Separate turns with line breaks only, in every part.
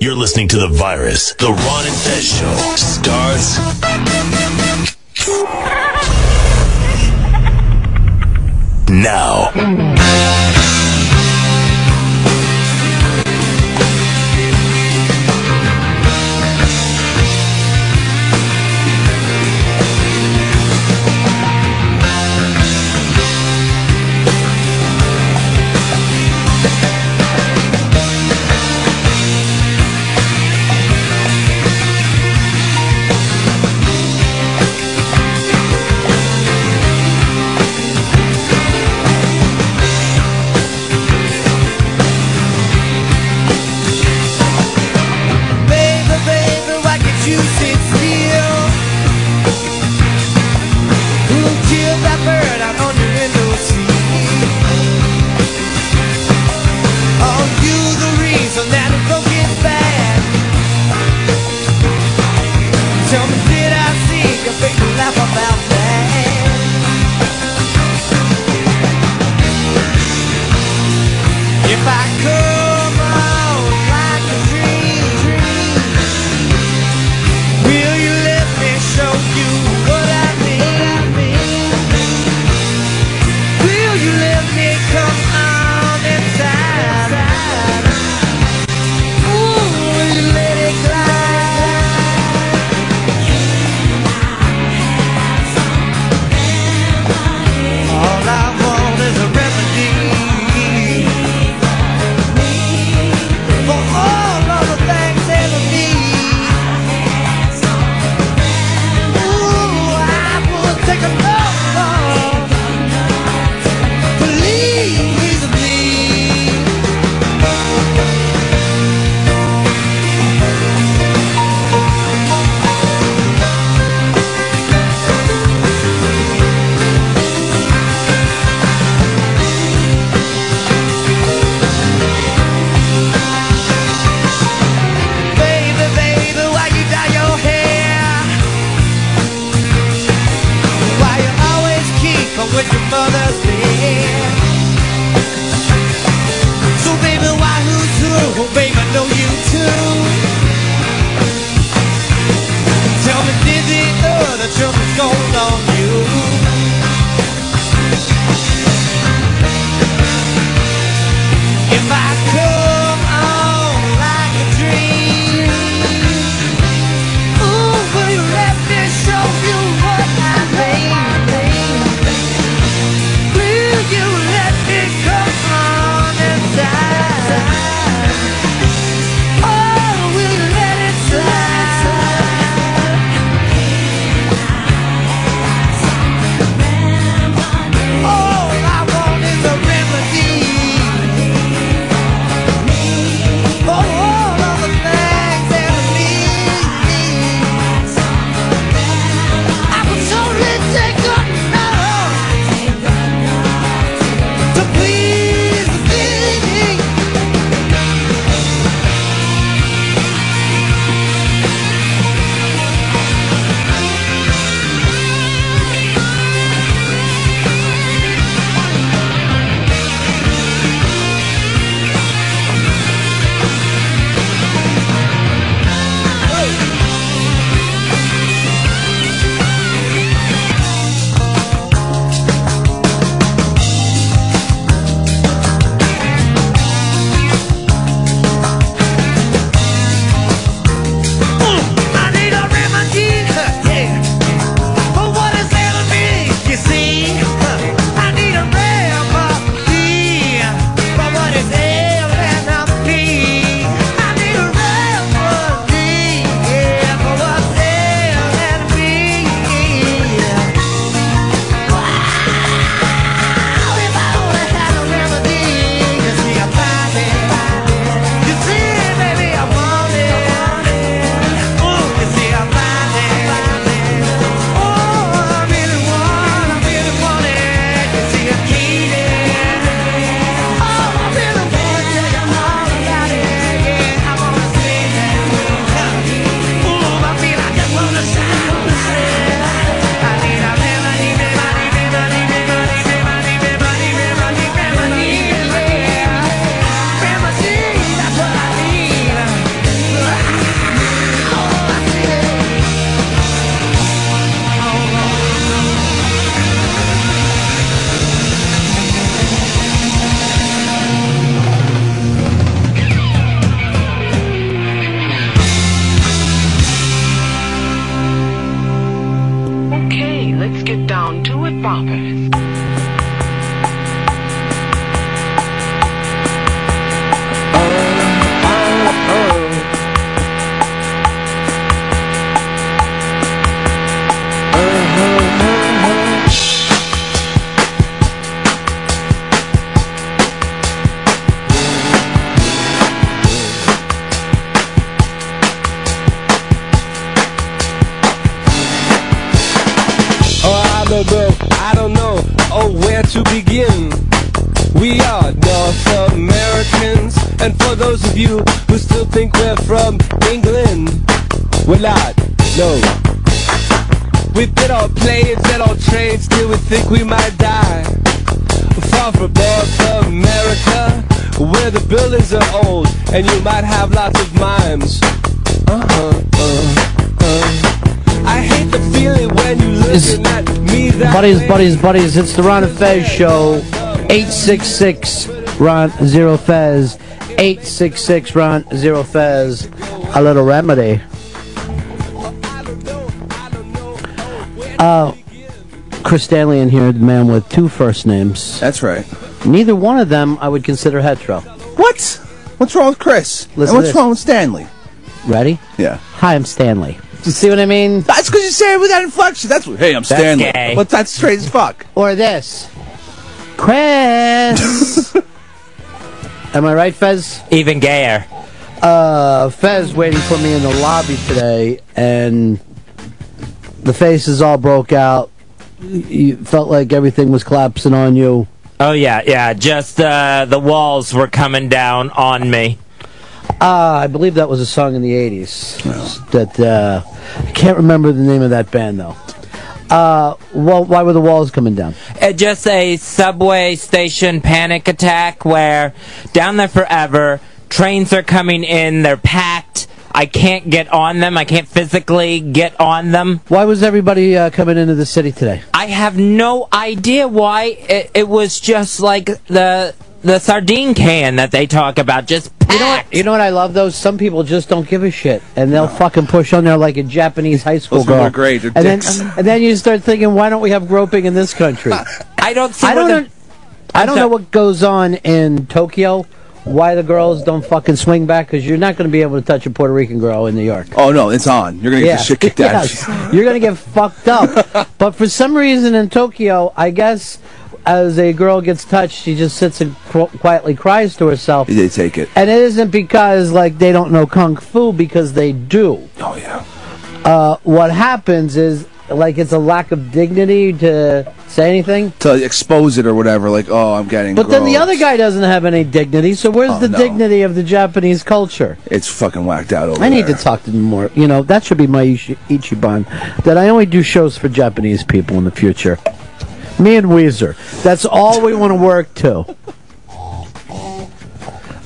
You're listening to The Virus. The Ron and Fez Show starts now.
Oh, oh,
to go. Oh, I don't know, oh, where to begin. We are North Americans, and for those of you who still think we're from England, we're not. No. We've been on planes and on trains till we think we might die. Far from North America, where the buildings are old and you might have lots of mimes. Uh huh, uh, uh. I hate the feeling when you
It's-
looking at me that
Buddies,
way.
buddies, buddies, it's the Ron and Fez show. 866 Ron Zero Fez. 866 Ron Zero Fez. A little remedy. Uh, Chris Stanley in here, the man with two first names.
That's right.
Neither one of them I would consider hetero.
What? What's wrong with Chris?
Listen to
and what's
this.
wrong with Stanley?
Ready?
Yeah.
Hi, I'm Stanley. You see what I mean?
That's because you say it with that inflection. That's what. Hey, I'm Stanley.
gay.
But that's straight as fuck.
Or this. Chris! Am I right, Fez?
Even gayer.
uh, Fez waiting for me in the lobby today, and the faces all broke out. You felt like everything was collapsing on you.
Oh yeah, yeah. Just uh, the walls were coming down on me.
Uh, I believe that was a song in the 80s. That uh, I can't remember the name of that band, though. Uh, well, why were the walls coming down?
Uh, just a subway station panic attack where down there forever. Trains are coming in. They're packed. I can't get on them. I can't physically get on them.
Why was everybody uh, coming into the city today?
I have no idea why it, it was just like the the sardine can that they talk about. Just packed.
You know what? You know what I love though. Some people just don't give a shit, and they'll fucking push on there like a Japanese high school
Those people
girl.
are great. They're
and
dicks.
then, and then you start thinking, why don't we have groping in this country?
I don't see.
I
where
don't.
the-
un- I don't know
sorry.
what goes on in Tokyo. Why the girls don't fucking swing back? Because you're not going to be able to touch a Puerto Rican girl in New York.
Oh no, it's on. You're gonna get the shit kicked out. of
Yes.
you.
You're going to get fucked up. But for some reason in Tokyo, I guess as a girl gets touched, she just sits and qu- quietly cries to herself.
They take it.
And it isn't because like they don't know kung fu because they do.
Oh yeah.
Uh, what happens is like it's a lack of dignity to say anything.
To expose it or whatever. Like, oh, I'm getting.
But then the
gross.
other guy doesn't have any dignity. So where's
Oh,
the
no.
dignity of the Japanese culture?
It's fucking whacked out over
I need to
there.
talk to them more. You know, that should be my ishi- Ichiban. That I only do shows for Japanese people in the future. Me and Weezer. That's all we want to work to.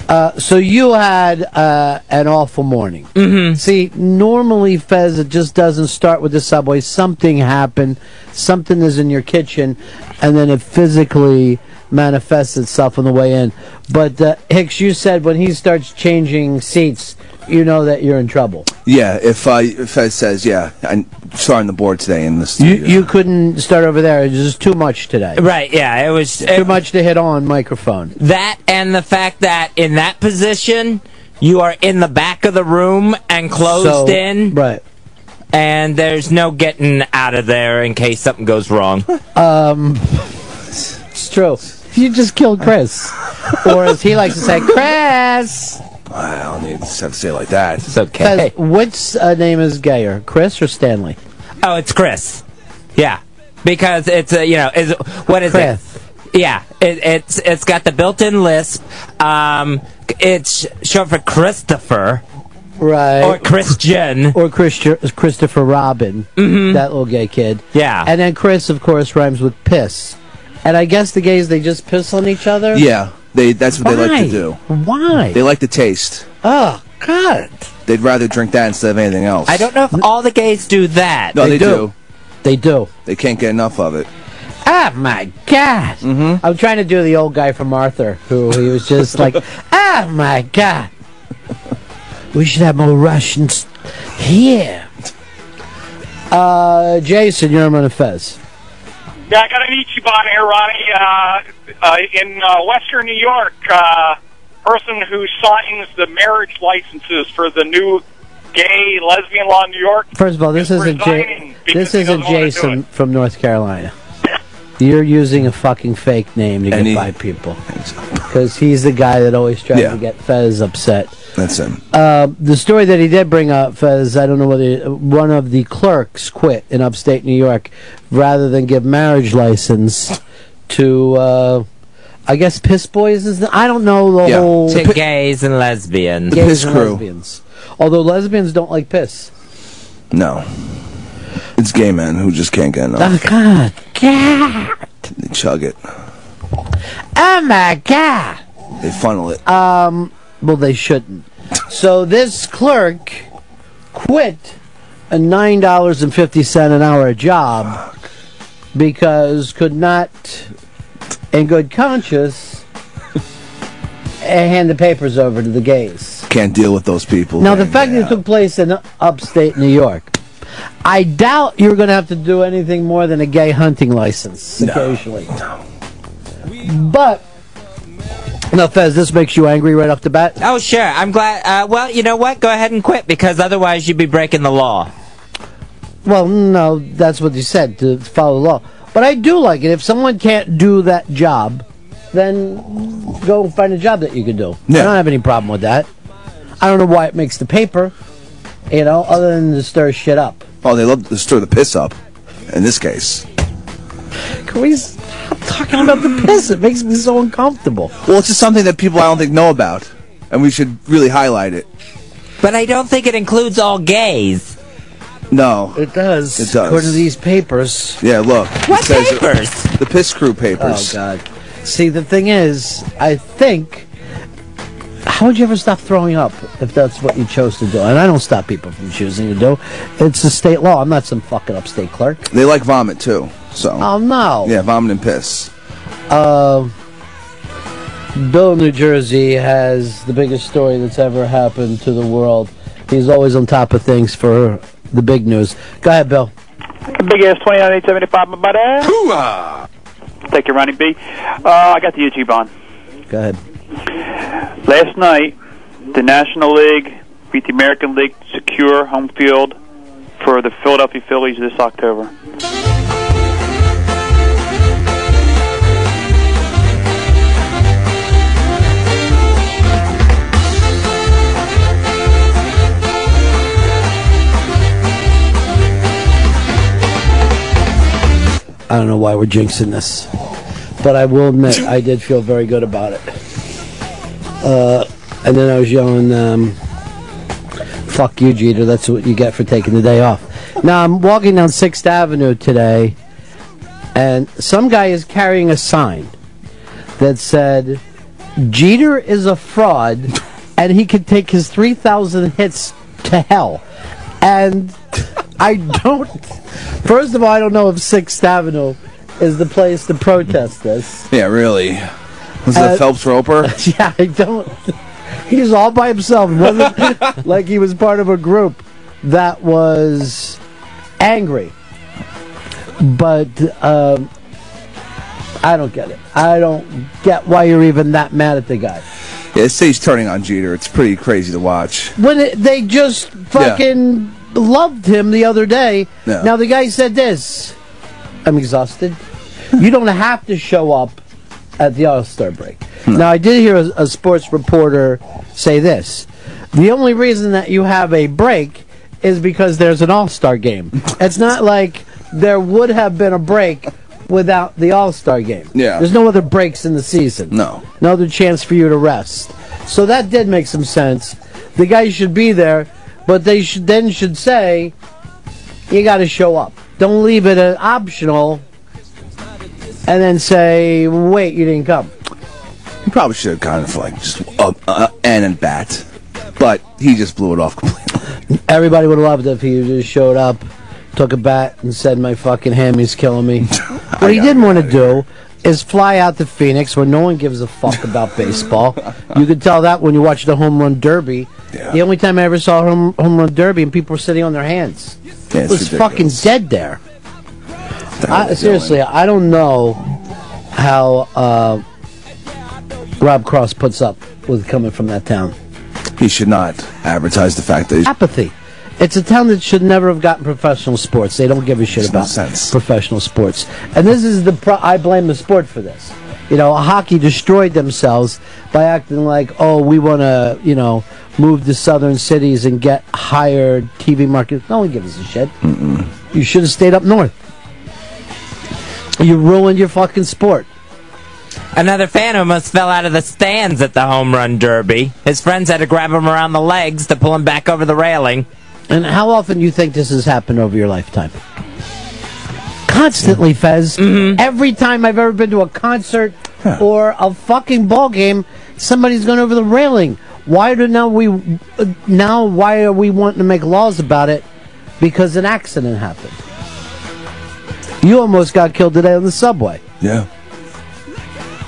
Uh, so you had uh, an awful morning. Mm-hmm. See, normally Fez, it just doesn't start with the subway. Something happened. Something is in your kitchen, and then it physically manifests itself on the way in. But uh, Hicks, you said when he starts changing seats, you know that you're in trouble.
Yeah, if uh, if Fez says yeah, I saw on the board today in this.
You you couldn't start over there. It was just too much today.
right? Yeah, it was
Too
it-
much to hit on microphone.
That and the fact that in that position, you are in the back of the room and closed
So-
in,
Right.
and there's no getting out of there in case something goes wrong. Um,
It's true. You just killed Chris. or as he likes to say, Chris.
I don't need to have to say it like that.
It's okay.
Fez, which uh, name is gayer, Chris or Stanley?
Oh, it's Chris. Yeah, because it's a you know is what is
Chris.
it? Yeah, it, it's it's got the built-in lisp. Um, it's short for Christopher
Right.
or Christian.
or Christi- Christopher Robin, that little gay kid.
Mm-hmm. Yeah.
And then Chris, of course, rhymes with piss. And I guess the gays, they just piss on each other?
Yeah, they. That's what they like
Why?
to do.
Why?
They like the taste.
oh, God.
They'd rather drink that instead of anything else.
I don't know if all the gays do that.
No,
They
they,
do.
do.
They do.
They can't get enough of it.
Oh, my God. Mm-hmm. I'm trying to do the old guy from Arthur, who he was just like, oh, my God. We should have more Russians here. Uh, Jason, you're on a fez.
Yeah, I got an Ichiban here, Ronnie. Uh, uh, in uh, Western New York, uh, person who signs the marriage licenses for the new gay lesbian law in New York.
First of all, this
Just
isn't
resigning
ja-
because
this
he
isn't
doesn't wanna do
Jason
it.
from North Carolina. You're using a fucking fake name to get
Any-
by people. Because he's the guy that always tries
Yeah.
to get Fez upset.
That's him.
Uh, the story that he did bring up is I don't know whether one of the clerks quit in upstate New York rather than give marriage license to uh, I guess piss boys is the, I don't know the
Yeah.
whole
to gays and lesbians.
gays
piss
and
crew.
lesbians. Although lesbians don't like piss.
No. It's gay men who just can't get enough.
Oh God!
They chug it.
Oh my God!
They funnel it.
Um, Well, they shouldn't. So this clerk quit a nine dollars and fifty cent an hour job because could not, in good conscience, eh, hand the papers over to the gays.
Can't deal with those people.
Now the
Dang,
fact that
yeah.
it took place in upstate New York, I doubt you're going to have to do anything more than a gay hunting license occasionally. But no, Fez, this makes you angry right off the bat.
Oh, sure. I'm glad. Uh, well, you know what? Go ahead and quit because otherwise you'd be breaking the law.
Well, no, that's what you said to follow the law. But I do like it. If someone can't do that job, then go find a job that you can do. I
Yeah.
don't have any problem with that. I don't know why it makes the paper, you know, other than to stir shit up.
Oh, they love to stir the piss up. In this case.
Can we stop talking about the piss? It makes me so uncomfortable.
Well, it's just something that people I don't think know about. And we should really highlight it.
But I don't think it includes all gays.
No.
It does.
It does.
According to these papers.
yeah, look.
What
It says-
papers?
The piss crew
Oh
papers.
God! See, the thing is, I think. How would you ever stop throwing up if that's what you chose to do? And I don't stop people from choosing to do. It's a state law. I'm not some fucking upstate clerk.
They like vomit too. So.
Oh no!
Yeah, vomit and piss.
Um, Bill, New Jersey has the biggest story that's ever happened to the world. He's always on top of things for the big news. Go ahead, Bill.
Big ass 29875, my buddy. Thank you, Ronnie B. Uh, I got the YouTube on.
Go ahead.
Last night, the National League beat the American League to secure home field for the Philadelphia Phillies this October.
I don't know why we're jinxing this, but I will admit I did feel very good about it. Uh, and then I was yelling, um, "Fuck you, Jeter! That's what you get for taking the day off." Now I'm walking down Sixth Avenue today, and some guy is carrying a sign that said, "Jeter is a fraud, and he could take his three thousand hits to hell." And I don't. First of all, I don't know if Sixth Avenue is the place to protest this.
Yeah, really. Was
Uh,
that Phelps Roper?
Yeah, I don't. He's all by himself. It wasn't like he was part of a group that was angry. But um, I don't get it. I don't get why you're even that mad at the guy.
Yeah, this city's turning on Jeter. It's pretty crazy to watch.
when it, they just fucking loved him the other day.
Yeah.
Now the guy said this. I'm exhausted. you don't have to show up at the All Star break.
Hmm.
Now I did hear a, a sports reporter say this. The only reason that you have a break is because there's an All Star game. it's not like there would have been a break without the All Star game.
Yeah.
There's no other breaks in the season
No.
another chance for you to rest. So that did make some sense. The guys should be there, but they should then should say, you got to show up. Don't leave it an optional, and then say, wait, you didn't come.
He probably should have gone for like just a, a, and and bat, but he just blew it off completely.
Everybody would have loved it if he just showed up, took a bat, and said, my fucking hammy's killing me. what he
gotta
didn't
get
want to do is fly out to Phoenix where no one gives a fuck about baseball. You could tell that when you watch the home run derby.
Yeah.
The only time I ever saw home, home run derby and people were sitting on their hands.
Yeah,
It
it's
was fucking
ridiculous.
dead there.
What the hell
I,
is
seriously,
going
I don't know how uh, Rob Cross puts up with coming from that town.
on? he should not advertise the fact that he's
Apathy. It's a town that should never have gotten professional sports. They don't give a shit
Makes no
about
sense.
professional sports. And this is the pro- I blame the sport for this. You know, hockey destroyed themselves by acting like, oh, we want to, you know, move to southern cities and get higher TV market. No one gives a shit. You should have stayed up north. You ruined your fucking sport.
Another fan almost fell out of the stands at the home run derby. His friends had to grab him around the legs to pull him back over the railing.
And how often you think this has happened over your lifetime? Constantly, Fez. Every time I've ever been to a concert or a fucking ball game, somebody's gone over the railing. Why do now we uh, now why are we wanting to make laws about it? Because an accident happened. You almost got killed today on the subway.
Yeah.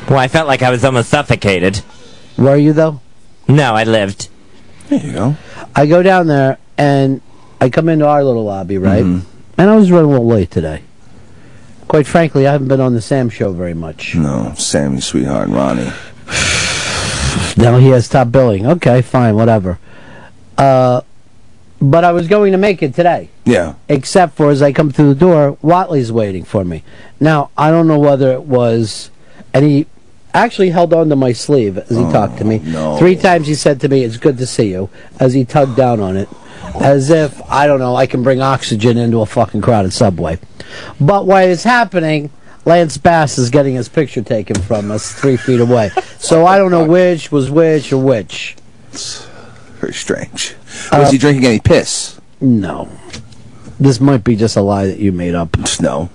Well, I felt like I was almost suffocated.
Were you though?
No, I lived.
There you go.
I go down there and I come into our little lobby, right?
Mm-hmm.
And I was running a little late today. Quite frankly, I haven't been on the Sam show very much.
No, Sammy, sweetheart, and Ronnie.
Now he has top billing. Okay, fine, whatever. Uh, but I was going to make it today,
Yeah.
except for as I come through the door, Watley's waiting for me. Now I don't know whether it was, and he actually held on to my sleeve as he talked to me.
Oh, no.
Three times he said to me, "It's good to see you," as he tugged down on it, as if I don't know I can bring oxygen into a fucking crowded subway. But what is happening? Lance Bass is getting his picture taken from us three feet away. So I don't know which was which or which.
Very strange. Was
Uh,
he drinking any piss?
No. This might be just a lie that you made up. Hmm.
Psh, No.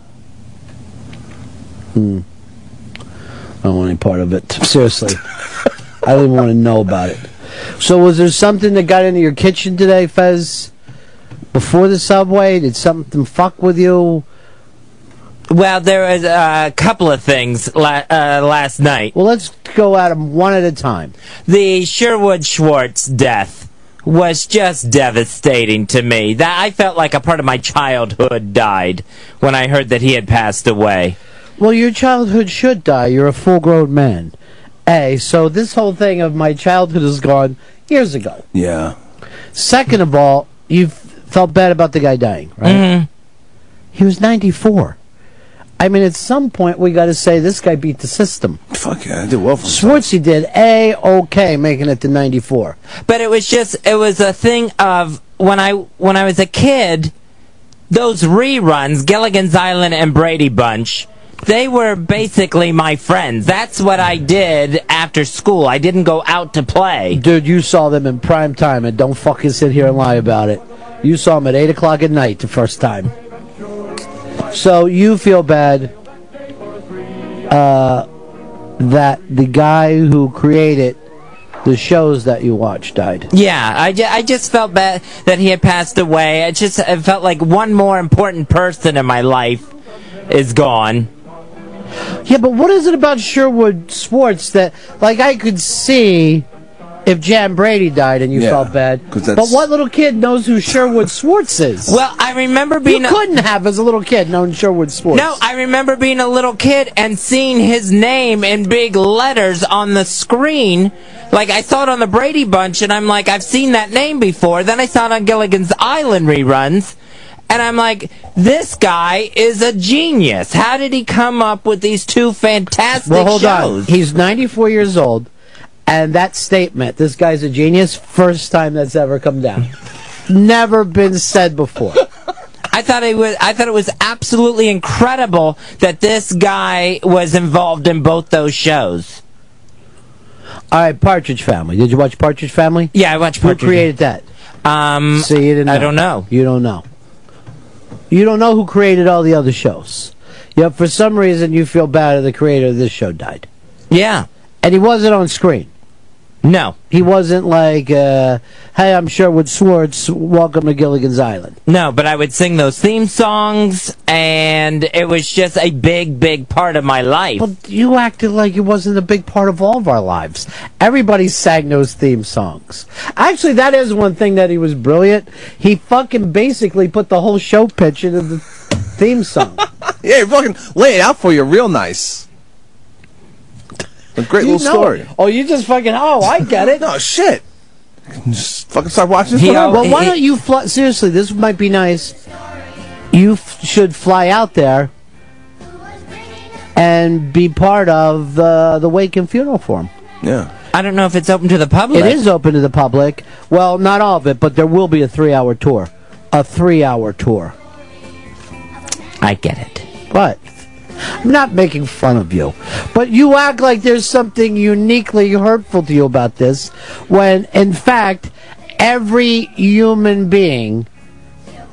I don't want any part of it. Seriously. I didn't want to know about it. So was there something that got into your kitchen today, Fez? Before the subway? Did something fuck with you?
Well, there was uh, a couple of things la- uh, last night.
Well, let's go at them one at a time.
The Sherwood Schwartz death was just devastating to me. That I felt like a part of my childhood died when I heard that he had passed away.
Well, your childhood should die. You're a full grown man. A, so this whole thing of my childhood is gone years ago.
Yeah.
Second of all, you f- felt bad about the guy dying, right? He was 94. I mean, at some point, we got to say this guy beat the system.
Fuck yeah, I did well for myself.
Schwartzy did a okay, making it to 94.
but it was just it was a thing of when I when I was a kid, those reruns, Gilligan's Island and Brady Bunch, they were basically my friends. That's what I did after school. I didn't go out to play.
Dude, you saw them in prime time, and don't fucking sit here and lie about it. You saw them at 8 o'clock at night the first time. So you feel bad uh, that the guy who created the shows that you watch died.
Yeah, I, ju- I just felt bad that he had passed away. I just I felt like one more important person in my life is gone.
Yeah, but what is it about Sherwood Schwartz that, like, I could see if Jan Brady died and you
Yeah,
felt bad,
'cause
but
that's-
what little kid knows who Sherwood Schwartz is?
Well, I remember
you
being a-
couldn't have as a little kid known Sherwood Schwartz.
No, I remember being a little kid and seeing his name in big letters on the screen. Like I saw it on the Brady Bunch, and I'm like, I've seen that name before. Then I saw it on Gilligan's Island reruns, and I'm like, this guy is a genius. How did he come up with these two fantastic
well, hold on.
shows?
He's 94 years old, and that statement, "This guy's a genius," first time that's ever come down. Never been said before.
I thought it was. I thought it was absolutely incredible that this guy was involved in both those shows.
All right, Partridge Family. Did you watch Partridge Family?
Yeah, I watched.
Who
Partridge.
created that?
Um,
See, you didn't.
I don't know.
You don't know. You don't know who created all the other shows. Yet for some reason you feel bad that the creator of this show died,
yeah.
and he wasn't on screen.
No.
He wasn't like, uh, "Hey, I'm Sherwood Schwartz. Welcome to Gilligan's Island."
No, but I would sing those theme songs, and it was just a big, big part of my life.
Well, you acted like it wasn't a big part of all of our lives. Everybody sang those theme songs. Actually, that is one thing that he was brilliant. He fucking basically put the whole show pitch into the theme song.
Yeah, fucking lay it out for you real nice. A great
you
little
know
story.
it. Oh, you just fucking, oh, I get it.
No, shit. Just fucking start watching this.
He
one.
al-
Well, why
it-
don't you fly? Seriously, this might be nice. You f- should fly out there and be part of uh, the wake and funeral forum.
yeah.
I don't know if it's open to the
It
public.
is open to the public. Well, not all of it, but there will be a three-hour tour. A three-hour tour.
I get it.
But I'm not making fun of you. But you act like there's something uniquely hurtful to you about this, when in fact, every human being,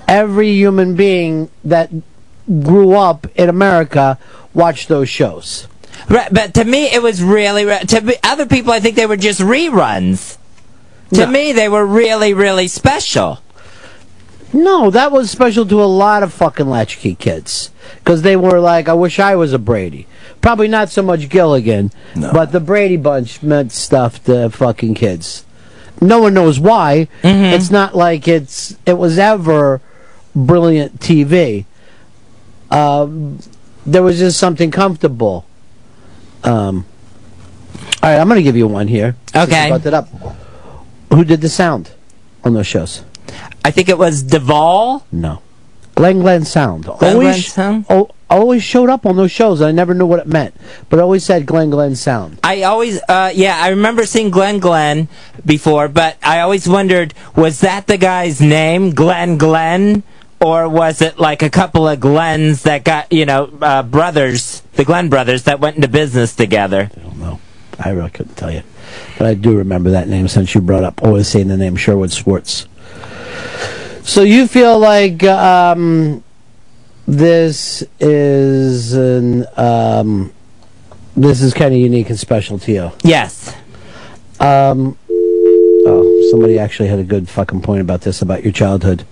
every human being that grew up in America watched those shows.
Right, but to me, it was really. re- To be, other people, I think they were just reruns. To
No.
me, they were really, really special.
No, that was special to a lot of fucking latchkey kids. Because they were like, I wish I was a Brady. Probably not so much Gilligan,
No.
but the Brady Bunch meant stuff to fucking kids. No one knows why. It's not like it's it was ever brilliant TV. Um, there was just something comfortable. Um, all right, I'm going to give you one here. since you
Okay.
brought that up. Who did the sound on those shows?
I think it was Duvall.
No. Glen Glen Sound. Always,
Glen Sound?
Oh, always showed up on those shows. I never knew what it meant, but it always said Glen Glen Sound.
I always, uh, yeah, I remember seeing Glenn Glenn before, but I always wondered, was that the guy's name, Glenn Glenn? Or was it like a couple of Glens that got, you know, uh, brothers, the Glenn brothers that went into business together?
I don't know. I really couldn't tell you, but I do remember that name since you brought up always saying the name Sherwood Schwartz. So you feel like um, this is an um, this is kind of unique and special to you.
Yes.
Um, oh, somebody actually had a good fucking point about this about your childhood.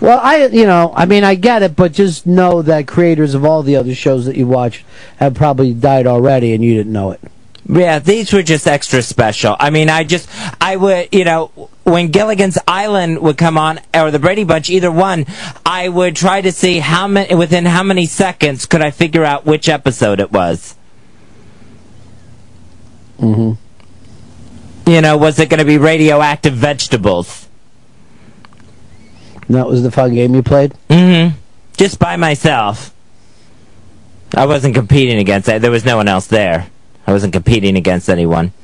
Well, I, you know, I mean, I get it, but just know that creators of all the other shows that you watched have probably died already, and you didn't know it.
Yeah, these were just extra special. I mean, I just, I would, you know, when Gilligan's Island would come on, or the Brady Bunch, either one, I would try to see how many, within how many seconds could I figure out which episode it was. Mm-hmm. You know, was it going to be radioactive vegetables?
And that was the fun game you played.
Mm-hmm. Just by myself. I wasn't competing against, there was no one else there. I wasn't competing against anyone.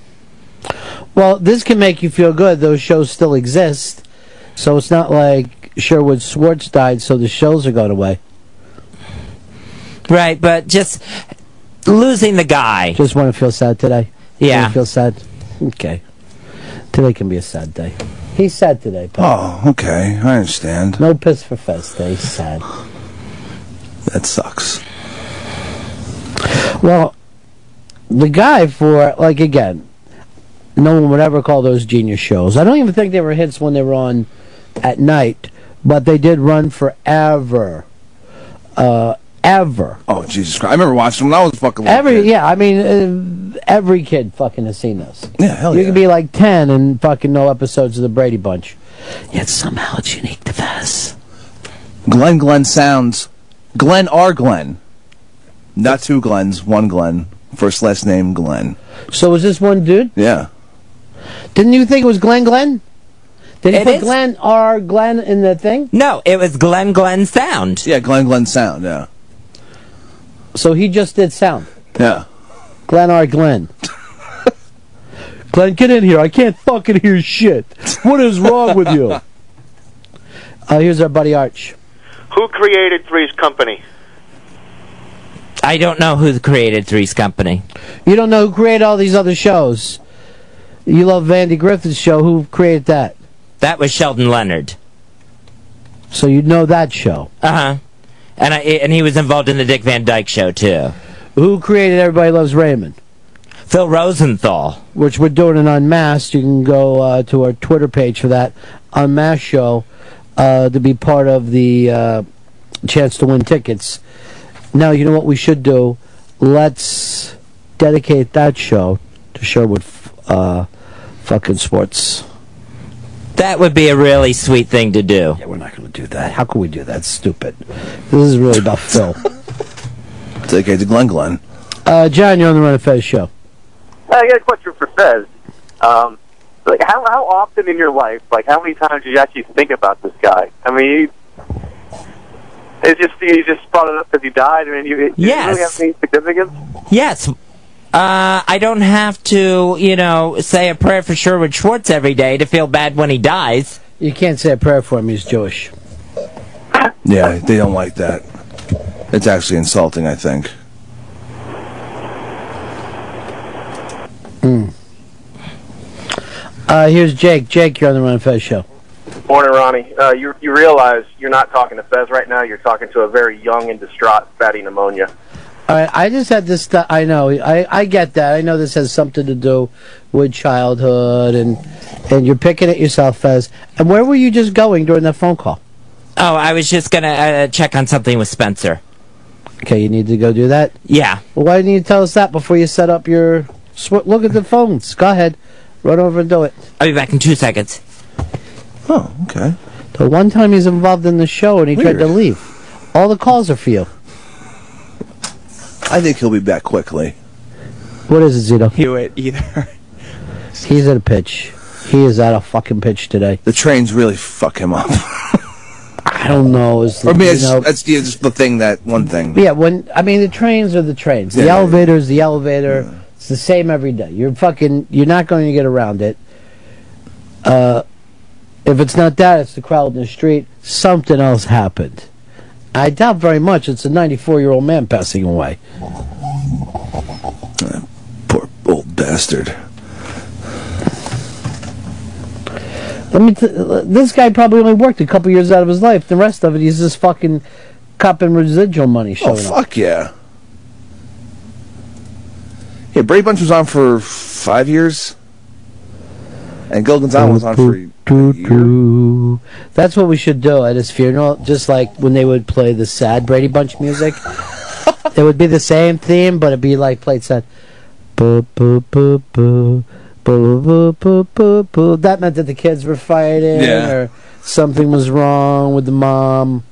Well, this can make you feel good. Those shows still exist, so it's not like Sherwood Schwartz died, so the shows are going away.
Right, but just losing the guy.
Just want to feel sad today.
Yeah.
Wanna feel sad. Okay, today can be a sad day. He's sad today, Paul.
Oh, okay. I understand.
No piss for fest day. Sad.
That sucks.
Well, the guy for like again, no one would ever call those genius shows. I don't even think they were hits when they were on at night, but they did run forever, uh, ever,
Oh, Jesus Christ. I remember watching when I was a fucking little
every.
kid.
Yeah, I mean, uh, every kid fucking has seen those.
Yeah, hell
you
yeah.
could be like ten and fucking no episodes of the Brady Bunch, yet somehow it's unique to Fez.
Glenn Glenn sounds. Glenn R. Glenn. Not two Glens, one Glenn. First last name Glenn.
So was this one dude?
Yeah.
Didn't you think it was Glenn Glenn? Did he
It
put
is-
Glenn R. Glenn in the thing?
No, it was Glenn Glenn Sound.
Yeah, Glenn Glenn sound, yeah.
So he just did sound.
Yeah.
Glenn R. Glenn. Glenn, get in here. I can't fucking hear shit. What is wrong with you? Uh, here's our buddy Arch.
Who created Three's Company?
I don't know who created Three's Company.
You don't know who created all these other shows. You love Vandy Griffith's show. Who created that?
That was Sheldon Leonard.
So you know that show.
Uh huh. And I and he was involved in the Dick Van Dyke Show too.
Who created Everybody Loves Raymond?
Phil Rosenthal.
Which we're doing an Unmasked. You can go uh, to our Twitter page for that Unmasked show uh, to be part of the uh, chance to win tickets. Now, you know what we should do? Let's dedicate that show to Sherwood uh, fucking sports.
That would be a really sweet thing to do.
Yeah, we're not going to do that. How can we do that? It's stupid. This is really about Phil.
It's okay, it's Glenn Glenn.
Uh, John, you're on the Run of Fez show.
I got a question for Fez. Um, like how how often in your life, like how many times did you actually think about this guy? I mean, he, it's just you just brought it up because he died, and you it,
Yes.
did it really have any significance.
Yes. Uh, I don't have to, you know, say a prayer for Sherwood Schwartz every day to feel bad when he dies.
You can't say a prayer for him. He's Jewish.
Yeah, they don't like that. It's actually insulting, I think.
Mm. Uh, here's Jake. Jake, you're on the Run and Fez show.
Morning, Ronnie. Uh, you you realize you're not talking to Fez right now. You're talking to a very young and distraught fatty pneumonia.
All right, I just had this. Th- I know. I, I get that. I know this has something to do with childhood, and and you're picking at yourself, Fez. And where were you just going during that phone call?
Oh, I was just going to uh, check on something with Spencer.
Okay, you need to go do that.
Yeah.
Well, why didn't you tell us that before you set up your? Sw- look at the phones. Go ahead, run over and do it.
I'll be back in two seconds.
Oh, okay.
The one time he's involved in the show and he tried to
Weird.
leave. All the calls are for you.
I think he'll be back quickly.
What is it, Zito?
Hewitt either.
He's at a pitch. He is at a fucking pitch today.
The trains really fuck him up.
I don't know. It's,
or I mean,
you
it's,
know-
that's the, it's the thing that one thing.
Yeah, when I mean the trains are the trains, the
Yeah.
elevator is the elevator. It's the same every day. You're fucking. You're not going to get around it. Uh, if it's not that, it's the crowd in the street. Something else happened. I doubt very much it's a 94 year old man passing away.
Poor old bastard.
Let me. T- this guy probably only worked a couple years out of his life. The rest of it, he's just fucking copping residual money
Oh,
showing up.
fuck yeah. Yeah, Brady Bunch was on for five years. And Gil Gonzalez was on for a year.
Doo-doo. That's what we should do at his funeral. Just like when they would play the sad Brady Bunch music, it would be the same theme, but it'd be like played sad. Boo, boo, boo, boo. Boo, boo, boo, boo, boo. That meant that the kids were fighting,
Yeah.
or something was wrong with the mom.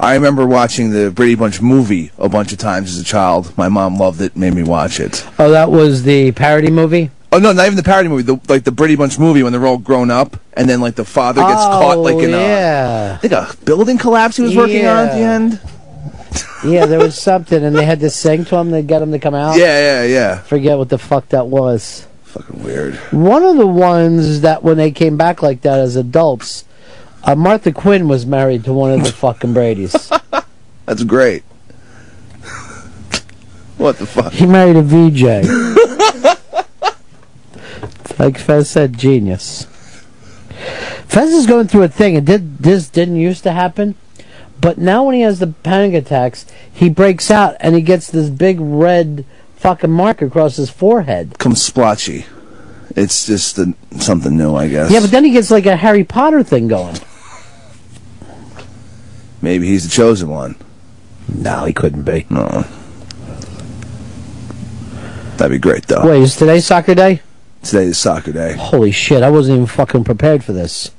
I remember watching the Brady Bunch movie a bunch of times as a child. My mom loved it, made me watch it.
Oh, that was the parody movie.
Oh no, not even the parody movie. The, like the Brady Bunch movie when they're all grown up, and then like the father gets
oh,
caught like in a,
yeah,
I think a building collapse he was working on at the
Yeah.
end.
yeah. There was something, and they had to sing to him. They got him to come out.
Yeah, yeah, yeah.
forget what the fuck that was.
Fucking weird.
One of the ones that when they came back like that as adults, uh, Martha Quinn was married to one of the fucking Brady's.
That's great. what the fuck?
He married a VJ. like Fez said, genius. Fez is going through a thing. It did this didn't used to happen, but now when he has the panic attacks, he breaks out and he gets this big red fucking mark across his forehead.
Comes splotchy. It's just a, something new, I guess.
Yeah, but then he gets like a Harry Potter thing going.
maybe he's the chosen one.
No, he couldn't be.
No. That'd be great though.
Wait, is today soccer day?
Today is soccer day,
Holy shit, I wasn't even fucking prepared for this.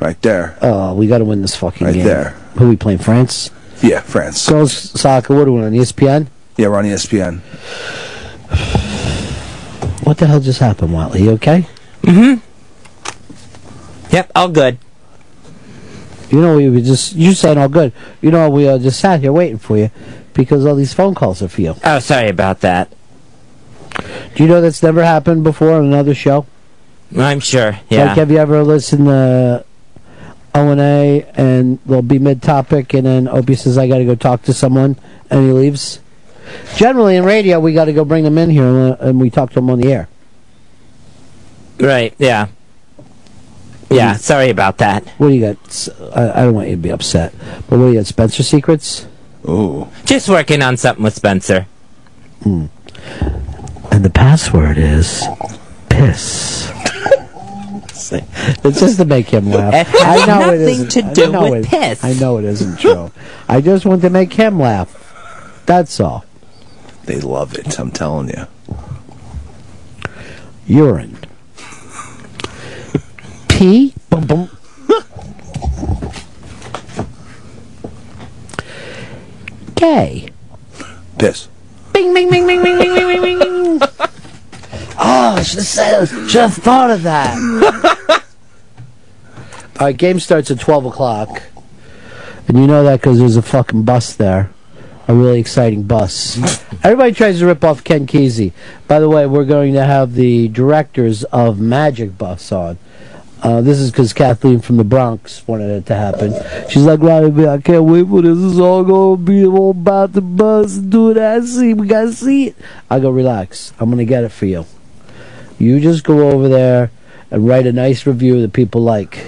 right there.
Oh, we gotta win this fucking
Right
game.
there.
Who we playing? France?
Yeah, France.
Girls soccer, what are we on? E ESPN?
Yeah, we're on E ESPN.
What the hell just happened, Watley? You okay?
Yep, all good.
You know, we were just, you said all good. You know, we uh, just sat here waiting for you because all these phone calls are for you.
Oh, sorry about that.
Do you know that's never happened before on another show?
I'm sure. Yeah.
Like, have you ever listened to O&A and they'll be mid-topic and then Opie says, I gotta go talk to someone and he leaves? Generally in radio, we gotta go bring them in here and, uh, and we talk to them on the air.
Right, yeah. Yeah, sorry about that.
What do you got? S- I, I don't want you to be upset, but what do you got? Spencer Secrets
Ooh.
Just working on something with Spencer.
and the password is piss. it's just to make him laugh.
It has
I know it
nothing
isn't-
to
I
do
know
with
it-
piss.
I know it isn't true. I just want to make him laugh. That's all.
They love it, I'm telling you.
Urine. Pee. Boom boom. Gay.
Piss.
Bing, bing, bing, bing, bing, bing, bing, bing, bing. oh, I should have said it. just just thought of that. All right, game starts at twelve o'clock, and you know that because there's a fucking bus there, a really exciting bus. Everybody tries to rip off Ken Kesey. By the way, we're going to have the directors of Magic Bus on. Uh, this is because Kathleen from the Bronx wanted it to happen. She's like, Robbie, I can't wait for this. It's all gonna be all about the bus, dude. I see, we gotta see it. I go, relax. I'm gonna get it for you. You just go over there and write a nice review that people like.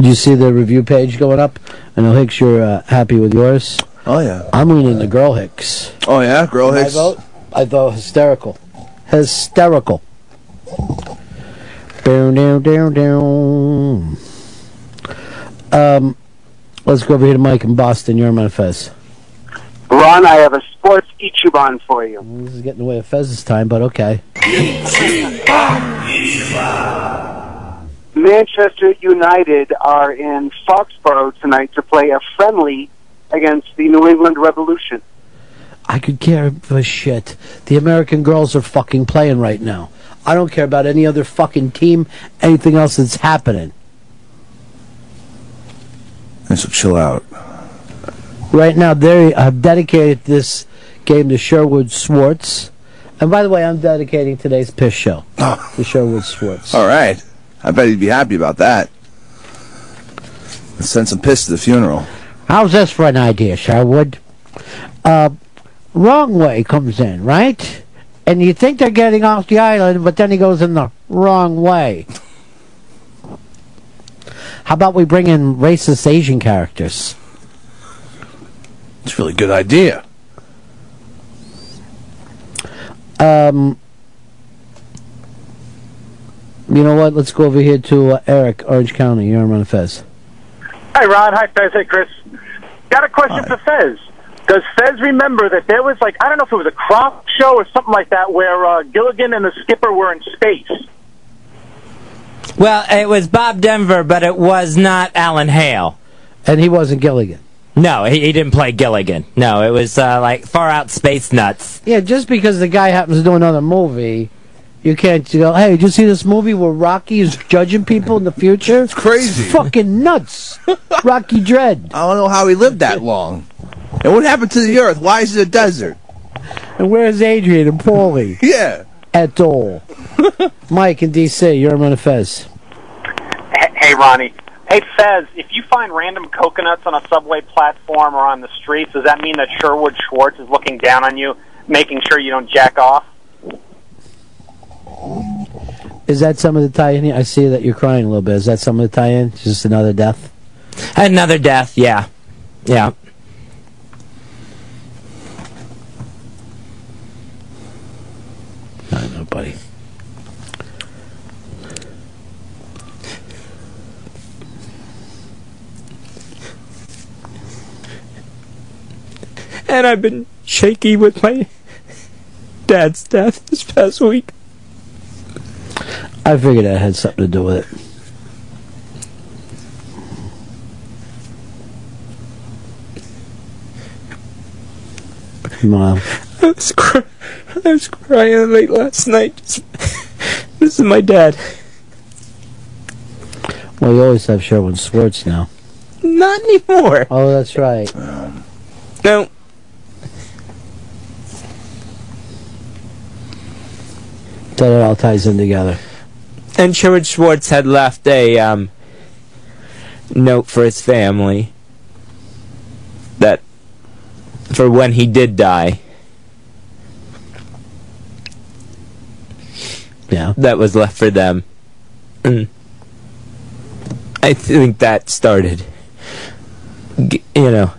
Do you see the review page going up? I know Hicks, you're uh, happy with yours.
Oh yeah.
I'm leaning the girl Hicks.
Oh yeah, girl
My
Hicks.
vote? I thought hysterical. Hysterical. Down, down, down, down. Um, let's go over here to Mike in Boston. You're on Fez.
Ron, I have a sports Ichiban for you.
This is getting away with Fez this time, but okay.
Manchester United are in Foxborough tonight to play a friendly against the New England Revolution.
I could care for shit. The American girls are fucking playing right now. I don't care about any other fucking team, anything else that's happening.
So chill out.
Right now, they have dedicated this game to Sherwood Swartz. And by the way, I'm dedicating today's piss show to Sherwood Swartz.
All right. I bet he'd be happy about that. Let's send some piss to the funeral.
How's this for an idea, Sherwood? Uh, wrong way comes in, right? And you think they're getting off the island, but then he goes in the wrong way. How about we bring in racist Asian characters?
It's a really good idea.
Um, you know what? Let's go over here to uh, Eric, Orange County. You're on Fez.
Hi, Ron. Hi, Fez. Hey, Chris. Got a question for Fez. Does Fez remember that there was like I don't know if it was a crop show or something like that where uh, Gilligan and the skipper were in space?
Well, it was Bob Denver, but it was not Alan Hale.
And he wasn't Gilligan.
No, he, he didn't play Gilligan. No, it was uh, like far out space nuts.
Yeah, just because the guy happens to do another movie, you can't go, hey, did you see this movie where Rocky is judging people in the future? It's
crazy.
fucking nuts. Rocky Dread.
I don't know how he lived that long. And what happened to the earth? Why is it a desert?
And where's Adrian and Paulie?
Yeah.
At all. Mike in D.C., you're on Fez.
Hey, hey, Ronnie. Hey, Fez. If you find random coconuts on a subway platform or on the streets, does that mean that Sherwood Schwartz is looking down on you, making sure you don't jack off?
Is that some of the tie-in? here? I see that you're crying a little bit. Is that some of the tie-in? Just another death?
Another death, yeah. Yeah.
I know, buddy.
and I've been shaky with my dad's death this past week.
I figured that had something to do with it. Wow.
I was, cry- I was crying late last night. Just- this is my dad.
Well, you always have Sherwin Swartz now.
Not anymore.
Oh, that's right.
No.
That it all ties in together.
And Sherwood Schwartz had left a um, note for his family that for when he did die.
Yeah.
That was left for them. And I think that started, g- you know,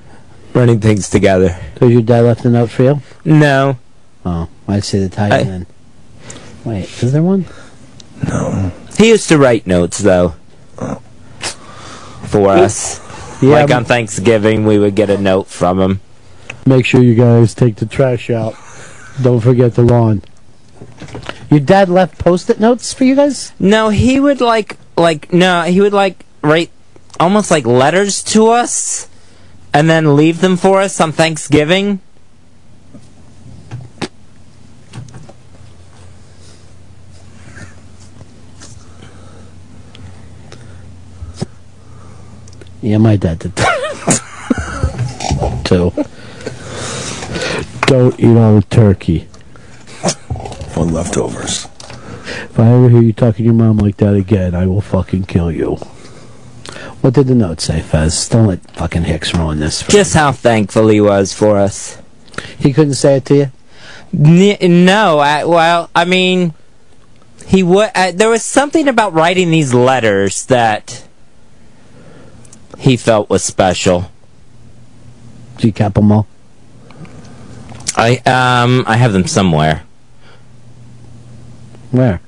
running things together.
So your dad left a note for you?
No.
Oh, I see the tie
I-
in then. Wait, is there one?
He used to write notes though. For us.
Yeah,
like
I'm-
on Thanksgiving we would get a note from him.
Make sure you guys take the trash out. Don't forget the lawn. Your dad left post-it notes for you guys?
No, he would like like no, he would like write almost like letters to us and then leave them for us on Thanksgiving.
Yeah, my dad did that. too. Don't eat all the turkey.
For leftovers.
If I ever hear you talking to your mom like that again, I will fucking kill you. What did the note say, Fez? Don't let fucking Hicks ruin this.
Just how thankful he was for us.
He couldn't say it to you?
N- no, I, well, I mean, he would. Uh, there was something about writing these letters that he felt was special.
Did you cap them all?
I um, I have them somewhere.
Where?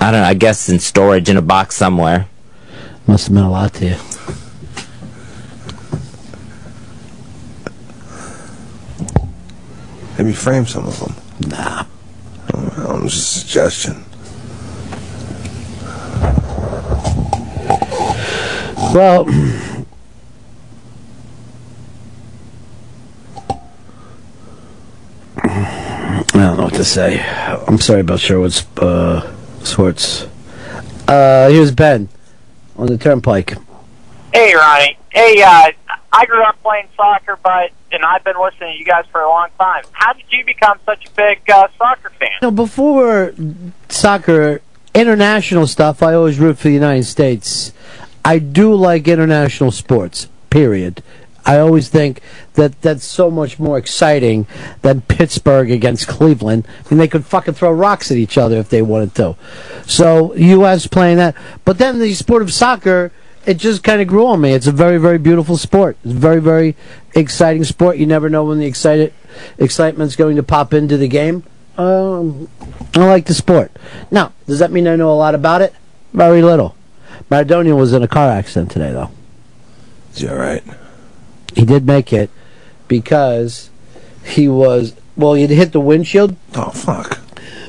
I don't know. I guess in storage in a box somewhere.
Must have meant a lot to you.
Maybe frame some of them.
Nah.
Um, it's just a suggestion.
Well, I don't know what to say. I'm sorry about Sherwood's uh, Swartz. Uh, here's Ben on the turnpike.
Hey, Ronnie. Hey, uh, I grew up playing soccer, but and I've been listening to you guys for a long time. How did you become such a big uh, soccer fan?
No, before soccer, international stuff, I always root for the United States. I do like international sports, period. I always think that that's so much more exciting than Pittsburgh against Cleveland. I mean, they could fucking throw rocks at each other if they wanted to. So, U.S. playing that. But then the sport of soccer, it just kind of grew on me. It's a very, very beautiful sport. It's a very, very exciting sport. You never know when the excited, excitement's going to pop into the game. Um, I like the sport. Now, does that mean I know a lot about it? Very little. Maradona was in a car accident today, though.
Is he all right?
He did make it because he was well. He'd hit the windshield.
Oh fuck!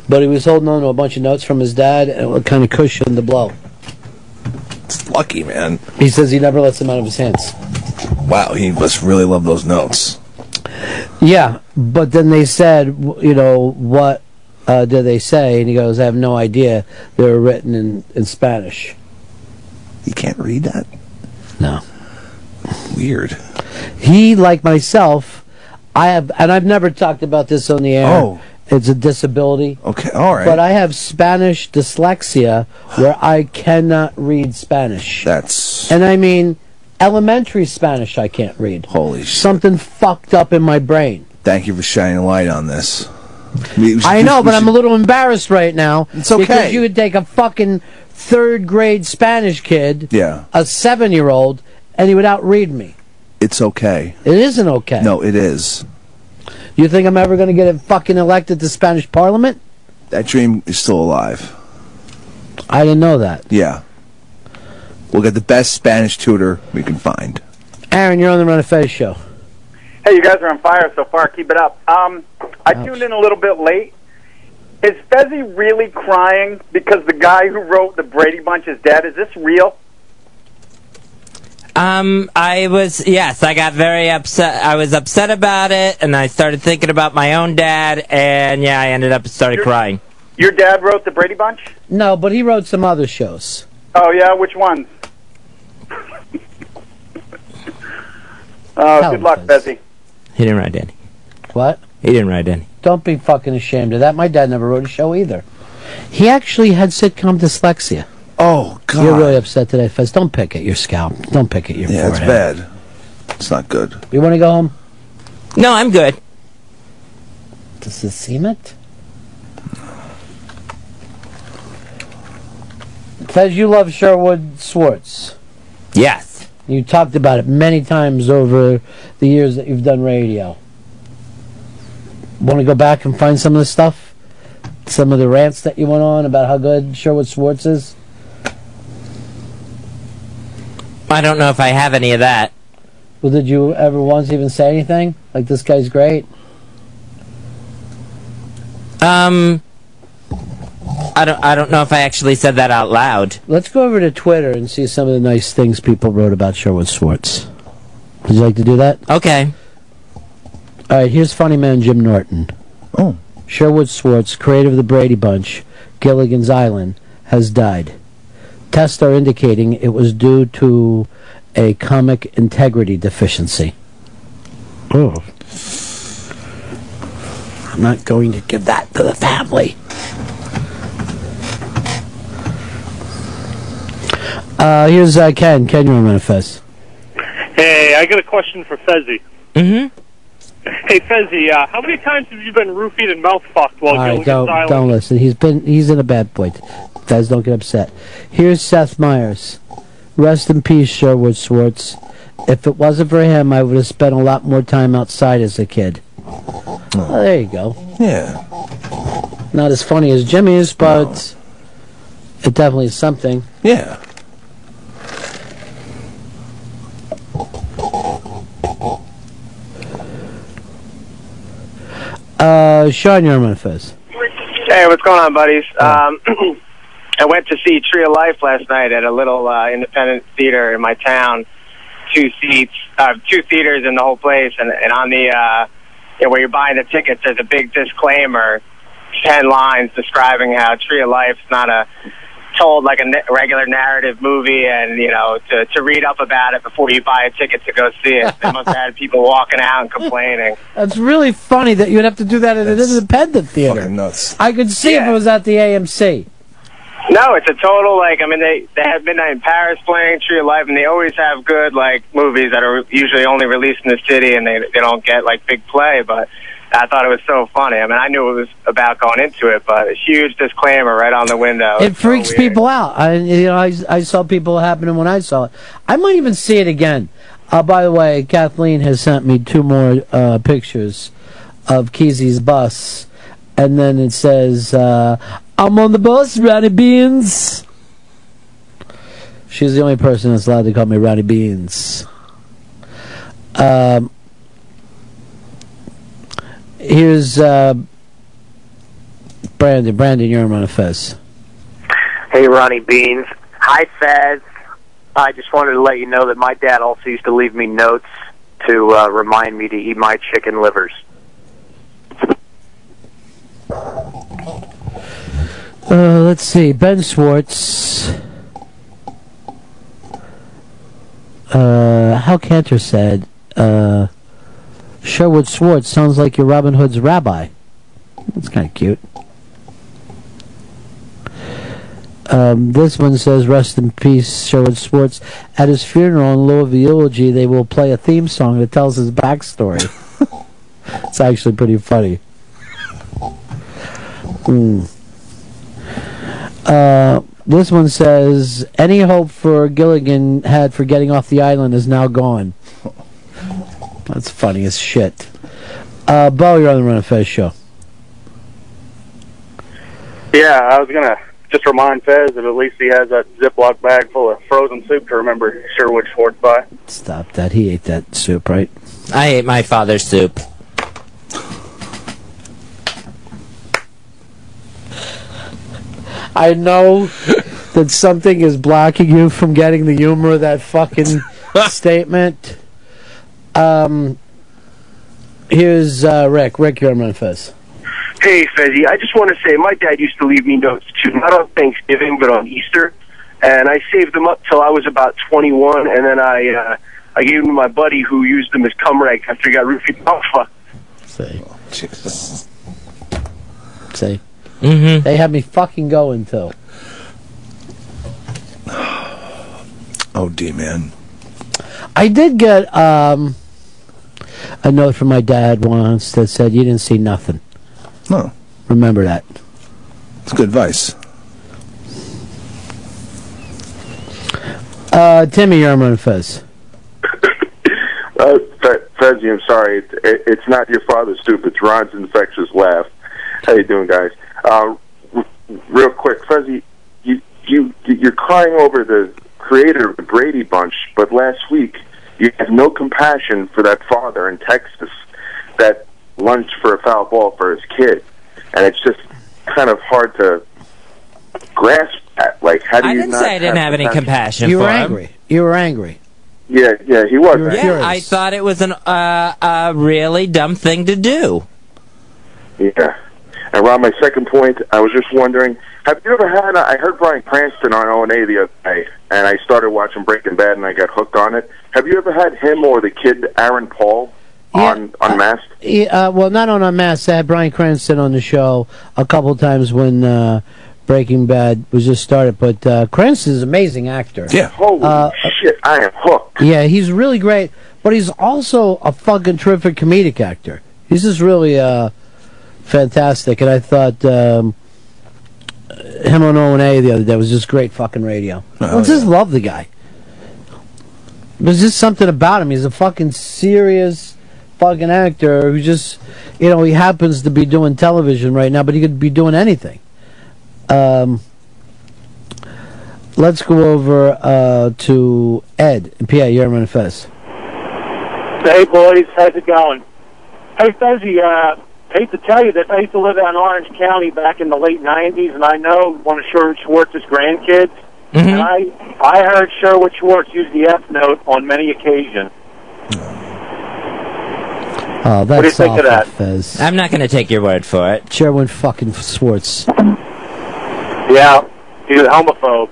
But he was holding on to a bunch of notes from his dad, and it kind of cushioned the blow.
It's lucky, man.
He says he never lets them out of his hands.
Wow, he must really love those notes.
Yeah, but then they said, w- you know, what uh, did they say? And he goes, I have no idea. They were written in, in Spanish.
You can't read that?
No.
Weird.
He, like myself, I have, and I've never talked about this on the air.
Oh.
It's a disability.
Okay, all right.
But I have Spanish dyslexia where I cannot read Spanish.
That's.
And I mean elementary Spanish I can't read.
Holy shit.
Something fucked up in my brain.
Thank you for shining a light on this. We- we should
I
do-
know,
we
but I'm
should-
a little embarrassed right now. It's
okay.
Because you would take a fucking third grade Spanish kid,
Yeah,
a seven year old, and he would outread me.
it's okay.
It isn't okay.
No, it is.
You think I'm ever going to get fucking elected to Spanish Parliament?
That dream is still alive.
I didn't know that.
Yeah. We'll get the best Spanish tutor we can find.
Aaron, you're on the Run of Fez show.
Hey, you guys are on fire so far. Keep it up. Um, I tuned in a little bit late. Is Fezzi really crying because the guy who wrote the Brady Bunch is dead? Is this real?
Um, I was yes, I got very upset. I was upset about it, and I started thinking about my own dad, and yeah, I ended up started crying.
Your dad wrote the Brady Bunch?
No, but he wrote some other shows.
Oh, yeah? Which ones?
Tell
Oh,
uh, good
him,
luck, Fezzi.
He didn't write any.
What?
He didn't write any.
Don't be fucking ashamed of that. My dad never wrote a show either. He actually had sitcom dyslexia.
Oh God!
You're really upset today, Fez. Don't pick at your scalp. Don't pick at your
Yeah, it's
forehead.
bad. It's not good.
You want to go home?
No, I'm good.
Does it seem it? Fez, you love Sherwood Swartz.
Yes.
You talked about it many times over the years that you've done radio. Want to go back and find some of the stuff? Some of the rants that you went on about how good Sherwood Swartz is?
I don't know if I have any of that.
Well, did you ever once even say anything? Like, this guy's great?
Um, I don't. I don't know if I actually said that out loud.
Let's go over to Twitter and see some of the nice things people wrote about Sherwood Swartz. Would you like to do that?
Okay.
All right, here's funny man Jim Norton.
Oh.
Sherwood Swartz, creator of the Brady Bunch, Gilligan's Island, has died. Tests are indicating it was due to a comic integrity deficiency. Oh. I'm not going to give that to the family. Uh, here's uh, Ken. Ken, you're on Manifest.
Hey, I got a question for Fezzi.
Mm-hmm.
Hey, Fezzi, uh, how many times have you been roofied and mouth fucked while
All right,
Gilligan's
don't
Island?
don't listen. He's been he's in a bad point. Fez, don't get upset. Here's Seth Meyers. Rest in peace, Sherwood Schwartz. If it wasn't for him, I would have spent a lot more time outside as a kid. Well, Oh, there you go.
Yeah.
Not as funny as Jimmy's, but it definitely is something.
Yeah.
Uh, Sean, you're on Manifest.
Hey, what's going on, buddies? Um, I went to see Tree of Life last night at a little uh, independent theater in my town. Two seats, uh, two theaters in the whole place, and, and on the uh, you know, where you're buying the tickets, there's a big disclaimer, ten lines describing how Tree of Life's not a told like a n- regular narrative movie, and you know to to read up about it before you buy a ticket to go see it. They must have had people walking out and complaining.
That's really funny that you'd have to do that at an independent theater. I could see if it was at the AMC.
No, it's a total like I mean they they have Midnight in Paris playing Tree of Life, and they always have good like movies that are usually only released in the city, and they they don't get like big play. But I thought it was so funny. I mean, I knew it was about going into it, but a huge disclaimer right on the window.
it freaks people out. I, you know, I, I saw people happening when I saw it. I might even see it again. Uh, by the way, Kathleen has sent me two more uh, pictures of Kesey's bus, and then it says, uh, "I'm on the bus, Ronnie Beans." She's the only person that's allowed to call me Ronnie Beans. Um, here's uh, Brandon. Brandon, you're on Manifest.
Hey, Ronnie Beans. Hi, Fez. I just wanted to let you know that my dad also used to leave me notes to uh, remind me to eat my chicken livers.
Uh, let's see, Ben Schwartz. Uh, Hal Cantor said, uh, Sherwood Schwartz sounds like your Robin Hood's rabbi. That's kind of cute. Um, this one says, Rest in peace, Sherwood Schwartz. At his funeral, in lieu of a eulogy, they will play a theme song that tells his backstory. it's actually pretty funny. Hmm. Uh, this one says, "Any hope for Gilligan had for getting off the island is now gone." That's funny as shit. Uh, Bo, you're on the Run and Fez show.
Yeah, I was gonna just remind Fez that at least he has that Ziploc bag full of frozen soup to remember Sherwood Schwartz by.
Stop that. He ate that soup, right?
I ate my father's soup.
I know that something is blocking you from getting the humor of that fucking statement. Um, here's uh, Rick. Rick, you're on the Run and Fez.
Hey, Fezzi, I just want to say my dad used to leave me notes too, not on Thanksgiving, but on Easter. And I saved them up till I was about 21, and then I uh, I gave them to my buddy who used them as cum rag after he got roofied. Oh, fuck.
See,
Jesus.
see, mm-hmm. they had me fucking going too.
Oh, D man.
I did get um, a note from my dad once that said, "You didn't see nothing."
No.
Remember that.
It's good advice.
Uh, Timmy, you're on Run and Fez.
Uh, Fe- Fezzi, I'm sorry. It, it, it's not your father's soup. It's Ron's infectious laugh. How you doing, guys? Uh, r- real quick, Fezzi, you, you, you're crying over the creator of the Brady Bunch, but last week you had no compassion for that father in Texas that lunged for a foul ball for his kid. And it's just kind of hard to grasp that. Like, how do
I
you
didn't
not
say I didn't have any compassion
You
for
were
him.
angry. You were angry.
Yeah, yeah, he was.
Yeah, I thought it was an uh, uh, really dumb thing to do.
Yeah. And And Rob, my second point, I was just wondering, have you ever had? I heard Brian Cranston on O and A the other day, and I started watching Breaking Bad, and I got hooked on it. Have you ever had him or the kid Aaron Paul on on Masked?
He, uh, well, not on Unmasked. I had Brian Cranston on the show a couple times when uh, Breaking Bad was just started. But uh, Cranston's an amazing actor.
Yeah. Holy
Uh,
shit, I am hooked.
Yeah, he's really great, but he's also a fucking terrific comedic actor. He's just really uh, fantastic, and I thought um, him on O and A the other day was just great fucking radio. I just love the guy. There's just something about him. He's a fucking serious fucking actor who just, you know, he happens to be doing television right now, but he could be doing anything. Um, let's go over uh, to Ed in PA. You're on Fez.
Hey boys, how's it going? Hey Fezzi, uh, hate to tell you this, I used to live out in Orange County back in the late '90s, and I know one of Sherwood Schwartz's grandkids.
Mm-hmm.
Mm-hmm.
And I, I heard Sherwood Schwartz use the F note on many occasions.
Oh, that's
do you think of
awful,
that?
Fez.
I'm not going to take your word for it.
Sherwin fucking Schwartz.
Yeah, he's a homophobe.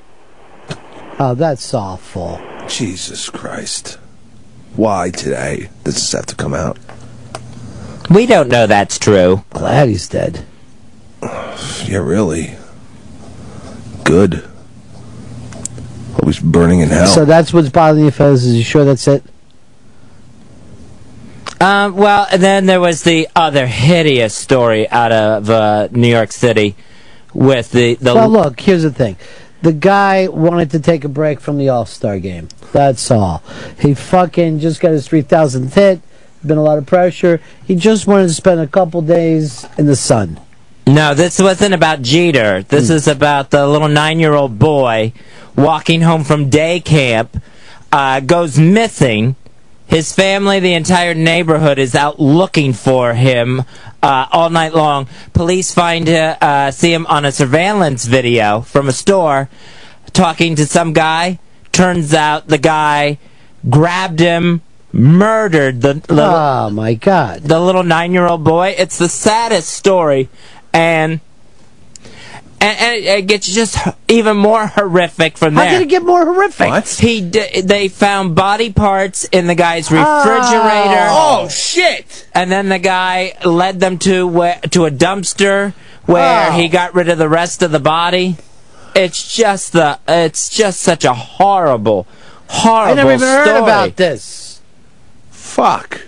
Oh, that's awful.
Jesus Christ. Why today does this have to come out?
We don't know that's true.
Glad he's dead.
Yeah, really. Good. Hope he's burning in hell.
So that's what's bothering you, Fez. Is you sure that's it?
Um, well, and then there was the other hideous story out of uh, New York City with the the
well, look, here's the thing. The guy wanted to take a break from the All Star game. That's all. He fucking just got his 3,000th hit. Been a lot of pressure. He just wanted to spend a couple days in the sun.
No, this wasn't about Jeter. This is about the little nine year old boy walking home from day camp, uh, goes missing. His family, the entire neighborhood is out looking for him uh, all night long. Police find uh, uh, see him on a surveillance video from a store talking to some guy. Turns out the guy grabbed him, murdered the little,
oh my god,
the little nine year old boy. It's the saddest story, and and, and it, it gets just h- even more horrific from
How
there.
did it get more horrific?
He d- they found body parts in the guy's
Ah.
refrigerator.
Oh. Oh,
shit! And then the guy led them to where, to a dumpster where
Oh.
he got rid of the rest of the body. It's just the it's just such a horrible, horrible.
I never even heard
story.
about this. Fuck.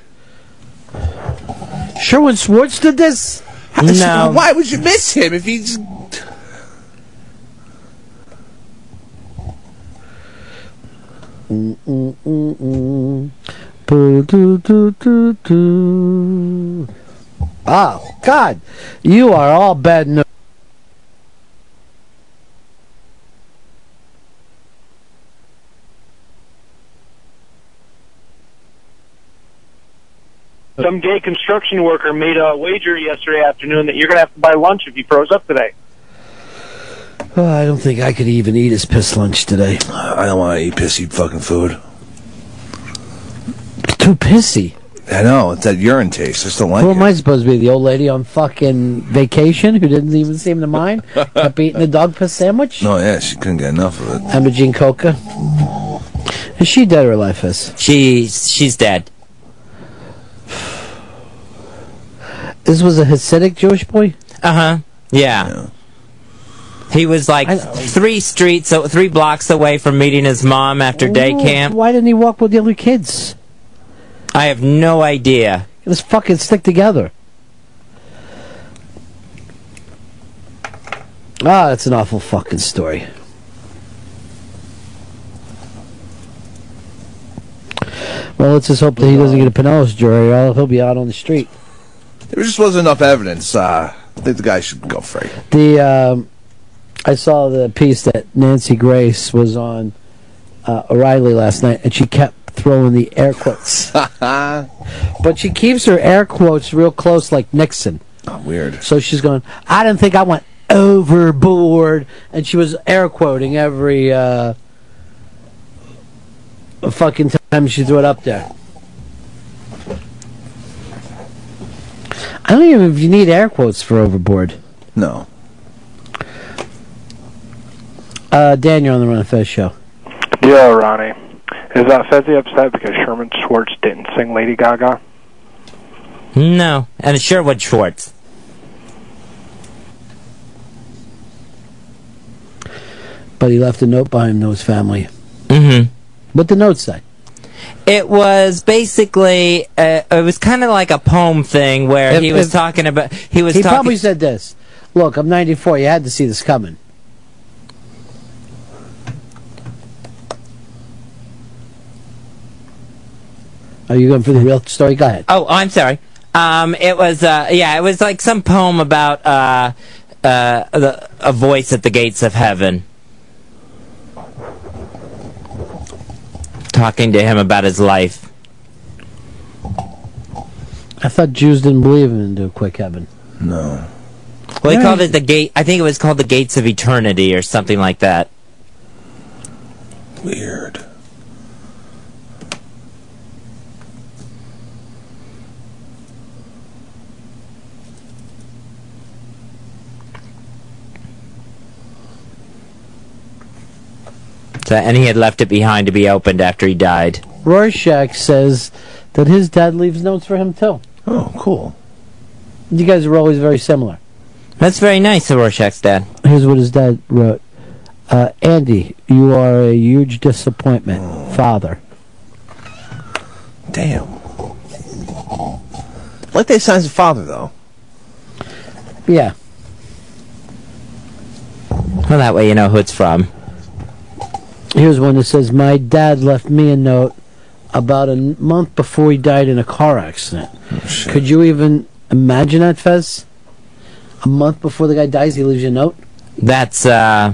Sherwin Schwartz did this?
No.
Why would you miss him if he's.
Oh, God. You are all bad news.
Some gay construction worker made a wager yesterday afternoon that you're going to have to buy lunch if you froze up today.
Oh, I don't think I could even eat his piss lunch today.
I don't want to eat pissy fucking food.
Too pissy.
I know. It's that urine taste. I just don't like
Who am I supposed to be? The old lady on fucking vacation who didn't even seem to mind? Kept eating the dog piss sandwich?
it. No, yeah, she couldn't get enough of it.
Imogene Coca? Is she dead or alive, Fizz?
She's she's dead.
This was a Hasidic Jewish boy?
Uh huh. Yeah. He was like three streets, so three blocks away from meeting his mom after day
Ooh,
camp.
Why didn't he walk with the other kids?
I have no idea.
Let's fucking stick together. Ah, that's an awful fucking story. Well, let's just hope that he doesn't get a Pinellas jury, or he'll be out on the street.
There just wasn't enough evidence. Uh, I think the guy should go free.
The um, I saw the piece that Nancy Grace was on uh, O'Reilly last night, and she kept throwing the air quotes. but she keeps her air quotes real close, like Nixon.
Oh, weird.
So she's going. I didn't think I went overboard, and she was air quoting every uh, fucking time she threw it up there. I don't even know if you need air quotes for overboard.
No.
Uh, Dan, you're on the Run and Fez show.
Yo, Ronnie. Is uh, Fezzi upset because Sherman Schwartz didn't sing Lady Gaga?
No, and it's Sherwood Schwartz.
But he left a note behind to his family.
Mm-hmm.
What the note say?
It was basically uh, it was kind of like a poem thing where
If-
he was
if-
talking about he was
he
talking
probably said this. Look, I'm 94. You had to see this coming. Are you going for the real story? Go ahead.
Oh, I'm sorry. Um, it was uh, yeah, it was like some poem about uh, uh, the, a voice at the gates of heaven, talking to him about his life.
I thought Jews didn't believe in into a quick heaven.
No.
Well, he called it the gate. I think it was called the gates of eternity or something like that.
Weird.
So, and he had left it behind to be opened after he died.
Rorschach says that his dad leaves notes for him too.
Oh, cool.
You guys are always very similar.
That's very nice of Rorschach's dad.
Here's what his dad wrote uh, Andy, you are a huge disappointment, father.
Damn. Like they signs a father though.
Yeah.
Well, that way you know who it's from.
Here's one that says, My dad left me a note about a n- month before he died in a car accident. Could you even imagine that, Fez? A month before the guy dies, he leaves you a note?
That's uh,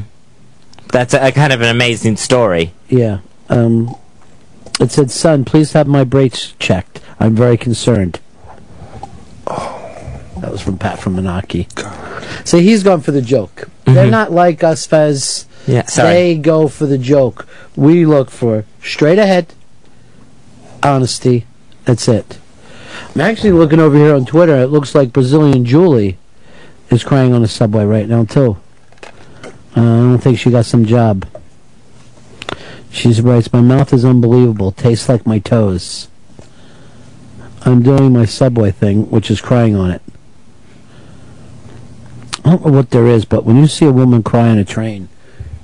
that's a, a kind of an amazing story.
Yeah. Um, it said, Son, please have my brakes checked. I'm very concerned. That was from Pat from Menaki. So he's gone for the joke. They're not like us, Fez.
Yeah, sorry.
They go for the joke. We look for straight ahead, honesty. That's it. I'm actually looking over here on Twitter. It looks like Brazilian Julie is crying on the subway right now, too. Uh, I don't think she got some job. She writes, My mouth is unbelievable. Tastes like my toes. I'm doing my subway thing, which is crying on it. I don't know what there is, but when you see a woman cry on a train,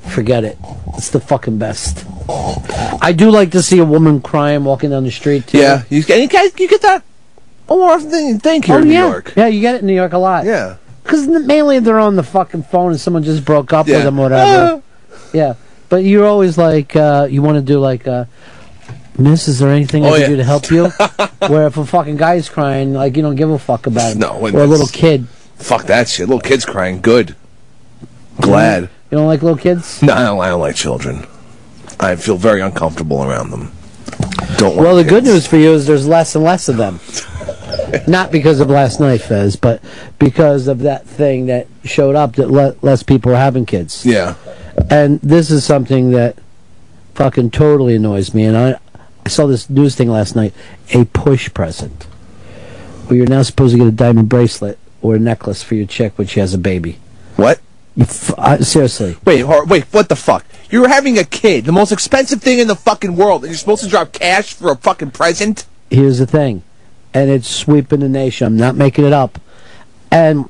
forget it. It's the fucking best. I do like to see a woman crying walking down the street, too.
Yeah, you get you guys you get that Oh, more often than you think here
oh,
in New
yeah.
York.
Yeah, you get it in New York a lot.
Yeah.
Because mainly they're on the fucking phone and someone just broke up with
Yeah. Uh,
them or whatever. yeah. But you're always like, uh, you want to do like, uh, Miss, is there anything I
Oh,
can
yeah.
do to help you? Where if a fucking guy's crying, like, you don't give a fuck about it.
No,
Or
when
a
it's-
little kid.
Fuck that shit. Little kids crying. Good. Glad.
You don't like little kids?
No, I don't, I don't like children. I feel very uncomfortable around them. Don't
Well,
want
the good news for you is there's less and less of them. Not because of last night, Fez, but because of that thing that showed up that le- less people are having kids.
Yeah.
And this is something that fucking totally annoys me. And I, I saw this news thing last night a push present. Where you're now supposed to get a diamond bracelet or a necklace for your chick when she has a baby.
What?
F- I- seriously.
Wait, hor- wait, what the fuck? You're having a kid, the most expensive thing in the fucking world, and you're supposed to drop cash for a fucking present?
here's the thing, and it's sweeping the nation. I'm not making it up. And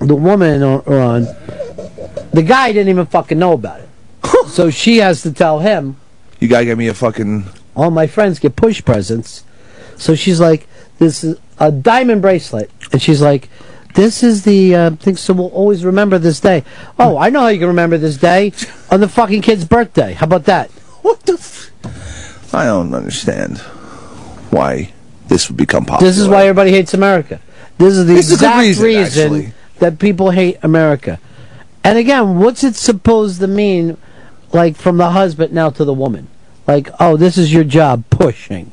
the woman on, on the guy didn't even fucking know about it, so she has to tell him.
You gotta get me a fucking.
All my friends get push presents, so she's like, "This is a diamond bracelet," and she's like. This is the uh, thing, so we'll always remember this day. Oh, I know how you can remember this day on the fucking kid's birthday. How about that?
What the? F- I don't understand why this would become popular.
This is why everybody hates America. This is the
It's a good
exact
reason,
reason,
actually.
that people hate America. And again, what's it supposed to mean, like from the husband now to the woman? Like, oh, this is your job, pushing.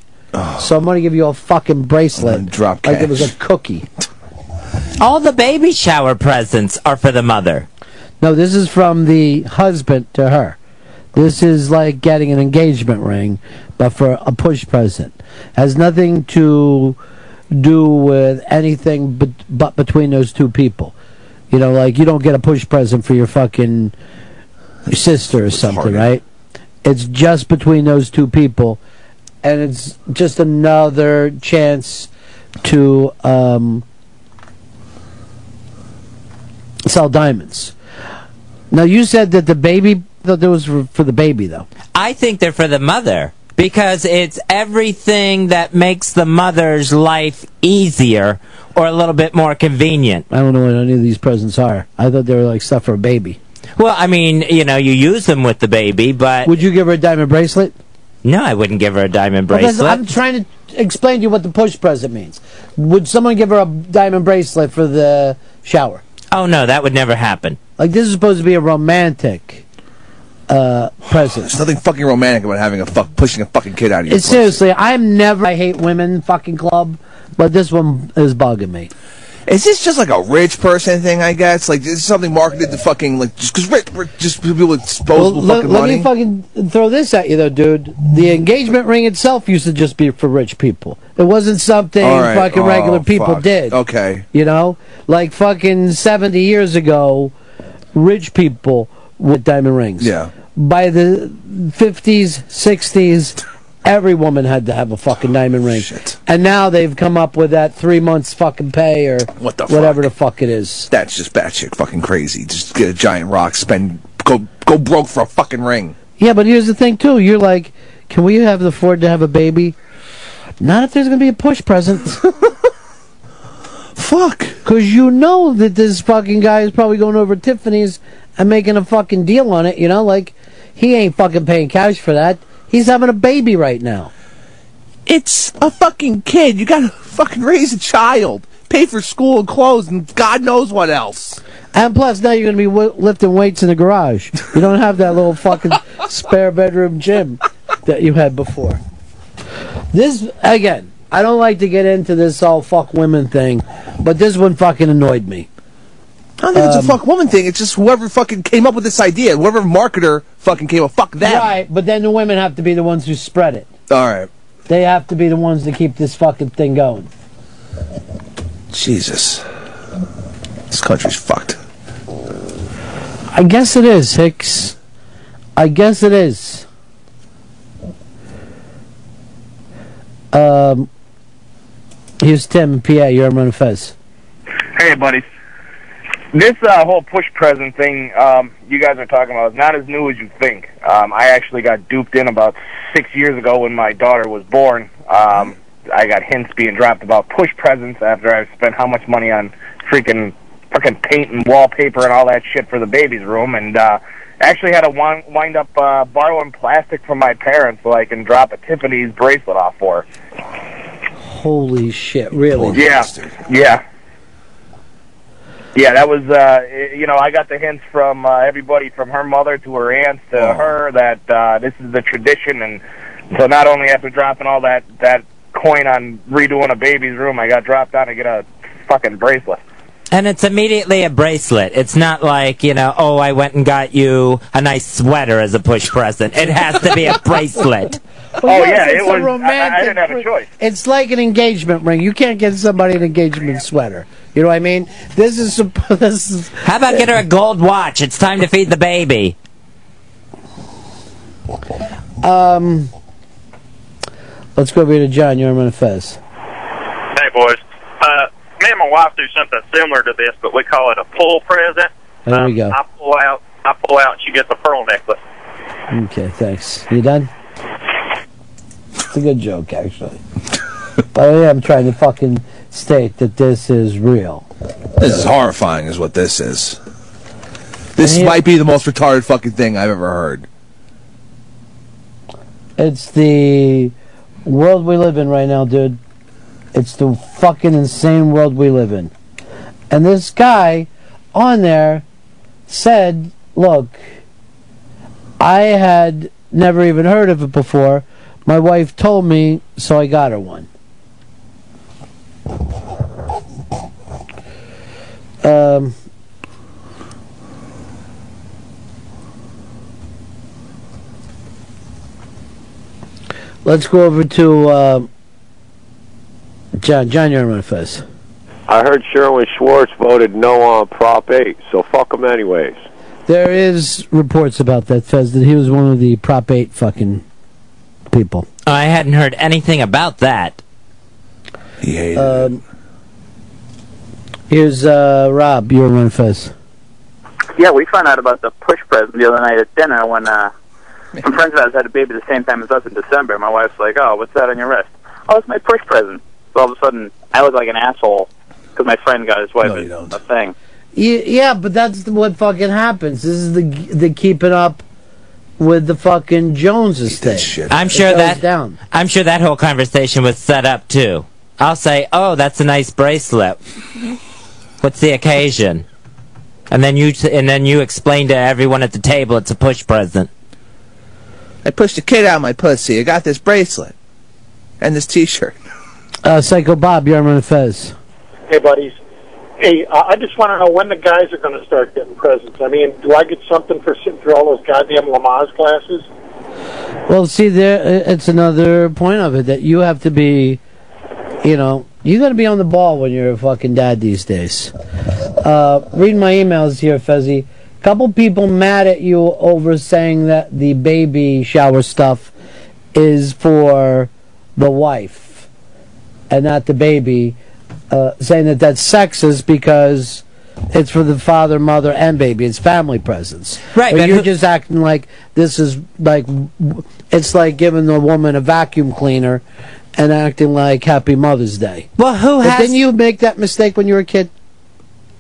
So I'm going to give you a fucking bracelet,
Oh. drop
like it was a cookie.
All the baby shower presents are for the mother.
No, this is from the husband to her. This is like getting an engagement ring, but for a push present. Has nothing to do with anything but, but between those two people. You know, like you don't get a push present for your fucking sister or something, right? It's just between those two people, and it's just another chance to um, sell diamonds. Now you said that the baby, that there was for, for the baby though.
I think they're for the mother because it's everything that makes the mother's life easier or a little bit more convenient.
I don't know what any of these presents are. I thought they were like stuff for a baby.
Well, I mean, you know, you use them with the baby, but
Would you give her a diamond bracelet?
no, I wouldn't give her a diamond
Well, that's-
bracelet.
I'm trying to explain to you what the push present means. Would someone give her a diamond bracelet for the shower?
oh no, that would never happen.
Like this is supposed to be a romantic uh, present.
There's nothing fucking romantic about having a fuck pushing a fucking kid out of your.
It's seriously, I'm never. I hate women fucking club, but this one is bugging me.
Is this just like a rich person thing? I guess like this is something marketed to fucking like just because rich, rich, just people with disposable
let,
fucking
let
money.
me fucking throw this at you though, dude. The engagement ring itself used to just be for rich people. It wasn't something
All right.
fucking
Oh,
regular people
fuck.
did.
Okay.
You know, like fucking 70 years ago, rich people with diamond rings.
Yeah.
By the 50s, 60s, every woman had to have a fucking diamond ring. And now they've come up with that three months fucking pay or
What the
whatever the fuck it is.
That's just batshit fucking crazy. Just get a giant rock, spend go go broke for a fucking ring.
Yeah, but here's the thing too. You're like, can we have the afford to have a baby? Not if there's gonna be a push present.
Fuck.
Cause you know that this fucking guy is probably going over to Tiffany's and making a fucking deal on it. You know, like he ain't fucking paying cash for that. He's having a baby right now.
It's a fucking kid. You gotta fucking raise a child, pay for school and clothes, and God knows what else.
And plus, now you're gonna be w- lifting weights in the garage. You don't have that little fucking spare bedroom gym that you had before. This again, I don't like to get into this all fuck women thing, but this one fucking annoyed me.
I don't think it's
Um,
a fuck woman thing. It's just whoever fucking came up with this idea, whoever marketer fucking came up. Fuck them.
Right, but then the women have to be the ones who spread it.
All right.
They have to be the ones that keep this fucking thing going.
Jesus. This country's fucked.
I guess it is, Hicks. I guess it is. Um, here's Tim, PA, you're on Fez.
Hey, buddies. This uh, whole push present thing um, you guys are talking about is not as new as you think. Um, I actually got duped in about six years ago when my daughter was born. Um, I got hints being dropped about push presents after I spent how much money on freaking fucking paint and wallpaper and all that shit for the baby's room, and uh, actually had to wind, wind up uh, borrowing plastic from my parents so I can drop a Tiffany's bracelet off for. her.
Holy shit, really?
Yeah, yeah, yeah. That was, uh, i- you know, I got the hints from uh, everybody, from her mother to her aunts to her, that uh, this is the tradition, and so not only after dropping all that that coin on redoing a baby's room, I got dropped on to get a fucking bracelet.
And it's immediately a bracelet. It's not like, you know, oh, I went and got you a nice sweater as a push present. It has to be a bracelet.
oh
yes,
yeah,
it's
it
a
was. I, I
romantic
didn't have a choice.
It's like an engagement ring. You can't get somebody an engagement sweater. You know what I mean? This is. supp- This is
How about get her a gold watch? It's time to feed the baby.
Um, let's go over here to John. You're on Fez.
Hey, boys. Uh, me and my wife do something similar to this, but we call it a pull present.
There we go.
I pull out, I pull out, and she gets a pearl necklace.
Okay, thanks. You done? It's a good joke, actually. but I am trying to fucking state that this is real.
This is horrifying, is what this is. This
And he-
might be the most retarded fucking thing I've ever heard.
It's the world we live in right now, dude. It's the fucking insane world we live in. And this guy on there said, Look, I had never even heard of it before. My wife told me, so I got her one. Um, let's go over to uh, John. John, you're on my first.
I heard Sherwin Schwartz voted no on Prop 8, so fuck him anyways.
There is reports about that Fez that he was one of the Prop Eight fucking people.
I hadn't heard anything about that.
He hated
Um, here's uh, Rob. You're on Fez.
Yeah, we found out about the push present the other night at dinner when uh, some friends of ours had a baby the same time as us in December. My wife's like, "Oh, what's that on your wrist?" "Oh, it's my push present." So all of a sudden, I look like an asshole because my friend got his wife a- a thing.
Ye- Yeah, but that's the- what fucking happens. This is the the keeping up with the fucking Joneses thing.
I'm sure
It goes
that
down.
I'm sure that whole conversation was set up too. I'll say, "Oh, that's a nice bracelet." What's the occasion? And then you t- and then you explain to everyone at the table it's a push present.
I pushed a kid out of my pussy. I got this bracelet and this T-shirt.
Uh, Psycho Bob. You're on Fez.
Hey, buddies. Hey, uh, I just want to know when the guys are going to start getting presents. I mean, do I get something for sitting through all those goddamn Lamaze classes?
Well, see, there uh, it's another point of it that you have to be, you know, you got to be on the ball when you're a fucking dad these days. Uh, reading my emails here, Fezzi. Couple people mad at you over saying that the baby shower stuff is for the wife and not the baby, uh, saying that that's sexist because it's for the father, mother, and baby. It's family presents.
Right,
But
but
you're
who-
just acting like this is like it's like giving the woman a vacuum cleaner and acting like Happy Mother's Day.
Well, who
but
has-
Didn't you make that mistake when you were a kid?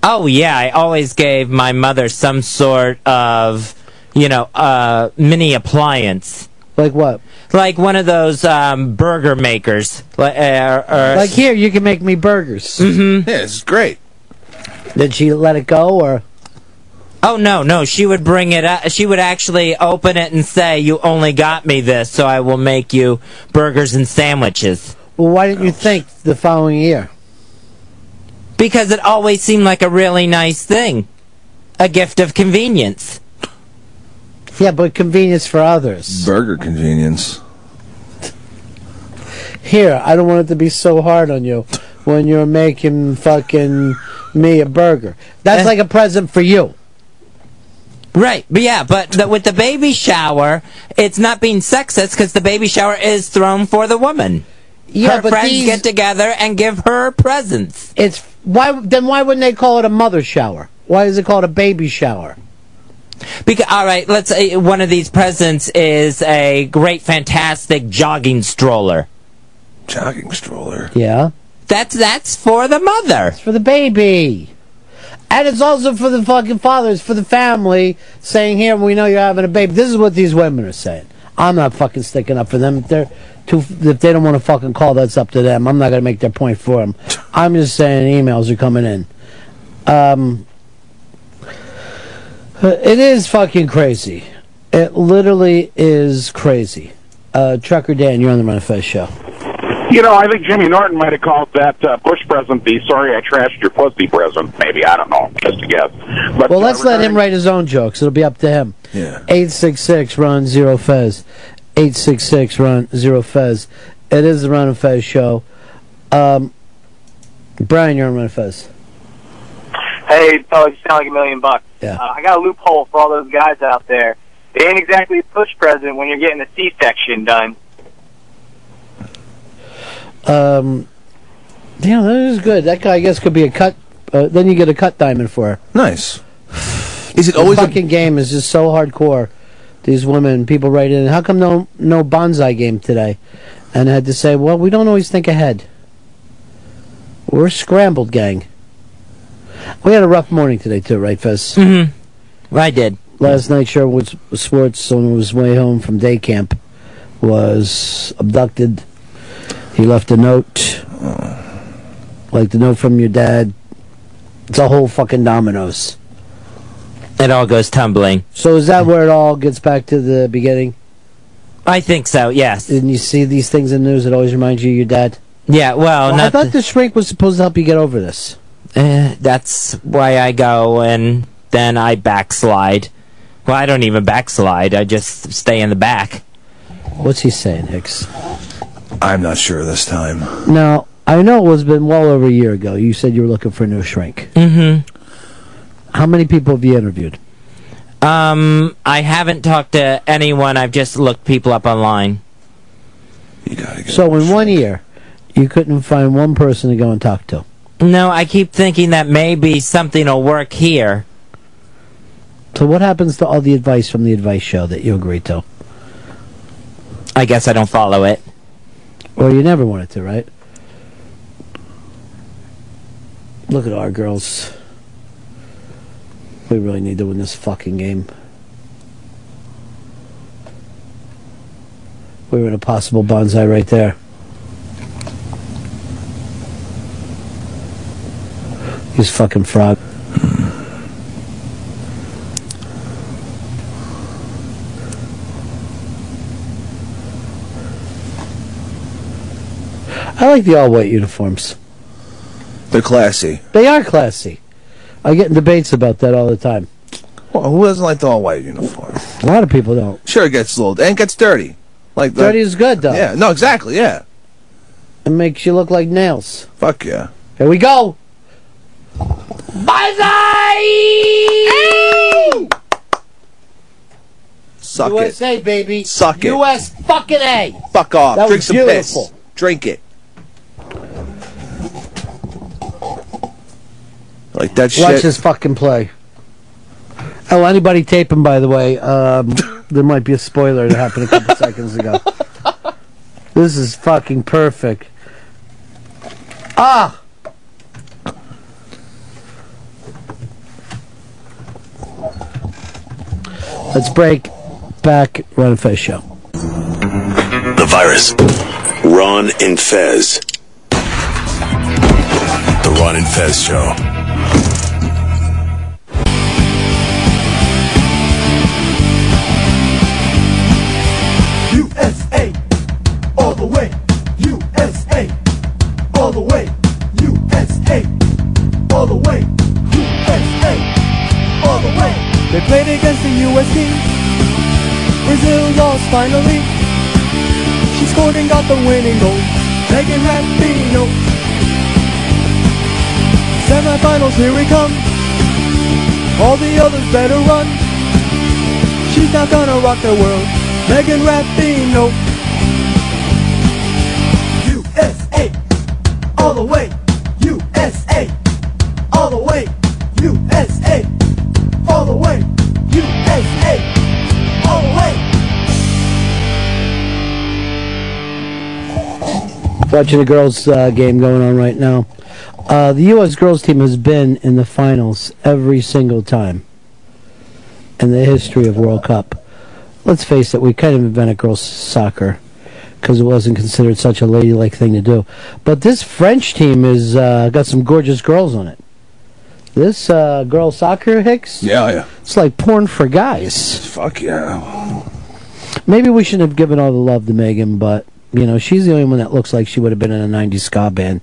Oh yeah, I always gave my mother some sort of, you know, uh, mini appliance.
Like what?
Like one of those um, burger makers. Like, uh, or,
Like here, you can make me burgers. Mm-hmm.
Yeah, it's great.
Did she let it go or?
Oh no, no, she would bring it up. She would actually open it and say, "You only got me this, so I will make you burgers and sandwiches."
Well, why didn't you think the following year?
Because it always seemed like a really nice thing. A gift of convenience.
Yeah, but convenience for others.
Burger convenience.
Here, I don't want it to be so hard on you when you're making fucking me a burger. That's like a present for you.
Right, but yeah, but the, with the baby shower, it's not being sexist because the baby shower is thrown for the woman.
Yeah,
her
but
friends
these-
get together and give her presents.
It's why then why wouldn't they call it a mother shower? Why is it called a baby shower?
Because all right, let's say one of these presents is a great, fantastic jogging stroller.
Jogging stroller.
Yeah.
That's that's for the mother.
It's for the baby. And it's also for the fucking fathers, for the family, saying, here, we know you're having a baby. This is what these women are saying. I'm not fucking sticking up for them. If, they're too, if they don't want to fucking call, that's up to them. I'm not going to make their point for them. I'm just saying emails are coming in. Um, uh, it is fucking crazy. It literally is crazy. Uh, Trucker Dan, you're on the Run of Fest show.
You know, I think Jimmy Norton might have called that uh, Bush present the "Sorry, I trashed your pussy" present. Maybe I don't know, just a guess. But
well, let's let him write his own jokes. It'll be up to him.
Yeah.
Eight six six run zero fez. Eight six six run zero fez. It is the Run and Fez show. Um, Brian, you're on Run and Fez.
Hey, fellas, you sound like a million bucks.
Yeah.
Uh, I got a loophole for all those guys out there. It ain't exactly a push present when you're getting a C-section done.
Um, damn, that is good. That guy, I guess, could be a cut. Uh, then you get a cut diamond for her.
Nice. Is it
The
always a-
fucking game is just so hardcore. These women, people write in. How come no no bonsai game today? And I had to say, well, we don't always think ahead. We're scrambled, gang. We had a rough morning today too, right, Fez?
Mm-hmm. I did.
Last night, Sherwood S- Swartz, on his way home from day camp, was abducted. He left a note, like the note from your dad. It's a whole fucking dominoes.
It all goes tumbling.
So is that where it all gets back to the beginning?
I think so. Yes.
And you see these things in the news that always reminds you of your dad.
Yeah. Well,
Well, I
not
thought the shrink was supposed to help you get over this.
Eh, that's why I go and then I backslide. Well, I don't even backslide. I just stay in the back.
What's he saying, Hicks?
I'm not sure this time.
Now, I know it was been well over a year ago. You said you were looking for a new shrink.
Mm-hmm.
How many people have you interviewed?
Um, I haven't talked to anyone. I've just looked people up online.
So in one year, you couldn't find one person to go and talk to.
No, I keep thinking that maybe something will work here.
So what happens to all the advice from the advice show that you agreed to?
I guess I don't follow it.
Well, you never wanted to, right? Look at our girls. We really need to win this fucking game. We were in a possible bonsai right there. He's fucking frog. I like the all white uniforms.
They're classy.
They are classy. I get in debates about that all the time.
Well, who doesn't like the all white uniform?
A lot of people don't.
Sure, it gets old and it gets dirty. Like the,
Dirty is good though.
Yeah. No, exactly. Yeah.
It makes you look like nails.
Fuck yeah.
Here we go.
Suck it.
USA, baby.
Suck it.
US fucking A.
Fuck off.
That
Drink
was
some
beautiful.
piss. Drink it. Like that shit.
Watch this fucking play. Oh, anybody taping, by the way, um, there might be a spoiler that happened a couple seconds ago. This is fucking perfect. Ah! Let's break back, run a face show.
The virus. Ron and Fez. The Ron and Fez Show.
USA, all the way. USA, all the way. USA, all the way. USA, all the way. They played against the USD. Brazil lost finally. She scored and got the winning goal. Megan Rapinoe. Semifinals, here we come. All the others better run. She's not gonna rock the world. Megan Rapinoe. USA, all the way. USA, all the way. USA, all the way. USA, all the way.
Watching the girls' uh, game going on right now. Uh, the U.S. girls team has been in the finals every single time in the history of World Cup. Let's face it, we kind of invented girls' soccer because it wasn't considered such a ladylike thing to do. But this French team has uh, got some gorgeous girls on it. This uh, girl soccer, Hicks,
Yeah, yeah.
it's like porn for guys.
Fuck yeah.
Maybe we shouldn't have given all the love to Megan, but you know she's the only one that looks like she would have been in a '90s ska band.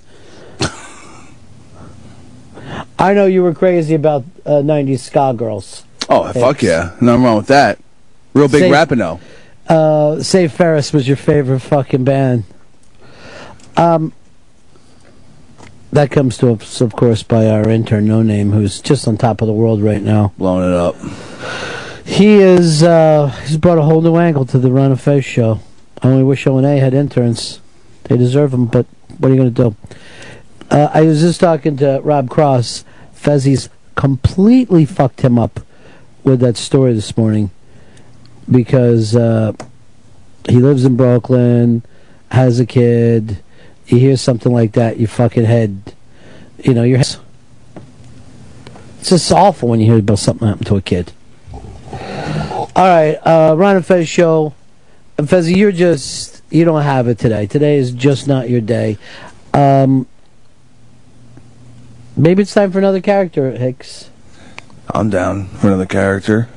I know you were crazy about uh, '90s ska girls.
Oh, fuck yeah. Nothing wrong with that. Real big
Save-
rapino.
Uh, Save Ferris was your favorite fucking band. Um, that comes to us, of course, by our intern, No Name, who's just on top of the world right now.
Blowing it up.
He is, uh, he's brought a whole new angle to the Run of Face show. I only wish O and A had interns. They deserve them, but what are you going to do? Uh, I was just talking to Rob Cross. Fezzi's completely fucked him up with that story this morning because uh, he lives in Brooklyn, has a kid. You hear something like that, your fucking head, you know, your head. It's just awful when you hear about something happen to a kid. All right, uh, Ron and Fez show. And Fez, you're just you don't have it today. Today is just not your day. Um, maybe it's time for another character, Hicks.
I'm down for another character.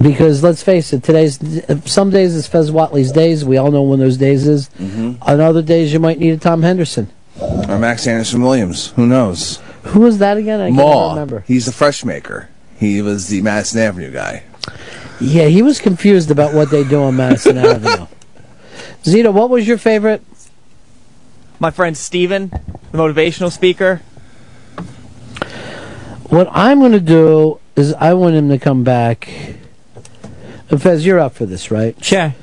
Because let's face it, today's some days it's Fez Watley's days. We all know when those days is.
Mm-hmm.
On other days, you might need a Tom Henderson.
Or Max Anderson Williams. Who knows?
Who was that again? I can't
Maw.
remember.
He's the fresh maker. He was the Madison Avenue guy.
Yeah, he was confused about what they do on Madison Avenue. Zito, what was your favorite?
my friend Steven, the motivational speaker.
What I'm going to do is I want him to come back. And Fez, you're up for this, right?
Sure.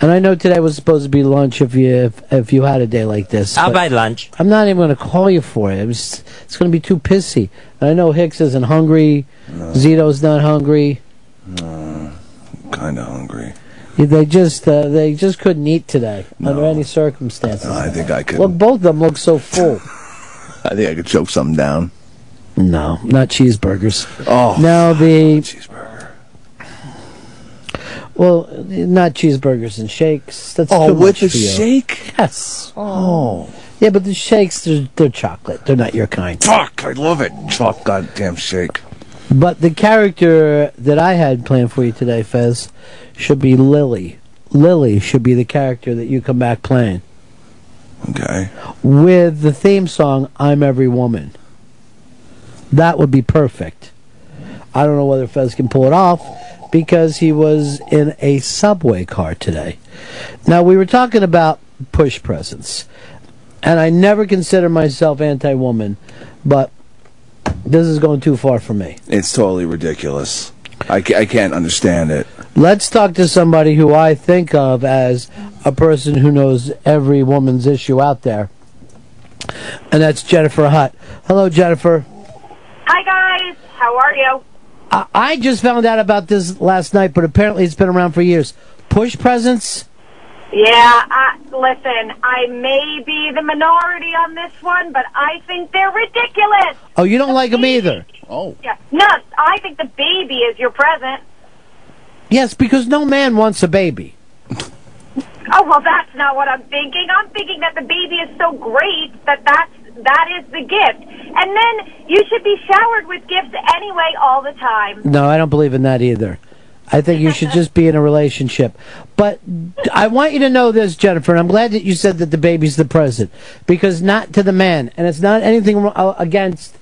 And I know today was supposed to be lunch if you if, if you had a day like this.
I'll
but
buy lunch.
I'm not even going to call you for it. It was, it's going to be too pissy. And I know Hicks isn't hungry. Zito's not hungry.
kind of hungry.
They just uh, they just couldn't eat today under any circumstances.
I think I could.
Look, both of them look so full.
I think I could choke something down.
No, not cheeseburgers.
Oh,
now the cheeseburger. Well, not cheeseburgers and shakes. That's
Oh,
too much
with a
for you.
shake?
Yes. Oh. Yeah, but the shakes they're, they're chocolate. They're not your kind.
Fuck! I love it. Fuck! Goddamn shake.
But the character that I had planned for you today, Fez, should be Lily. Lily should be the character that you come back playing.
Okay.
With the theme song, I'm Every Woman. That would be perfect. I don't know whether Fez can pull it off because he was in a subway car today. Now, we were talking about push presents, and I never consider myself anti woman, but this is going too far for me.
It's totally ridiculous. I, ca- I can't understand it.
Let's talk to somebody who I think of as a person who knows every woman's issue out there. And that's Jennifer Hutt. Hello, Jennifer.
Hi guys, how are you?
I, I just found out about this last night, but apparently it's been around for years. Push presents?
Yeah, I, listen, I may be the minority on this one, but I think they're ridiculous.
Oh, you don't like them either.
Oh.
Yeah, no, I think the baby is your present.
Yes, because no man wants a baby.
Oh well, that's not what I'm thinking. I'm thinking that the baby is so great that that's that is the gift, and then you should be showered with gifts anyway all the time.
No, I don't believe in that either. I think you should just be in a relationship. But I want you to know this, Jennifer, and I'm glad that you said that the baby's the present because not to the man, and it's not anything wro- uh, against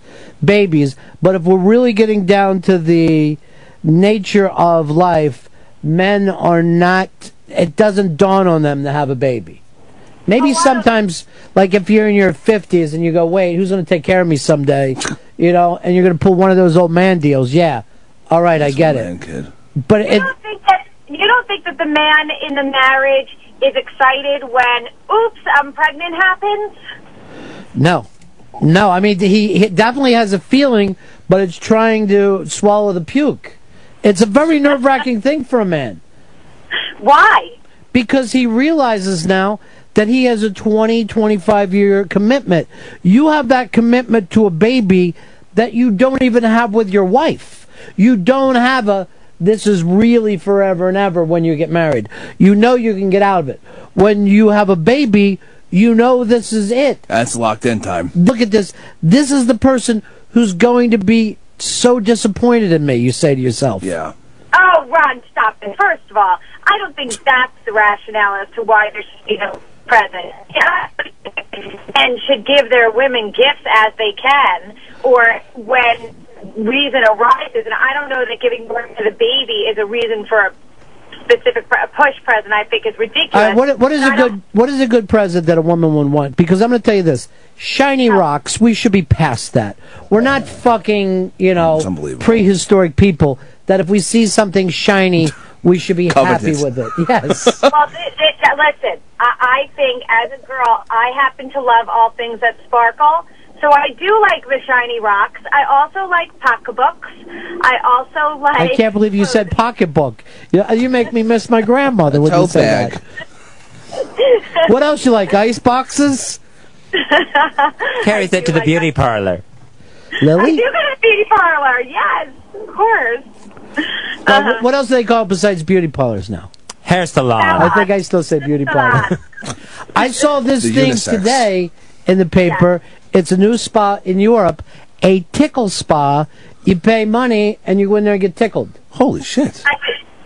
babies, but if we're really getting down to the nature of life, men are not it doesn't dawn on them to have a baby. Maybe sometimes, like if you're in your 50s and you go, wait, who's going to take care of me someday? You know, and you're going to pull one of those old man deals. Yeah. All right, I get it. But it,
think that you don't think that the man in the marriage is excited when oops i'm pregnant happens
no. No, I mean, he, he definitely has a feeling, but it's trying to swallow the puke. It's a very nerve wracking thing for a man.
Why?
Because he realizes now that he has a 20, 25 year commitment. You have that commitment to a baby that you don't even have with your wife. You don't have a, this is really forever and ever when you get married. You know you can get out of it. When you have a baby, you know this is it
That's locked in time.
look at this. This is the person who's going to be so disappointed in me, you say to yourself.
Yeah.
oh ron stop it first of all i don't think that's the rationale as to why there should be no present Yeah. and should give their women gifts as they can or when reason arises and i don't know that giving birth to the baby is a reason for a specific pre- a push present i think is ridiculous
All right, what, what is a good what is a good present that a woman would want? Because I'm going to tell you this: shiny rocks. We should be past that. We're not fucking you know prehistoric people. That if we see something shiny, we should be happy
Coveted.
with it. Yes.
well, th- th- th- listen, I-, I think as a girl, I happen to love all things that sparkle. So I do like the shiny rocks. I also like pocketbooks. I also
I
like.
can't believe you said pocketbook. You, uh, you make me miss my grandmother when you
tote
say
bag.
that. What else you like? Ice boxes?
Carries it to the beauty parlor.
Lily?
I do go to the beauty parlor. Yes, of course.
Well, wh- What else do they call it besides beauty parlors now?
Hair salon.
I think I still say beauty parlor. I saw this
The
thing
unisex.
today in the paper. It's a new spa in Europe, a tickle spa. You pay money and you go in there and get tickled.
Holy shit.
I,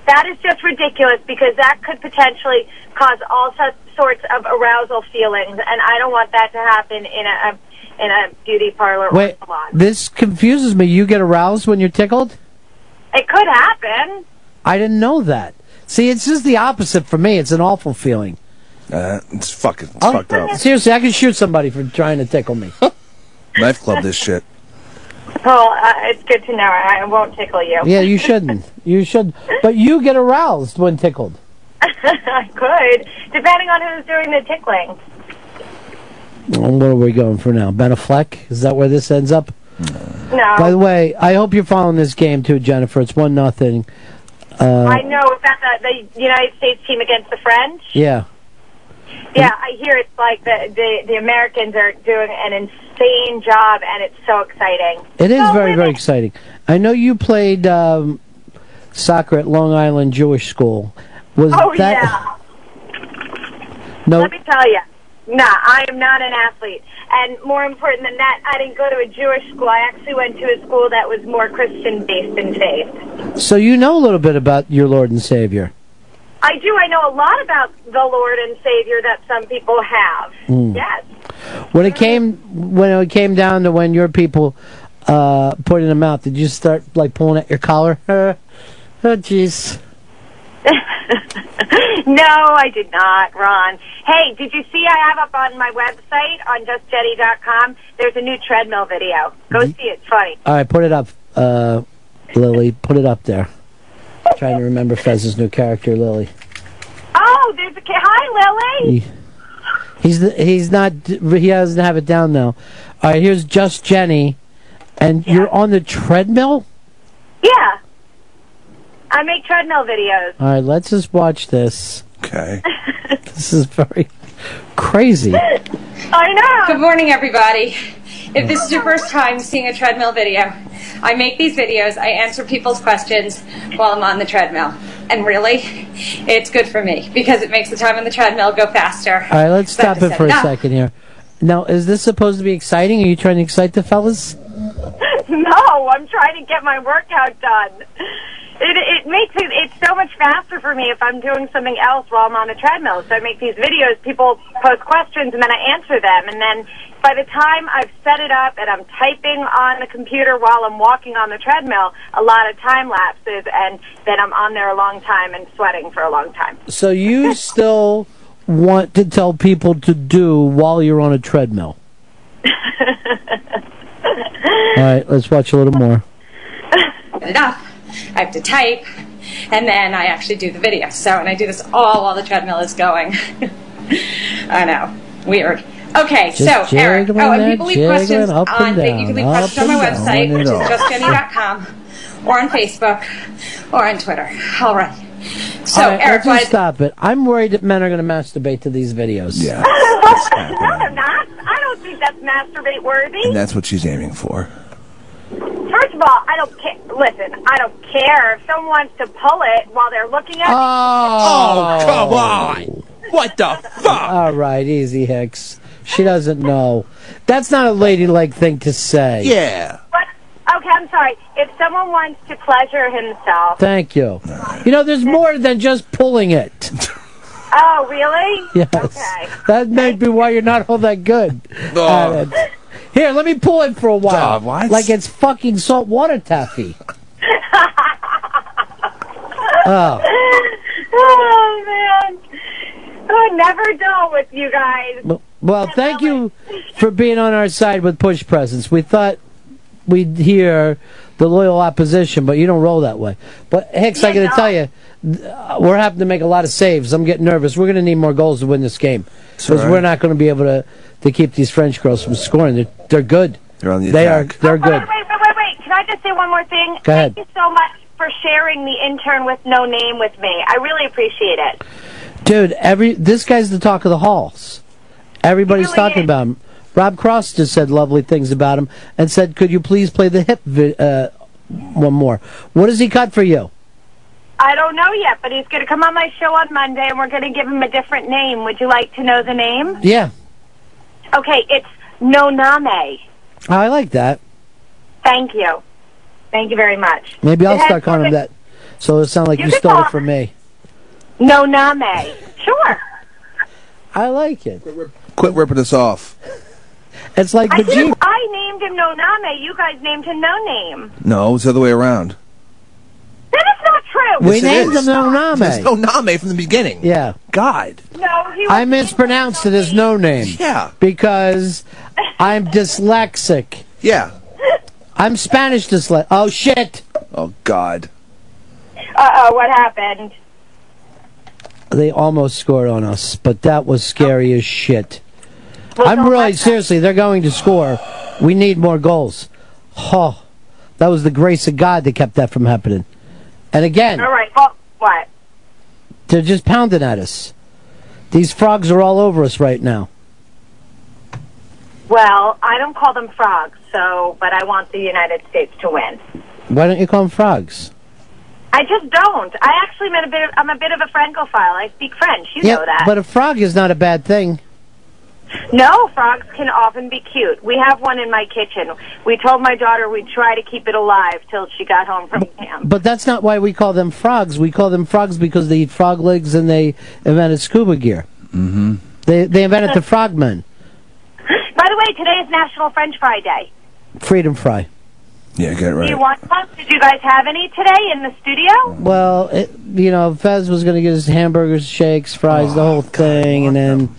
that is just ridiculous because that could potentially cause all so- sorts of arousal feelings, and I don't want that to happen in a, a in a beauty parlor
Wait,
or salon.
this confuses me. You get aroused when you're tickled?
It could happen.
I didn't know that. See, it's just the opposite for me. It's an awful feeling.
Uh, it's fucking it's
I'll-
fucked up.
Seriously, I could shoot somebody for trying to tickle me.
Knife club this shit.
Well, uh, it's good to know. I I won't tickle you.
yeah, you shouldn't. You should, but you get aroused when tickled.
I could, depending on who's doing the tickling.
And where are we going for now? Ben Affleck? Is that where this ends up?
No.
By the way, I hope you're following this game too, Jennifer. It's one nothing.
I
Uh,
know. Is that the, the United States team against the French?
yeah. Mm-hmm.
Yeah, I hear it's like the, the, the Americans are doing an insane job, and it's so exciting.
It is very, very exciting. I know you played um, soccer at Long Island Jewish School. Was
oh,
that
yeah.
no?
Let me tell you. Nah, I am not an athlete. And more important than that, I didn't go to a Jewish school. I actually went to a school that was more Christian based in faith.
So you know a little bit about your Lord and Savior.
I do. I know a lot about the Lord and Savior that some people have.
Mm.
Yes.
When
Mm-hmm.
it came when it came down to when your people uh, putting them out, did you start like pulling at your collar? Uh, oh, jeez.
no, I did not, Ron. Hey, did you see I have up on my website on justjetty.com? There's a new treadmill video. Go see it. It's funny.
All right, put it up, uh, Lily. Put it up there. trying to remember Fez's new character, Lily.
Oh, there's a kid. Hi, Lily.
He- he's the, he's not he doesn't have it down now. All right, here's just Jenny, and you're on the treadmill.
Yeah. I make treadmill videos.
All right, let's just watch this.
Okay.
this is very crazy.
I know. Good morning, everybody. If this is your first time seeing a treadmill video, I make these videos. I answer people's questions while I'm on the treadmill. And really, it's good for me because it makes the time on the treadmill go faster.
All right, let's
So I
stop it
just
for a
said, "No."
second here. Now, is this supposed to be exciting? Are you trying to excite the fellas?
no, I'm trying to get my workout done. It, it makes it it's so much faster for me if I'm doing something else while I'm on the treadmill. So I make these videos, people post questions, and then I answer them. And then by the time I've set it up and I'm typing on the computer while I'm walking on the treadmill, a lot of time lapses, and then I'm on there a long time and sweating for a long time.
So you still want to tell people to do while you're on a treadmill? All right, let's watch a little more.
Set it up. I have to type, and then I actually do the video. So, and I do this all while the treadmill is going. I know, weird. Okay,
Just
so Eric,
jiggling
oh, and
that,
people leave
jiggling
questions
up and
on that you can leave
down,
questions on
up
my
and down,
website,
and
which is
up.
justjenny.com, or on Facebook, or on Twitter. All right. So,
All right,
Eric,
let's
why,
just stop it. I'm worried that men are going to masturbate to these videos. Yeah.
I'm not. I don't think that's masturbate worthy.
And that's what she's aiming for.
First of all, I don't care. Listen, I don't care if someone wants to pull it while they're looking at
Oh,
me.
come on. What the fuck? All right, easy, Hicks. She doesn't know. That's not a ladylike thing to say.
Okay, I'm sorry. If someone wants to pleasure himself.
Thank you. You know, there's more than just pulling it.
Oh, really?
Yes. That may be why you're not all that good.
Oh.
at it. Here, let me pull it for a while.
Oh, what?
Like it's fucking salt water taffy. oh.
Oh man. Oh, never dull with you guys.
Well- Well, thank you for being on our side with push presents. We thought we'd hear the loyal opposition, but you don't roll that way. But Hicks, I got to tell you, th- uh, we're having to make a lot of saves. I'm getting nervous. We're going to need more goals to win this game because
all right.
we're not going to be able to to keep these French girls from scoring. They're, they're good.
They're on the
They are.
attack.
They're good.
Wait, wait, wait, wait. Can I just say one more thing?
Go ahead.
Thank you so much for sharing the intern with no name with me. I really appreciate it.
Dude, every this guy's the talk of the halls. Everybody's talking about him. Rob Cross just said lovely things about him and said, "Could you please play the hip vi- uh, one more?" What does he cut for you?
I don't know yet, but he's going to come on my show on Monday, and we're going to give him a different name. Would you like to know the name?
Yeah,
Okay, it's Noname.
Oh, I like that.
Thank you. Thank you very much.
Maybe I'll
It has
start calling him that, so it'll sound like
You
you
can
stole
call-
it from me.
Noname. Sure.
I like it.
Quit ripping us off.
It's like
I, did, I named him Noname. You guys named him No Name.
No, it's the other way around.
That is not true.
We named him Oname.
There's no Name from the beginning.
Yeah.
God.
No, he
I mispronounced it as no name.
Yeah.
Because I'm dyslexic.
Yeah.
I'm Spanish dyslexic. Oh, shit.
Oh, God.
Uh oh, what happened?
They almost scored on us, but that was scary as shit. I'm really, seriously, they're going to score. We need more goals. Oh, that was the grace of God that kept that from happening. And again,
All right. Well, what?
They're just pounding at us. These frogs are all over us right now.
Well, I don't call them frogs, so but I want the United States to win.
Why don't you call them frogs?
I just don't. I actually met a bit. Of, I'm a bit of a Francophile. I speak French. You know that.
but a frog is not a bad thing.
No, frogs can often be cute. We have one in my kitchen. We told my daughter we'd try to keep it alive till she got home
Mm.
from camp.
But that's not why we call them frogs. We call them frogs because they eat frog legs and they invented scuba gear.
Mm-hmm.
They, they invented the frogmen.
By the way, today is National French Fry Day.
Freedom fry.
Yeah, get
Do you want one? Did you guys have any today in the
Mm.
studio?
Well, it, you know, Fez was going to get his hamburgers, shakes, fries,
Oh,
the whole thing, and then,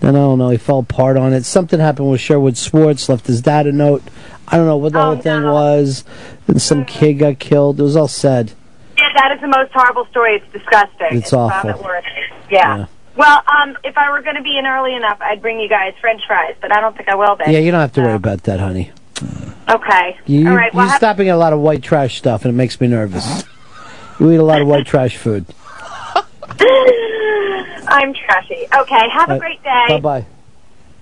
then I don't know, he fell apart on it. Something happened with Sherwood Swartz, left his dad a note. I don't know what
Oh,
the whole thing was. And some kid got killed. It was all sad.
Yeah, that is the most horrible story. It's disgusting.
It's awful.
not worth it. Yeah. Well, um, if I were going to be in early enough, I'd bring you guys French fries, but I don't think I will. Then.
Yeah, you don't have to worry about that, honey.
Okay.
You,
All right. Well,
you're
have-
stopping at a lot of white trash stuff, and it makes me nervous. you eat a lot of white trash food.
I'm trashy. Okay. Have a great day.
Bye bye.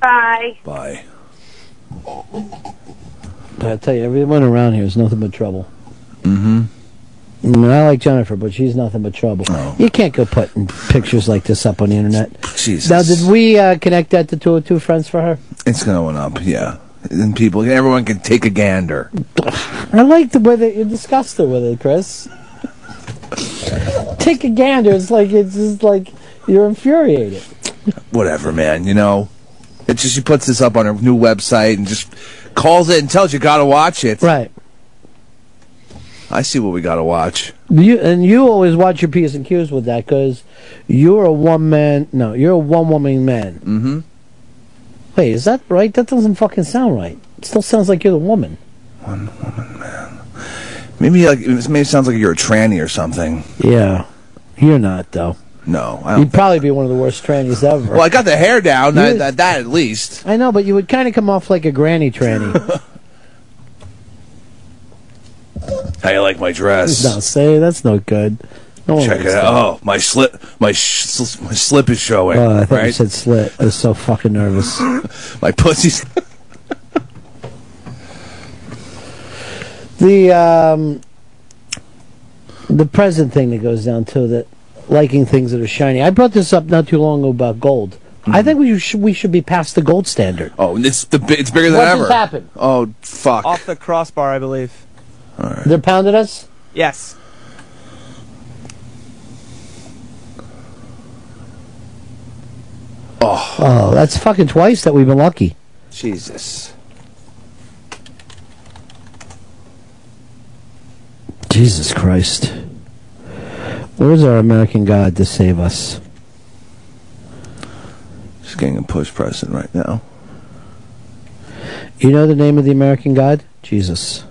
Bye.
Bye.
I tell you, everyone around here is nothing but trouble.
Mm-hmm.
I, mean, I like Jennifer, but she's nothing but trouble.
Oh.
You can't go putting pictures like this up on the internet.
Jesus.
Now, did we uh, connect that to 202 Friends for her?
It's going up, yeah. And people, everyone can take a gander.
I like the way that you're disgusted with it, Chris. Take a gander. It's like it's just like you're infuriated.
Whatever, man, you know? It's just she puts this up on her new website and just calls it and tells you gotta watch it.
Right.
I see what we gotta watch.
You and you always watch your p's and q's with that because you're a one man. No, you're a one woman man.
Mm-hmm.
Wait, is that right? That doesn't fucking sound right. It still sounds like you're the woman.
Maybe like it maybe it sounds like you're a tranny or something.
Yeah, you're not though.
No, I
You'd
don't.
probably be one of the worst trannies ever.
Well, I got the hair down.
You-
I, that, that at least.
I know, but you would kind of come off like a granny tranny.
How you like my dress?
no, say that's no good. No one
Check
likes
it
that.
out. Oh, my slip, my sh- sl- my slip is showing.
Oh, I thought you
right,
said slit. I was so fucking nervous.
my pussy's.
the um, the present thing that goes down to that liking things that are shiny. I brought this up not too long ago about gold.
Hmm.
I think we should we should be past the gold standard.
Oh, and it's the bi- it's bigger than
What just
ever.
happened?
Oh fuck!
Off the crossbar, I believe.
They're pounding us.
Yes.
Oh.
Oh, that's fucking twice that we've been lucky.
Jesus.
Jesus Christ. Where's our American God to save us?
She's getting a push present right now.
You know the name of the American God? Jesus.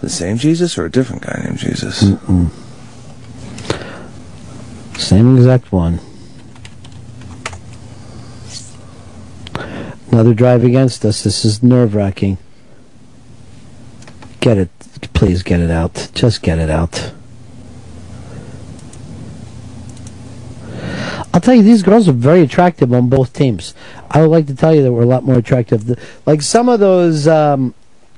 The same Jesus or a different guy named Jesus?
Same exact one. Another drive against us. This is nerve wracking. Get it. Please get it out. Just get it out. I'll tell you, these girls are very attractive on both teams. I would like to tell you that we're a lot more attractive. th- Like some of those um,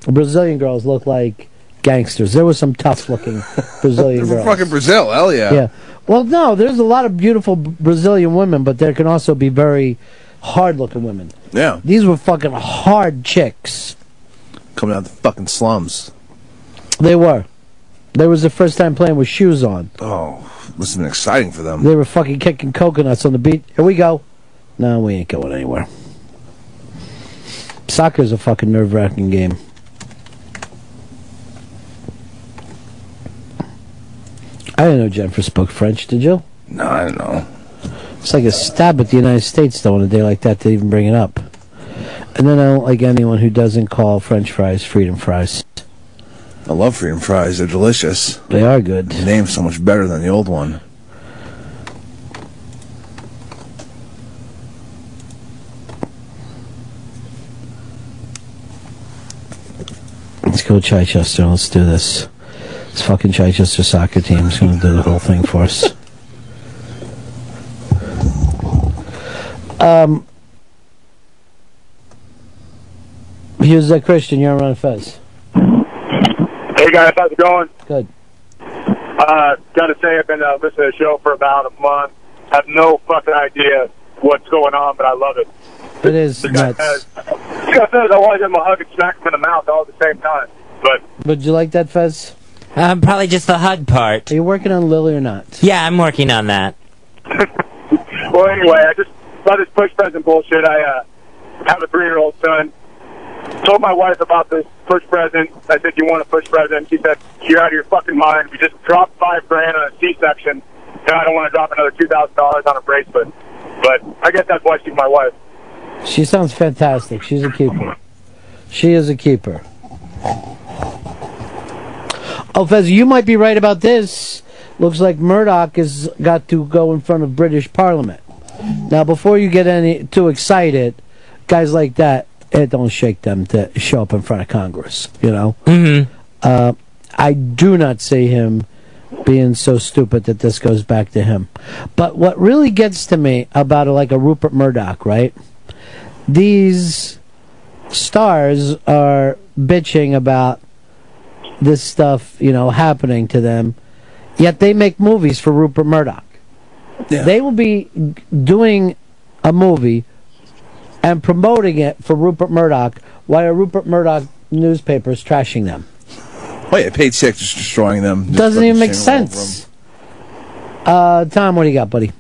Brazilian girls look like gangsters. There were some tough looking Brazilian
From
girls.
fucking Brazil, hell yeah.
Yeah. Well, no, there's a lot of beautiful B- Brazilian women, but there can also be very hard-looking women.
Yeah.
These were fucking hard chicks.
Coming out of the fucking slums.
They were. There was the first time playing with shoes on.
Oh, this has been exciting for them.
They were fucking kicking coconuts on the beach. Here we go. No, we ain't going anywhere. Soccer's a fucking nerve-wracking game. I didn't know Jennifer spoke French, did you?
No, I don't know.
It's like a stab at the United States, though, on a day like that to even bring it up. And then I don't like anyone who doesn't call French fries freedom fries.
I love freedom fries. They're delicious.
They are good. The
name's so much better than the old one.
Let's go Chichester. Let's do this. This fucking Chichester soccer team is going to do the whole thing for us. Um, here's that Christian. You're on Ron Fez.
Hey guys, how's it going?
Good.
Uh, gotta say, I've been uh, listening to the show for about a month. Have no fucking idea what's going on, but I love it.
It is nuts.
You guys said I want to give him a hug and smack him in the mouth all at the same time. But
Would you like that, Fez?
Um, probably just the HUD part. Are
you working on Lily or not?
Yeah, I'm working on that.
well, anyway, I just love this push present bullshit. I uh, have a three-year-old son. Told my wife about this push present. I said, "You want a push present?" She said, "You're out of your fucking mind. We just dropped five grand on a C-section, and I don't want to drop another two thousand dollars on a bracelet." But I guess that's why she's my wife.
She sounds fantastic. She's a keeper. She is a keeper. Oh, Fez, you might be right about this. Looks like Murdoch has got to go in front of British Parliament. Now, before you get any too excited, guys like that, it don't shake them to show up in front of Congress. You know.
Mm-hmm.
Uh, I do not see him being so stupid that this goes back to him. But what really gets to me about a, like a Rupert Murdoch, right? These stars are bitching about this stuff, you know, happening to them. Yet they make movies for Rupert Murdoch. They will be g- doing a movie and promoting it for Rupert Murdoch while a Rupert Murdoch newspaper is trashing them.
Oh yeah, paid sick, just destroying them. Just
Doesn't even
fucking
make
shitting all over
sense. Uh, Tom, what do you got, buddy?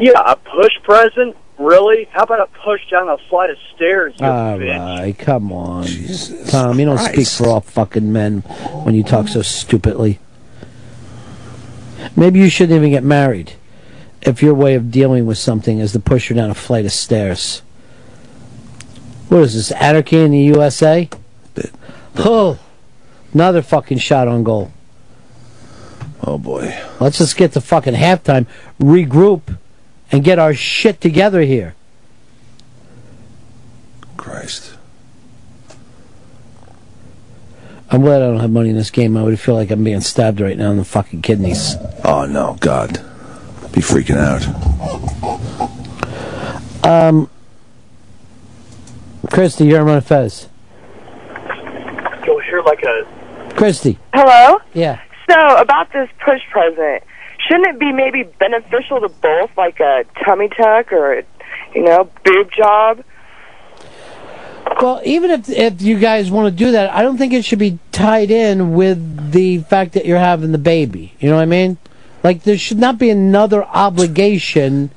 Yeah, a push present? Really? How about a push down a flight of stairs? You
All right, come on. Tom, you don't speak for all fucking men when you talk so stupidly. Maybe you shouldn't even get married if your way of dealing with something is to push her down a flight of stairs. What is this, anarchy in the USA? Oh, another fucking shot on goal.
Oh boy.
Let's just get to fucking halftime, regroup, and get our shit together here.
Christ.
I'm glad I don't have money in this game. I would feel like I'm being stabbed right now in the fucking kidneys.
Oh no, God, be freaking out.
Um, Christy, you're on Fez.
You'll hear like a.
Christy,
Hello?
yeah.
So, about this push present, shouldn't it be maybe beneficial to both, like a tummy tuck or, a, you know, boob job?
Well, even if if you guys want to do that, I don't think it should be tied in with the fact that you're having the baby. You know what I mean? Like there should not be another obligation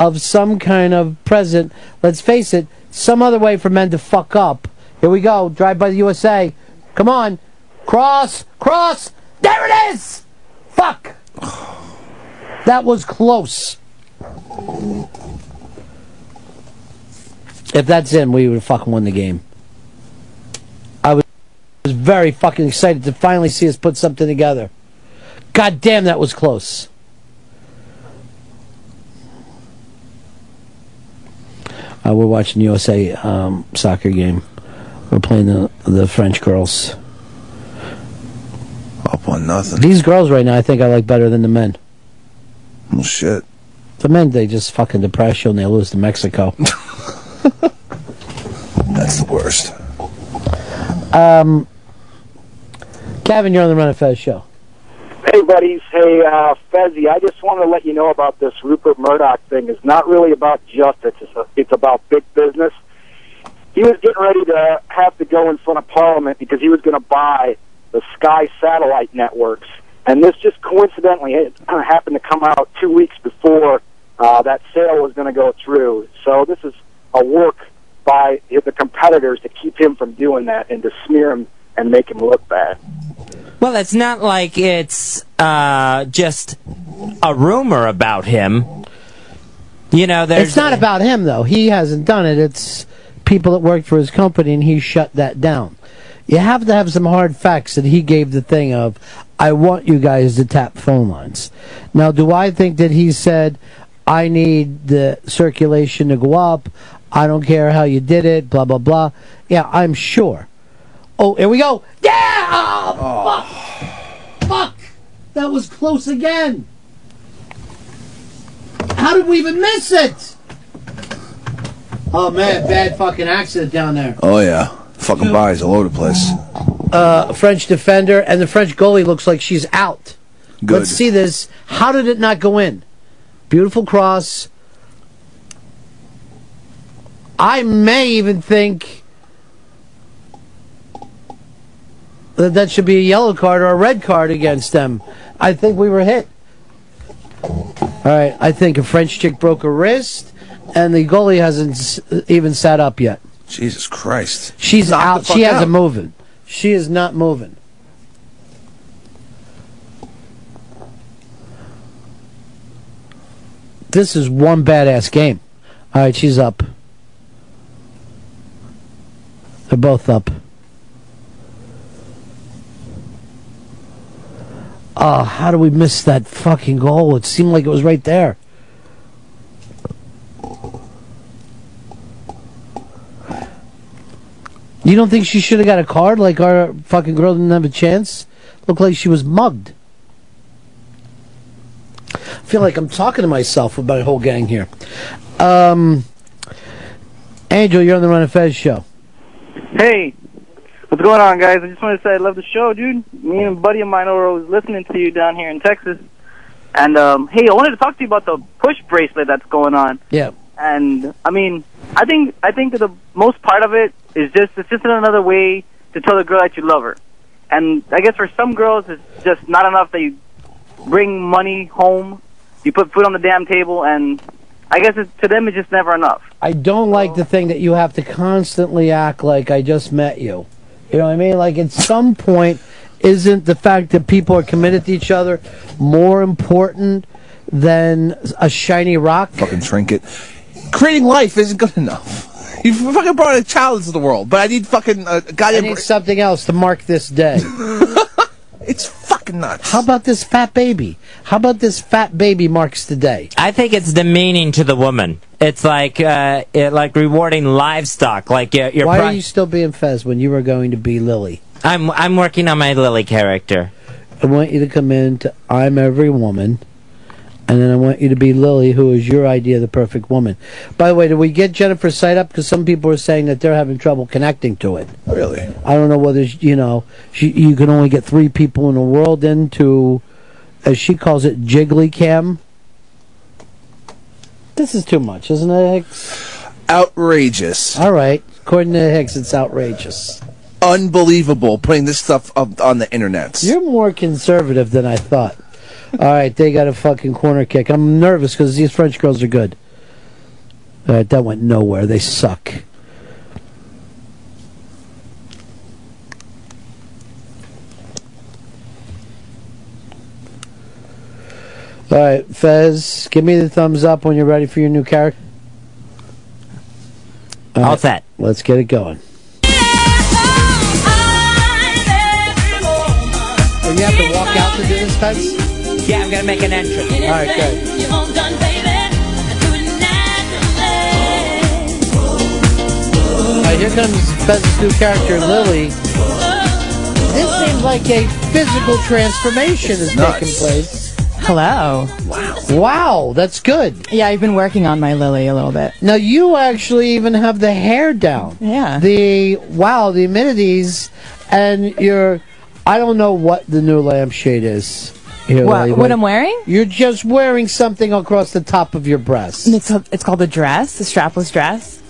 of some kind of present. Let's face it, some other way for men to fuck up. Here we go. Drive by the USA. Come on. Cross, cross. There it is. Fuck. That was close. If that's in, we would have fucking won the game. I was was very fucking excited to finally see us put something together. God damn, that was close. Uh, we're watching the USA um, soccer game. We're playing the the French girls.
Up on nothing.
These girls right now, I think I like better than the men.
Well, shit.
The men, they just fucking depress you and they lose to Mexico.
That's the worst.
Um, Kevin, you're on the Run of Fez show.
Hey, buddies. Hey, uh, Fezzi, I just want to let you know about this Rupert Murdoch thing. It's not really about justice. It's, a, it's about big business. He was getting ready to have to go in front of Parliament because he was going to buy the Sky satellite networks. And this just coincidentally it kind of happened to come out two weeks before uh, that sale was going to go through. So this is a work by the competitors to keep him from doing that and to smear him and make him look bad.
Well, it's not like it's uh, just a rumor about him. You know, there's
it's not about him though. He hasn't done it. It's people that worked for his company, and he shut that down. You have to have some hard facts that he gave the thing of. I want you guys to tap phone lines. Now, do I think that he said, "I need the circulation to go up"? I don't care how you did it. Blah blah blah. Yeah, I'm sure. Oh, here we go. Yeah! Oh, fuck! Fuck! That was close again. How did we even miss it? Oh man, bad fucking accident down there.
Oh yeah, fucking bodies all over the place.
Uh, French defender and the French goalie looks like she's out.
Good.
Let's see this. How did it not go in? Beautiful cross. I may even think that that should be a yellow card or a red card against them. I think we were hit. All right, I think a French chick broke her wrist, and the goalie hasn't s- even sat up yet.
Jesus Christ.
She's
Knock the
out.
fuck
She hasn't
out.
moving. She is not moving. This is one badass game. All right, she's up. They're both up. Ah, how do we miss that fucking goal? It seemed like it was right there. You don't think she should have got a card like our fucking girl didn't have a chance? Looked like she was mugged. I feel like I'm talking to myself with my whole gang here. Um, Angel, you're on the Run and Fez show.
Hey, what's going on, guys? I just want to say I love the show, dude. Me and a buddy of mine are always listening to you down here in Texas. And um, hey, I wanted to talk to you about the push bracelet that's going on.
Yeah.
And I mean, I think I think that the most part of it is just it's just another way to tell the girl that you love her. And I guess for some girls, it's just not enough that you bring money home, you put food on the damn table, and I guess it, to them it's just never enough.
I don't like the thing that you have to constantly act like I just met you. You know what I mean? Like at some point, isn't the fact that people are committed to each other more important than a shiny rock?
Fucking trinket. Creating life isn't good enough. You fucking brought a child into the world, but I need fucking uh,
I
goddamn.
need something else to mark this day.
it's fucking nuts.
How about this fat baby? How about this fat baby marks the day?
I think it's demeaning to the woman. It's like uh, it, like rewarding livestock. Like your, your
Why
pri-
are you still being Fez when you were going to be Lily?
I'm I'm working on my Lily character.
I want you to come in to I'm Every Woman, and then I want you to be Lily, who is your idea of the perfect woman. By the way, did we get Jennifer's site up? Because some people are saying that they're having trouble connecting to it.
Really?
I don't know whether, she- you know, she, you can only get three people in the world into, as she calls it, jiggly cam. This is too much, isn't it, Hicks?
Outrageous.
All right. According to Hicks, it's outrageous.
Unbelievable putting this stuff up on the internet.
You're more conservative than I thought. All right, they got a fucking corner kick. I'm nervous because these French girls are good. All right, that went nowhere. They suck. All right, Fez, give me the thumbs up when you're ready for your new character. All
All set.
Let's get it going. Oh,
you have to walk out to do this, Fez? Yeah, I'm gonna make an entrance. All right, good.
All right, here comes Fez's new character, Lily. This seems like a physical transformation is taking place.
Hello.
Wow. Wow, that's good.
Yeah, I've been working on my Lily a little bit.
Now you actually even have the hair down. Yeah. The wow, the amenities, and your I don't know what the new lampshade is. Here,
What-
Lily,
what
wait.
I'm wearing?
You're just wearing something across the top of your breast.
It's, a- it's called a dress, a strapless dress.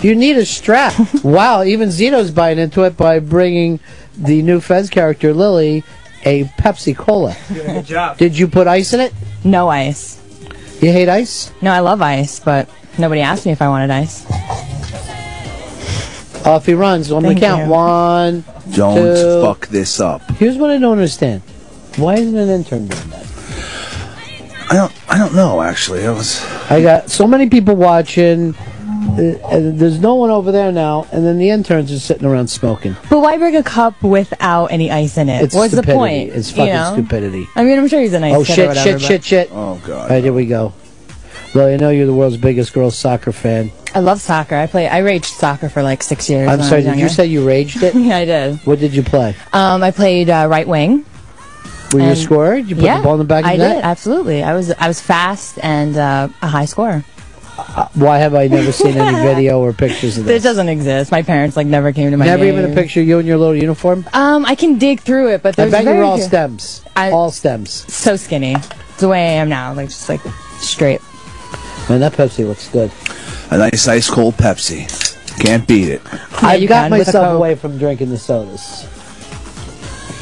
You need a strap. wow, even Zito's buying into it by bringing the new Fez character Lily a Pepsi Cola.
Good job.
Did you put ice in it?
No ice.
You hate ice?
No, I love ice, but nobody asked me if I wanted ice.
Off he runs on the
Thank
count.
you.
One,
Don't
Two.
fuck this up.
Here's what I don't understand. Why isn't an intern doing that?
I don't. I don't know. Actually, I was.
I got so many people watching. uh, and there's no one over there now, and then the interns are sitting around smoking.
But why bring a cup without any ice in it?
It's
What's
stupidity.
the point?
It's
you
fucking
know?
stupidity.
I mean, I'm sure he's a nice
oh
kid or
shit,
whatever,
shit,
but-
shit, shit! Oh god! All right, here we go. Well, I know you're the world's biggest girls soccer fan.
I love soccer. I play. I raged soccer for like six years.
I'm
when I
sorry,
was
did you
younger.
say you raged it?
yeah, I did.
What did you play?
Um, I played uh, right wing.
Were you a
And-
scorer? Did you put
Um, yeah,
the ball in the back of
I
the net?
did absolutely. I was I was fast and uh, a high scorer.
Uh, Why have I never seen any video or pictures of
It
this?
doesn't exist. My parents like never came to my.
Never even a
games.
picture of you in your little uniform?
Um, I can dig through it, but
I
there's
bet
very
you're all
few-
stems.
I-
all stems.
So skinny. It's the way I am now. Like just like straight.
Man, that Pepsi looks good.
A nice ice cold Pepsi. Can't beat it.
I've
you
got
can with a
myself
Coke.
away from drinking the sodas.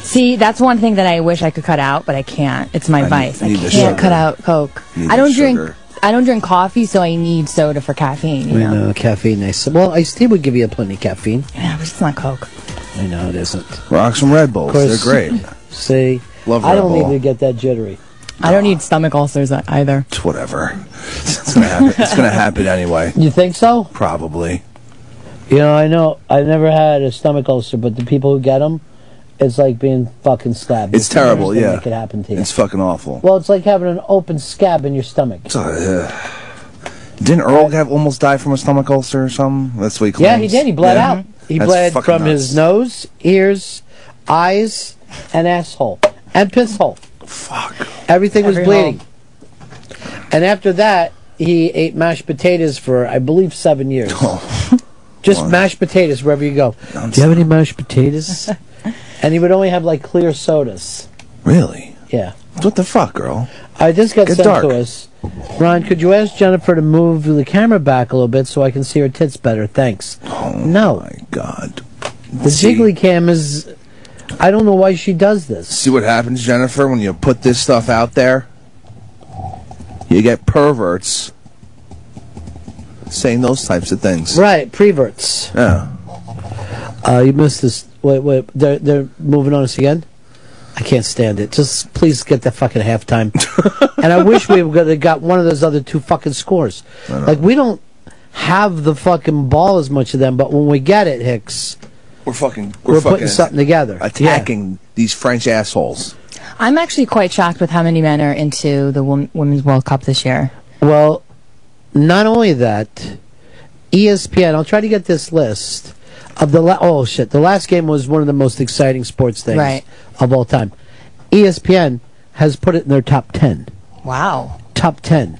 See, that's one thing that I wish I could cut out, but I can't. It's my
I need-
vice. I
need the
can't
sugar.
cut out Coke.
Need
I
the
don't drink.
sugar.
I don't drink coffee, so I need soda for caffeine. You
I
know,
know, caffeine. I s- well, iced tea would give you plenty of caffeine.
yeah, but it's not Coke.
I know it isn't.
Rock some Red Bulls.
Of course.
They're great.
See,
Love
I
Red
don't
Bull.
need to get that jittery.
I don't need stomach ulcers uh, either.
It's whatever. It's gonna happen. it's gonna happen anyway.
You think so?
Probably.
You know, I know I've never had a stomach ulcer, but the people who get them, it's like being fucking stabbed.
It's
the worst
terrible.
thing
Yeah.
that could happen to you.
It's fucking awful.
well, it's like having an open scab in your stomach.
It's, uh, didn't Earl have almost die from a stomach ulcer or something? That's what he claims.
Yeah, he did. He bled
Yeah.
out. He
That's
bled
fucking
from
nuts.
his nose, ears, eyes, and asshole, and piss hole. Fuck. Everything was
Every
bleeding. And after that, he ate mashed potatoes for, I believe, seven years.
Oh.
Just mashed potatoes wherever you go. Do you have any mashed potatoes? and he would only have like clear sodas.
Really?
Yeah.
What the fuck, girl?
I just got
Get
sent
dark.
to us. Ron, could you ask Jennifer to move the camera back a little bit so I can see her tits better? Thanks. no. my
Oh, God.
The jiggly cam is. I don't know why she does this.
See what happens, Jennifer, when you put this stuff out there? You get perverts saying those types of things.
Right, preverts.
Yeah.
Uh, you missed this. Wait, wait. They're, they're moving on us again? I can't stand it. Just please get the fucking halftime. and I wish we would have got one of those other two fucking scores. Like, we don't have the fucking ball as much of them, but when we get it, Hicks,
We're fucking.
we're,
We're, fucking
putting something together.
attacking these French assholes.
I'm actually quite shocked with how many men are into the wom- Women's World Cup this year.
Well, not only that, E ESPN. I'll try to get this list of the la- oh shit. The last game was one of the most exciting sports things
Right.
of all time. E ESPN has put it in their top ten.
Wow.
Top ten.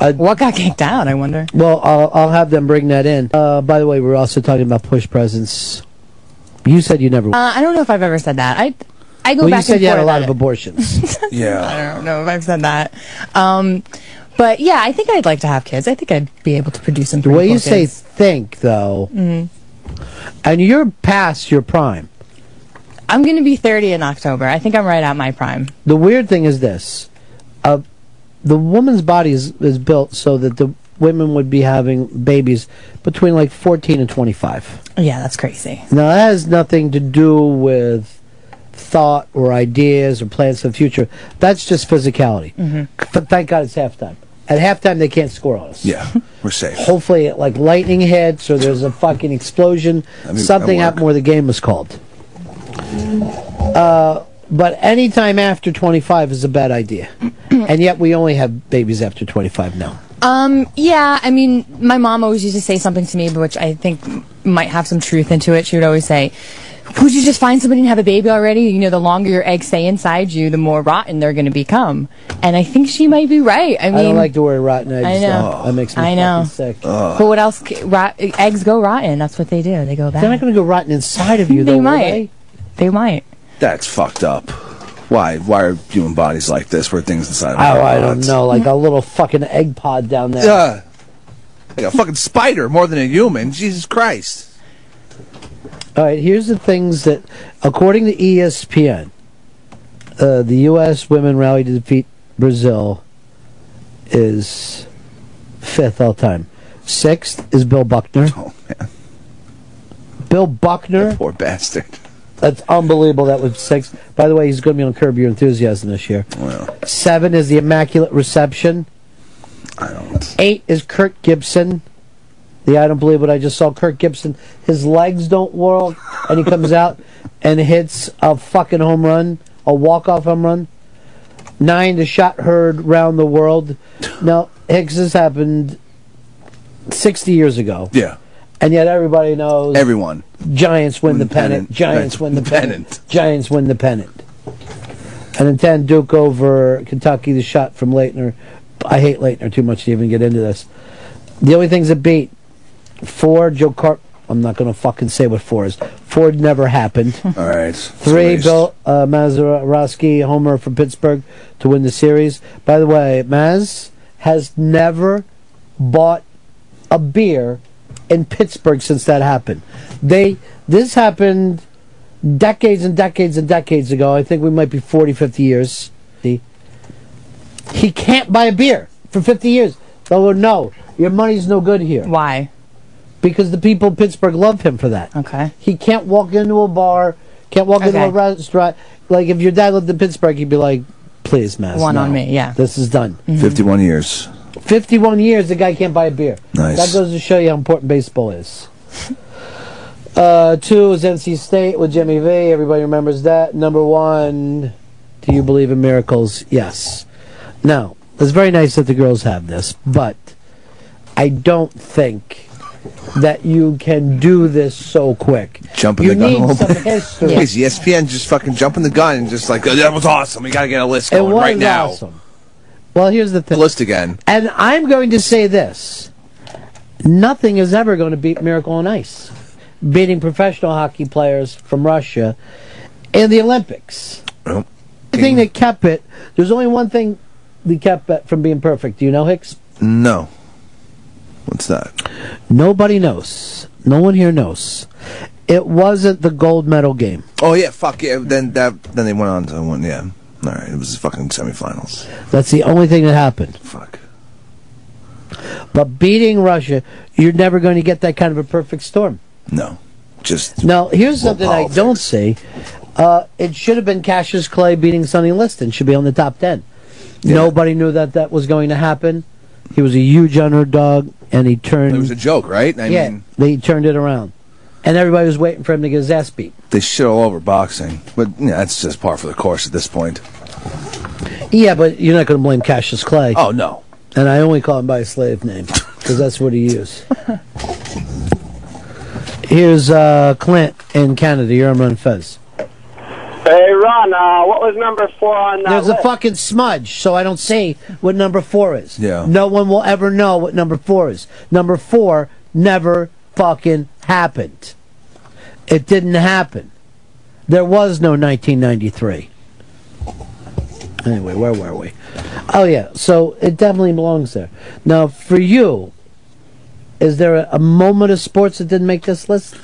Uh,
what got kicked out? I wonder.
Well, I'll, I'll have them bring that in. Uh, by the way, we're also talking about push presents. You said you never.
Uh, I don't know if I've ever said that. I I go
well,
back
you said
and
you
forth
had a lot
on
of
it.
abortions.
yeah.
I don't know if I've said that. Um, but yeah, I think I'd like to have kids. I think I'd be able to produce some.
The way you say think, though,
hmm
and you're past your prime.
I'm going to be 30 in October. I think I'm right at my prime.
The weird thing is this: uh, the woman's body is, is built so that the women would be having babies between like 14 and 25.
Yeah, that's crazy.
Now that has nothing to do with thought or ideas or plans for the future. That's just physicality. But thank God it's halftime. At halftime, they can't score on us.
Yeah, we're safe.
Hopefully, like lightning hits or there's a fucking explosion,
I mean,
something
at work.
happened where the game was called. Uh, but any time after 25 is a bad idea, and yet we only have babies after 25 now.
Um, yeah, I mean, my mom always used to say something to me, which I think m- might have some truth into it. She would always say, "Would you just find somebody and have a baby already? You know, the longer your eggs stay inside you, the more rotten they're going to become." And I think she might be right. I
I,
mean,
don't like the word rotten eggs.
I know.
though. That makes me
I know.
fucking sick.
But what else? c- Rot- eggs go rotten. That's what they do. They go bad.
They're not going to go rotten inside of you,
They
though. will
might.
They?
They might.
That's fucked up. Why? Why are human bodies like this? Where things inside of
Oh,
our
I don't
bodies?
know. Like a little fucking egg pod down there.
Yeah. Uh, Like a fucking spider more than a human. Jesus Christ.
All right, here's the things that, according to E ESPN, uh, the U.S. women rally to defeat Brazil is fifth all time. Sixth is Bill Buckner. Oh, man. Bill Buckner.
poor bastard.
That's unbelievable. That was six. By the way, he's going to be on Curb Your Enthusiasm this year. Seven is the Immaculate Reception. I don't. Eight is Kirk Gibson. The I don't believe what I just saw. Kirk Gibson. His legs don't whirl, and he comes out and hits a fucking home run, a walk off home run. Nine, the shot heard round the world. Now Hicks, this happened sixty years ago.
Yeah.
And yet everybody knows.
Everyone.
Giants win, the pennant.
pennant.
Giants
Giants
win the pennant. Giants win the pennant. And then Dan Duke over Kentucky, the shot from Leitner. I hate Leitner too much to even get into this. The only things that beat four, Joe Cart. I'm not going to fucking say what four is. Four never happened.
All right.
Three, Bill uh, Mazeroski, homer from Pittsburgh to win the series. By the way, Maz has never bought a beer in Pittsburgh since that happened. They this happened decades and decades and decades ago. I think we might be 40, 50 years. He he can't buy a beer for 50 years. They'll go, no, your money's no good here.
Why?
Because the people in Pittsburgh love him for that.
Okay.
He can't walk into a bar, can't walk into a
Okay.
restaurant. Like, if your dad lived in Pittsburgh, he'd be like, please, Mass.
One
no.
on me, yeah.
This is done.
51 years.
51 years, the guy can't buy a beer.
Nice.
That goes to show you how important baseball is. Uh, two is NC State with Jimmy V. Everybody remembers that. Number one, do you believe in miracles? Yes. Now, it's very nice that the girls have this, but I don't think that you can do this so quick.
Jumping
You
the gun
need
a
some
little bit. E
history.
Please, ESPN just fucking jumping the gun and just like, "Oh, that was awesome. We got to get a list
It
going
was
right now.
awesome. Well, here's the thing.
List again.
And I'm going to say this nothing is ever going to beat Miracle on Ice, beating professional hockey players from Russia in the Olympics.
Well,
The thing that kept it, there's only one thing that kept it from being perfect. Do you know, Hicks?
No. What's that?
Nobody knows. No one here knows. It wasn't the gold medal game.
Oh, yeah, fuck yeah. Then that, then they went on to one, yeah. All right, it was fucking semifinals.
That's the only thing that happened.
Fuck.
But beating Russia, you're never going to get that kind of a perfect storm.
No. Just
Now, here's something I don't see. Uh, it should have been Cassius Clay beating Sonny Liston. Should be on the top ten. Nobody knew that that was going to happen. He was a huge underdog, and he turned.
It was a joke, right? I
yeah,
mean,
they turned it around, and everybody was waiting for him to get his ass beat.
they shit all over boxing, but yeah, that's just par for the course at this point.
Yeah, but you're not going to blame Cassius Clay.
Oh no.
And I only call him by his slave name because that's what he used. Here's uh, Clint in Canada. You're on Run Fez.
Hey, Ron, uh, what was number four on that
There's a
list?
fucking smudge, so I don't see what number four is.
Yeah.
No one will ever know what number four is. Number four never fucking happened. It didn't happen. There was no 1993. Anyway, where were we? Oh, yeah. So it definitely belongs there. Now, for you, is there a, a moment of sports that didn't make this list?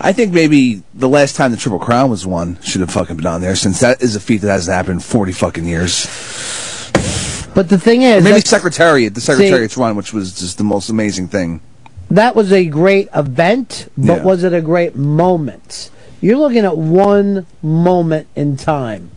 I think maybe the last time the Triple Crown was won should have fucking been on there, since that is a feat that hasn't happened in forty fucking years.
But the thing is,
maybe
that's-
Secretariat, the
See-
Secretariat's run, which was just the most amazing thing.
that was a great event, but
Yeah.
was it a great moment? You're looking at one moment in time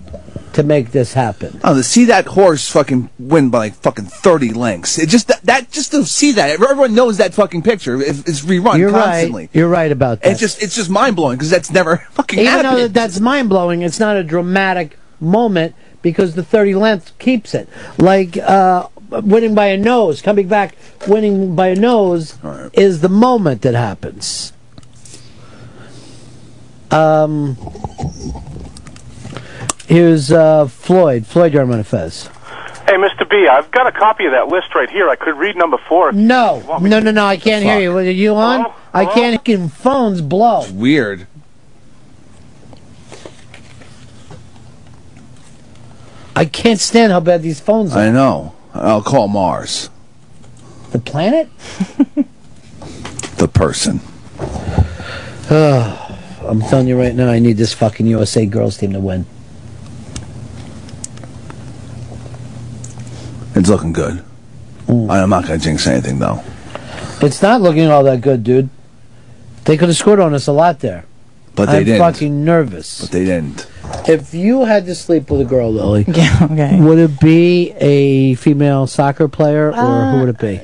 to make this happen.
Oh, to see that horse fucking win by like fucking thirty lengths. It just that, that just to see that everyone knows that fucking picture. It, it's rerun
You're
constantly.
right. You're right about that.
It's just it's just mind blowing because that's never fucking
Even
happened.
though that that's mind blowing, it's not a dramatic moment because the 30 length keeps it. Like uh, winning by a nose, coming back, winning by a nose is the moment that happens. Um, here's uh, Floyd. Floyd, you're on Manifest.
Hey, Mr. B, I've got a copy of that list right here. I could read number four.
No, no, no, no. I can't hear you. Are you on? I can't. Fucking phones blow.
Weird.
I can't stand how bad these phones are.
I know. I'll call Mars.
The planet?
The person.
Ugh, I'm telling you right now, I need this fucking USA girls team to win.
It's looking good. I'm not gonna jinx anything though.
It's not looking all that good, dude. They could have scored on us a lot there.
But they
I'm
didn't.
fucking nervous.
But they didn't.
If you had to sleep with a girl, Lily,
yeah, okay.
would it be a female soccer player or
Uh,
who would it be?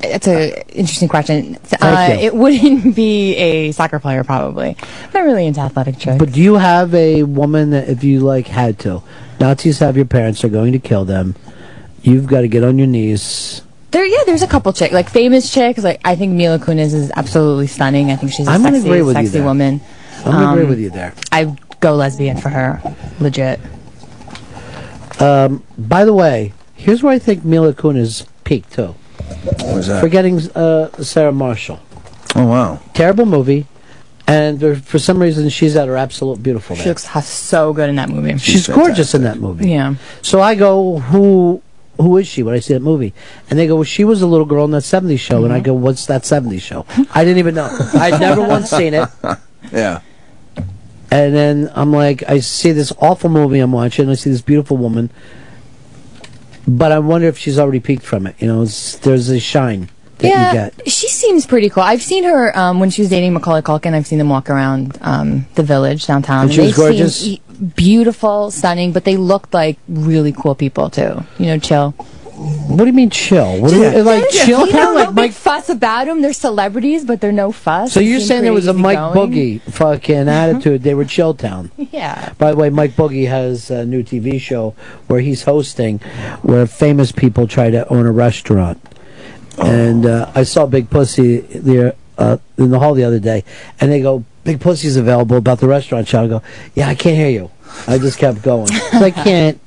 That's a interesting question.
Thank
uh,
you.
It wouldn't be a soccer player, probably. I'm not really into athletic chicks.
But do you have a woman that if you like had to, Nazis have your parents, they're going to kill them. You've got to get on your knees.
There, yeah, there's a couple chicks, like famous chicks. Like I think Mila Kunis is absolutely stunning. I think she's a
I'm gonna
sexy,
agree with you
sexy
there.
woman. Um,
I'm gonna agree with you there.
I go lesbian for her, legit.
Um, by the way, here's where I think Mila Kunis peaked too.
Where's that?
Forgetting uh, Sarah Marshall.
Oh wow.
Terrible movie, and there, for some reason she's at her absolute beautiful.
She
there.
looks h- so good in that movie.
She's, gorgeous in that movie.
Yeah.
So I go, who who is she when I see that movie? And they go, well, she was a little girl in that 70s show. And I
Mm-hmm.
go, what's that 70s show? I didn't even know. I'd never once seen it.
Yeah.
And then I'm like, I see this awful movie I'm watching. I see this beautiful woman. But I wonder if she's already peaked from it. You know, it's, there's a shine that
yeah,
you get.
she seems pretty cool. I've seen her um, when she was dating Macaulay Culkin. I've seen them walk around um, the village downtown.
And she was
they seemed
gorgeous?
e- beautiful, stunning, but they looked like really cool people too. You know, chill.
What do you mean chill? What do you, like chill?
You
Kinda
know,
like
no big fuss about them. They're celebrities, but they're no fuss.
So
They
you're
seem
saying there was
pretty
a Mike
easygoing.
Boogie
Mm-hmm.
fucking attitude? They were Chill Town.
Yeah.
By the way, Mike Boogie has a new TV show where he's hosting, where famous people try to own a restaurant. And uh, I saw Big Pussy there uh, in the hall the other day, and they go, "Big Pussy's available about the restaurant show." I go, "Yeah, I can't hear you." I just kept going. 'Cause I can't.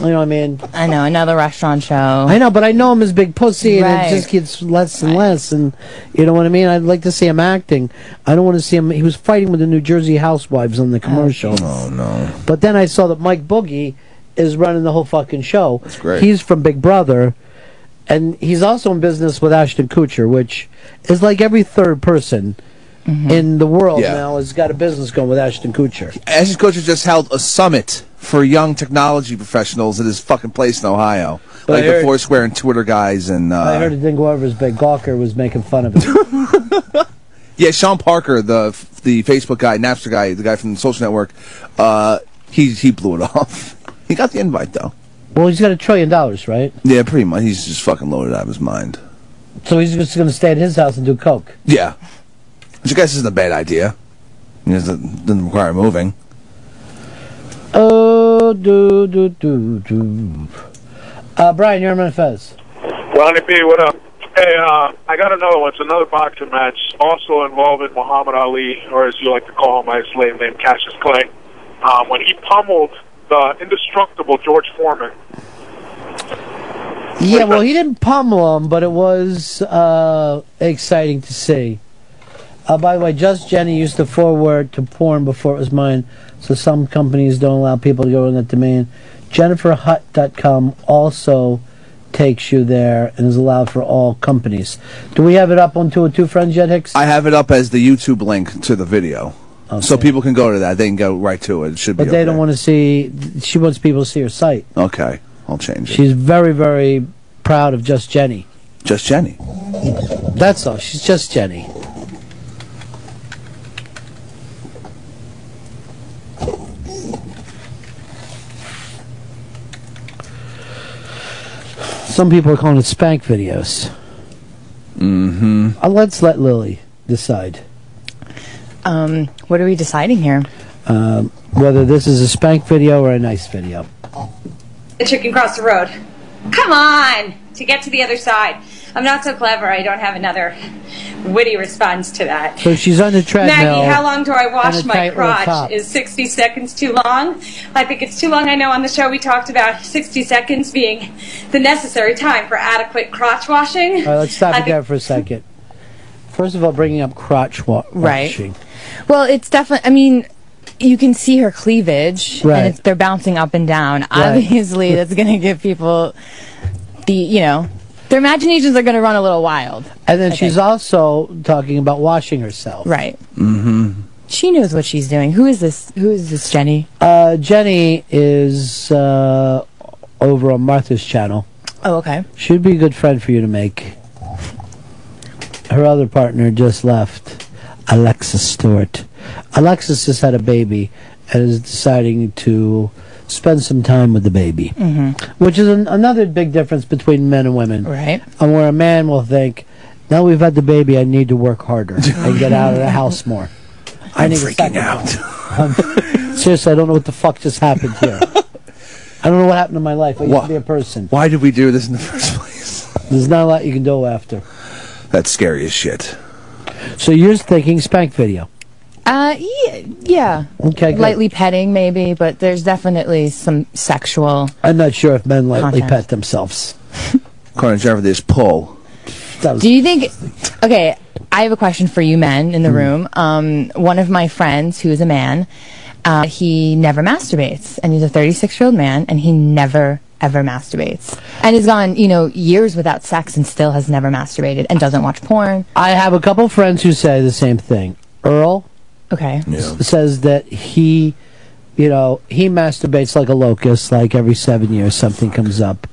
You know what I mean?
I know another restaurant show.
I know, but I know him as Big Pussy, and
Right.
it just gets less and less. And you know what I mean? I'd like to see him acting. I don't want to see him. He was fighting with the New Jersey housewives on the commercial.
Oh no.
But then I saw that Mike Boogie is running the whole fucking show. That's
great.
He's from Big Brother, and he's also in business with Ashton Kutcher, which is like every third person in the world
Yeah.
now has got a business going with Ashton Kutcher.
Ash's Kutcher just held a summit for young technology professionals at his fucking place in Ohio,
But
like
I
the
heard-
Foursquare and Twitter guys, and
I
uh,
heard it didn't go over as big. Gawker was making fun of it.
yeah, Sean Parker, the the Facebook guy, Napster guy, the guy from the social network, uh, he he blew it off. He got the invite though.
well, he's got a trillion dollars, right?
Yeah, pretty much. He's just fucking loaded out of his mind.
So he's just going to stay at his house and do coke.
Yeah, which I guess isn't a bad idea. It doesn't, doesn't require moving.
Oh, do, do, do, do. Uh, Brian, you're on Fez.
Ronnie B, what up? Hey, uh, I got another one. It's another boxing match, also involving Muhammad Ali, or as you like to call him by his slave name, Cassius Clay, um, when he pummeled the indestructible George Foreman.
Yeah, well, he didn't pummel him, but it was uh, exciting to see. Uh, by the way, Just Jenny used the foreword to porn before it was mine, so some companies don't allow people to go in that domain. JenniferHutt.com also takes you there and is allowed for all companies. Do we have it up on 202 Friends yet, Hicks?
I have it up as the YouTube link to the video, so people can go to that. They can go right to it. It should be.
But
up
they don't
there.
want to see, she wants people to see her site.
Okay, I'll change it.
She's very, very proud of Just Jenny.
Just Jenny.
That's all. She's just Jenny. Some people are calling it spank videos.
Mm-hmm.
Uh, let's let Lily decide
Um, what are we deciding here?
um, whether this is a spank video or a nice video.
The chick can cross the road. Come on! To get to the other side. I'm not so clever. I don't have another witty response to that.
So she's on the treadmill.
Maggie, how long do I
on
wash
a
my
tight little
crotch?
top.
Is 60 seconds too long? I think it's too long. I know on the show we talked about 60 seconds being the necessary time for adequate crotch
All
washing.
right, let's stop
I
it there for a second. First of all, bringing up crotch wa-
Right.
washing.
Well, it's definitely. I mean, you can see her cleavage,
Right.
and it's, they're bouncing up and down.
Right.
Obviously, that's going to give people the you know their imaginations are going to run a little wild.
And then she's also talking about washing herself.
Right.
Mm-hmm.
She knows what she's doing. Who is this? Who is this Jenny?
Uh, Jenny is uh, over on Martha's channel.
Oh, okay.
She'd be a good friend for you to make. Her other partner just left. Alexis Stewart. Alexis has had a baby and is deciding to spend some time with the baby, which is an, another big difference between men and women.
Right.
And where a man will think, now we've had the baby, I need to work harder and get out of the house more. I
I'm
need to
freaking
out. seriously, I don't know what the fuck just happened here. I don't know what happened in my life. I used
Wha-
to be a person.
Why did we do this in the first place?
There's not a lot you can do after.
That's scary as shit.
So you're thinking spank video.
Uh, yeah, yeah.
Okay, good.
Lightly petting, maybe, but there's definitely some sexual.
I'm not sure if men lightly
Content.
pet themselves.
According to Trevor, there's pull.
Do you think? Okay, I have a question for you, men
Mm.
in the room. Um, one of my friends, who is a man, uh, he never masturbates, and he's a 36 year old man, and he never ever masturbates, and has gone, you know, years without sex, and still has never masturbated, and doesn't watch porn.
I have a couple friends who say the same thing. Earl
Okay.
s- says that he, you know, he masturbates like a locust, like every seven years something comes up.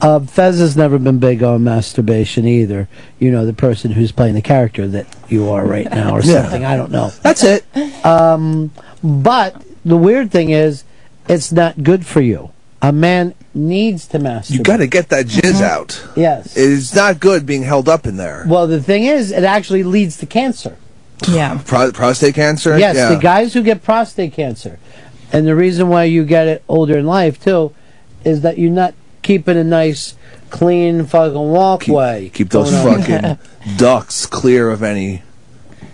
Uh, Fez has never been big on masturbation either. You know, the person who's playing the character that you are right now or
Yeah.
something. I don't know.
That's it.
Um, but the weird thing is, it's not good for you. A man needs to masturbate.
You got to get that jizz out.
Mm-hmm. Yes.
It's not good being held up in there.
Well, the thing is, it actually leads to cancer.
Yeah.
Pro- prostate cancer?
Yes,
yeah.
the guys who get prostate cancer, and the reason why you get it older in life too, is that you're not keeping a nice, clean fucking walkway.
Keep those
going on.
fucking ducks clear of any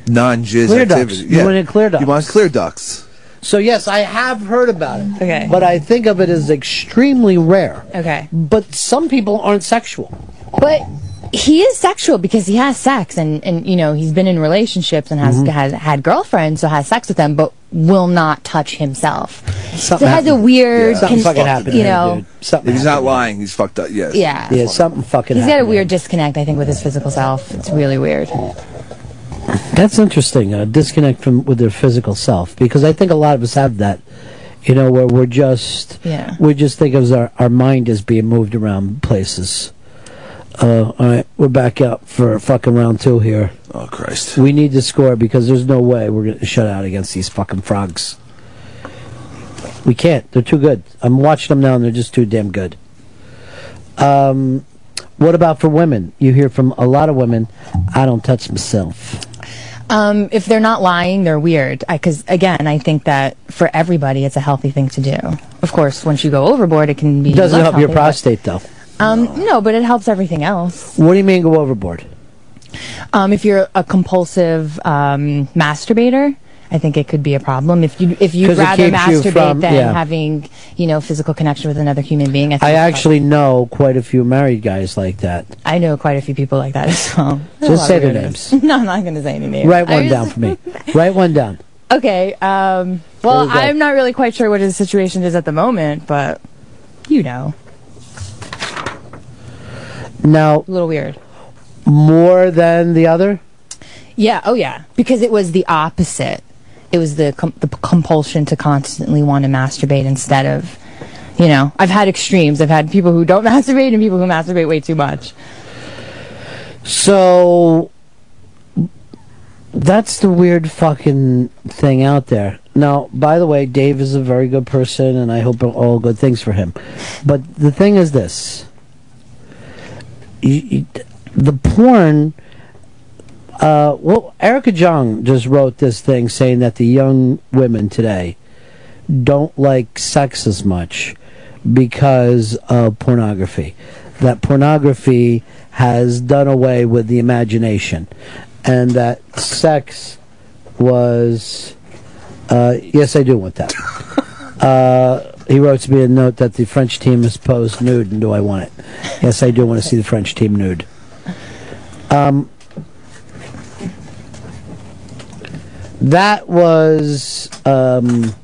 non jizz
Clear ducks.
activity.
You want it clear ducks.
You want clear ducks.
So yes, I have heard about it.
Okay.
But I think of it as extremely rare.
Okay.
But some people aren't sexual.
But he is sexual because he has sex, and, and you know he's been in relationships and
Mm-hmm.
has, has had girlfriends, so has sex with them, but will not touch himself. so it has a
happened.
weird,
Yeah.
con- you know,
if he's not lying, he's fucked up. Yes.
Yeah.
Yeah, something fucking.
he's
happened.
got a weird disconnect, I think, with his physical self. It's really weird.
That's interesting. A disconnect from with their physical self, because I think a lot of us have that. You know, where we're just
Yeah.
we just think of our our mind as being moved around places. Uh, all right, we're back up for fucking round two here.
Oh Christ!
We need to score because there's no way we're gonna shut out against these fucking frogs. We can't. They're too good. I'm watching them now, and they're just too damn good. Um, what about for women? You hear from a lot of women. I don't touch myself.
Um, if they're not lying, they're weird. Because again, I think that for everybody, it's a healthy thing to do. Of course, once you go overboard, it can be
It doesn't
less
help your
healthy,
prostate though.
but- Um, no. but it helps everything else.
What do you mean go overboard?
Um, if you're a compulsive um, masturbator. I think it could be a problem if you if you'd
'Cause it
rather
keeps you
masturbate
from-
than
yeah.
having you know physical connection with another human being. I, think
I
it's
actually know quite a few married guys like that.
fine. I know quite a few people like that as well. There's a
Just
lot
say
of
their
weirdos. No, I'm not going to say any names.
Write
I
one
just-
down for me. Write one down.
Okay. Um, well,
There you go.
I'm not really quite sure what his situation is at the moment, but you know,
Now,
a little weird.
more than the other?
Yeah. Oh, yeah. Because it was the opposite. It was the com- the compulsion to constantly want to masturbate instead of, you know, I've had extremes. I've had people who don't masturbate and people who masturbate way too much.
So that's the weird fucking thing out there. Now, by the way, Dave is a very good person, and I hope all good things for him. But the thing is this: You- you- the porn. Uh, well, Erica Jong just wrote this thing saying that the young women today don't like sex as much because of pornography. That pornography has done away with the imagination, and that sex was. Uh, yes, I do want that. Uh, he wrote to me a note that the French team is posed nude, and do I want it? Yes, I do want to see the French team nude. Um, that was um,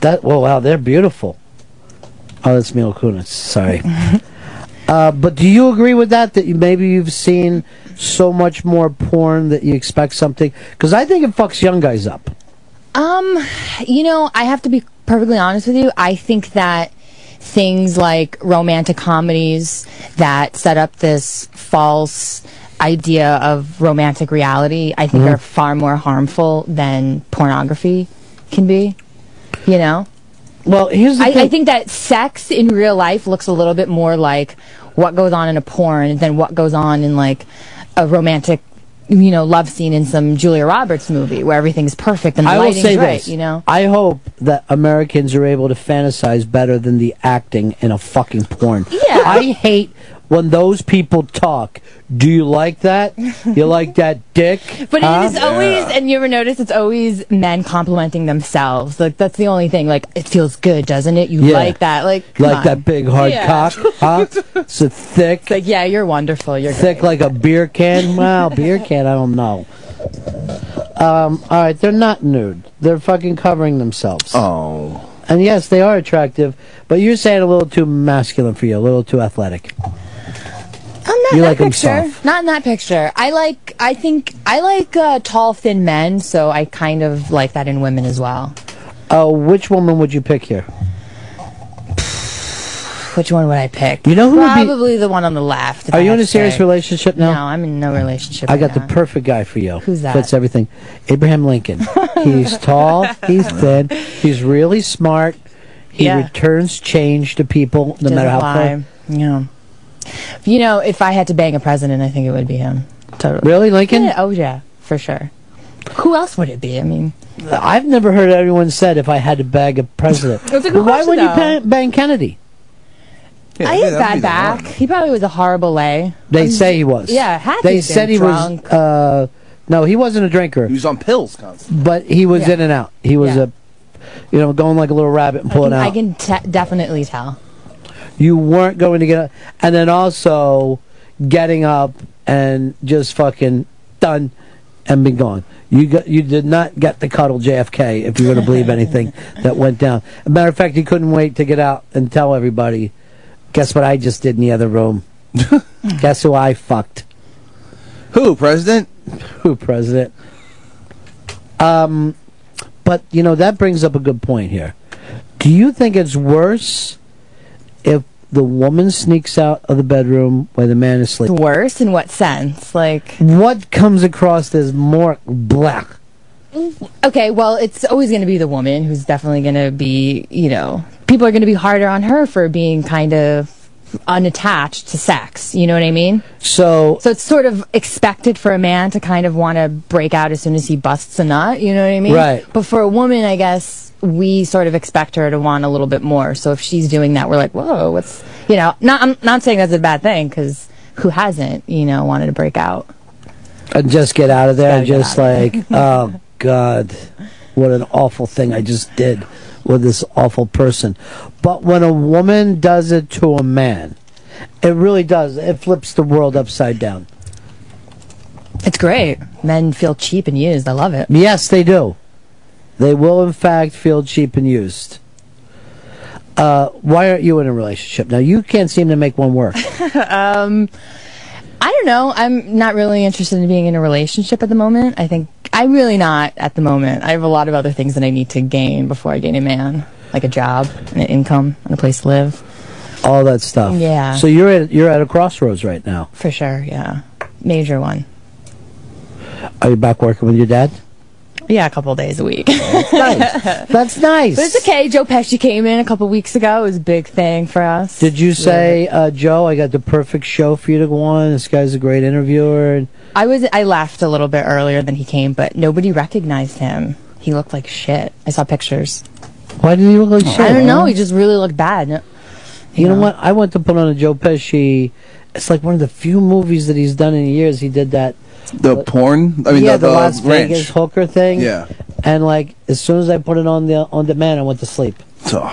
that. Well, wow, they're beautiful. Oh, that's Mila Kunis. Sorry. Uh, but do you agree with that? That you, maybe you've seen so much more porn that you expect something? Because I think it fucks young guys up.
Um, you know, I have to be perfectly honest with you. I think that things like romantic comedies that set up this false idea of romantic reality, I
Mm-hmm.
think, are far more harmful than pornography can be. You know?
Well, here's the
I, I
thing-
think that sex in real life looks a little bit more like what goes on in a porn than what goes on in like a romantic, you know, love scene in some Julia Roberts movie where everything's perfect and the
I will
lighting's
say
right.
this.
You know,
I hope that Americans are able to fantasize better than the acting in a fucking porn. Yeah. I hate when those people talk. Do you like that? You like that dick?
But
Huh?
it is always, and you ever notice it's always men complimenting themselves. Like that's the only thing. Like it feels good, doesn't it? You
Yeah.
like that? Like come
like
on.
that big hard
Yeah.
cock, huh? It's a thick.
Like yeah, you're wonderful. You're
thick like a beer can. Wow, beer can. I don't know. Um, all right, they're not nude. They're fucking covering themselves.
Oh.
And yes, they are attractive, but you're saying a little too masculine for you, a little too athletic.
I'm not
You
in that
like 'em
picture.
soft.
Not in that picture. I like. I think I like uh, tall, thin men. So I kind of like that in women as well.
Uh, which woman would you pick here?
Which one would I pick?
You know who would be-
Probably the one on the left. if
Are
I
you
had
in a
to
serious
pick.
relationship now?
No, I'm in no relationship.
I
right
got
now.
the perfect guy for you.
Who's that?
Fits everything. Abraham Lincoln. He's tall. He's thin. He's really smart. He
Yeah.
returns change to people, no
Doesn't
matter how far.
lie. Yeah. You know, if I had to bang a president, I think it would be him. Totally.
Really, Lincoln?
Yeah, oh yeah, for sure. Who else would it be? I mean,
I've never heard anyone said if I had to bag a president.
That's a good
But why
question,
would you
though.
bang, bang Kennedy?
I had bad back. He probably was a horrible lay.
They say he was.
Yeah, had to
they
have
said
been
he
drunk.
was. Uh, no, he wasn't a drinker. He
was on pills constantly.
But he was
Yeah.
in and out. He was
Yeah.
a, you know, going like a little rabbit and
I can,
pulling
I
out.
can te- definitely tell.
you weren't going to get up, and then also getting up and just fucking done and be gone. You got, you did not get to cuddle JFK if you were to believe anything that went down. As a matter of fact, he couldn't wait to get out and tell everybody. Guess what I just did in the other room? Guess who I fucked?
Who president?
Who president? Um, but you know that brings up a good point here. Do you think it's worse if the woman sneaks out of the bedroom while the man is sleeping?
Worse in what sense? Like
What comes across as more black?
Okay, well, it's always going to be the woman who's definitely going to be, you know, people are going to be harder on her for being kind of unattached to sex. You know what I mean?
So,
so it's sort of expected for a man to kind of want to break out as soon as he busts a nut. You know what I mean?
Right.
But for a woman, I guess we sort of expect her to want a little bit more. So if she's doing that, we're like, whoa, what's, you know, not, I'm not saying that's a bad thing because who hasn't, you know, wanted to break out?
And Uh, just get out of there and just like, oh God, what an awful thing I just did with this awful person. But when a woman does it to a man, it really does. It flips the world upside down.
It's great. Men feel cheap and used. I love it.
Yes, they do. They will, in fact, feel cheap and used. Uh, why aren't you in a relationship now? You can't seem to make one work.
um, I don't know. I'm not really interested in being in a relationship at the moment. I think I'm really not at the moment. I have a lot of other things that I need to gain before I gain a man, like a job, and an income, and a place to live.
All that stuff.
Yeah.
So you're at you're at a crossroads right now.
For sure, yeah, major one.
Are you back working with your dad?
Yeah, a couple days a week.
That's nice.
But it's okay. Joe Pesci came in a couple weeks ago. It was a big thing for us.
Did you say, uh, Joe, I got the perfect show for you to go on? This guy's a great interviewer. And
I was I left a little bit earlier than he came, but nobody recognized him. He looked like shit. I saw pictures.
why did he look like shit?
I don't know. He just really looked bad. No-
You know what? I want to put on a Joe Pesci. It's like one of the few movies that he's done in years. He did that.
The porn? I mean,
yeah,
the, the
Las
ranch.
Vegas hooker thing.
Yeah.
And like, as soon as I put it on the on demand, I went to sleep.
So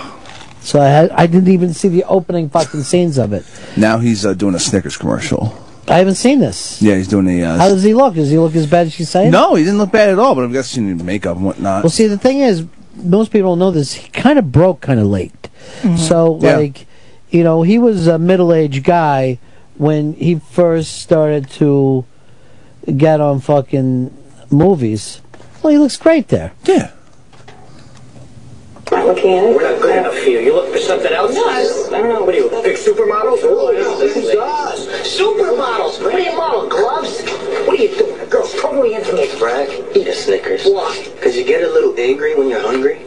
So I had, I didn't even see the opening fucking scenes of it.
now he's uh, doing a Snickers commercial.
I haven't seen this.
Yeah, he's doing a. Uh,
How does he look? Does he look as bad as she's saying?
no, he didn't look bad at all, but I've got seen his makeup and whatnot.
Well, see, the thing is, most people don't know this. He kind of broke kind of late. So,
Yeah.
like, you know, he was a middle aged guy when he first started to get on fucking movies. Well, he looks great there.
Yeah.
mechanic?
We're not good enough for you. You look for something else? I don't know. What are you, a big supermodel? Supermodels? Supermodels? What do you model? Gloves? What are you doing? A girl's totally into it.
Bragg, eat a Snickers. Why? Because you get a little angry when you're hungry.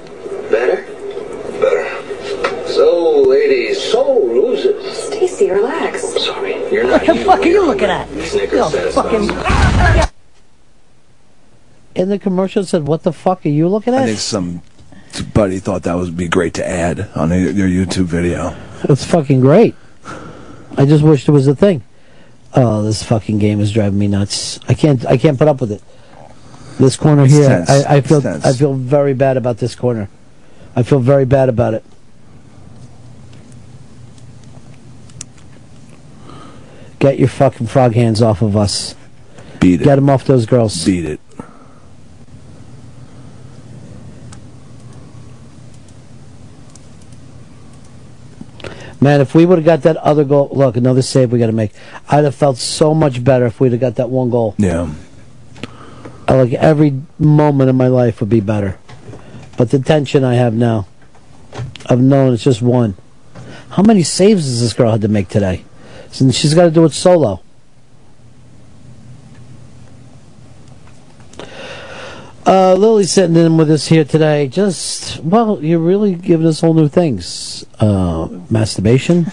Better? Better. So, ladies. So, losers.
Stacy, relax.
Sorry, you're not
What the fuck are you
looking
at?
Snickers
You're
satisfies.
In the commercial, it said, "What the fuck are you looking at?"
I think somebody thought that would be great to add on their their YouTube video.
It's fucking great. I just wish there was a thing. Oh, this fucking game is driving me nuts. I can't. I can't put up with it. This corner
It's
here,
tense.
I, I feel.
It's tense.
I feel very bad about this corner. I feel very bad about it. Get your fucking frog hands off of us.
Beat it.
Get them off those girls.
Beat it.
Man, if we would have got that other goal, look, another save we got to make. I'd have felt so much better if we'd have got that one goal.
Yeah.
I, like every moment of my life would be better. But the tension I have now of knowing it's just one. How many saves does this girl had to make today? Since she's got to do it solo. Uh, Lily's sitting in with us here today. Just, well, you're really giving us whole new things. Uh, masturbation.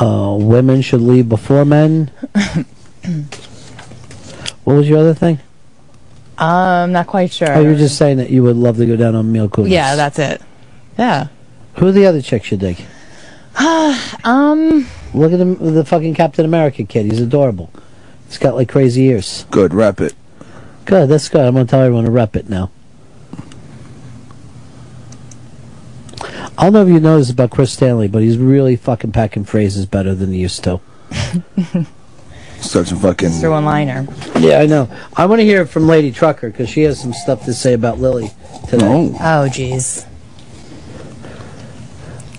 uh, women should leave before men. what was your other thing?
I'm Um, not quite sure.
Oh, you were just saying that you would love to go down on meal coolers.
yeah, that's it. Yeah.
Who are the other chicks you dig?
um.
Look at him, the fucking Captain America kid. He's adorable. He's got like crazy ears.
Good, rep it.
Good, that's good. I'm going to tell everyone to rep it now. I don't know if you noticed about Chris Stanley, but he's really fucking packing phrases better than he used to.
Start some fucking.
Mr. One Liner.
Yeah, I know. I want to hear from Lady Trucker because she has some stuff to say about Lily today.
Oh, jeez.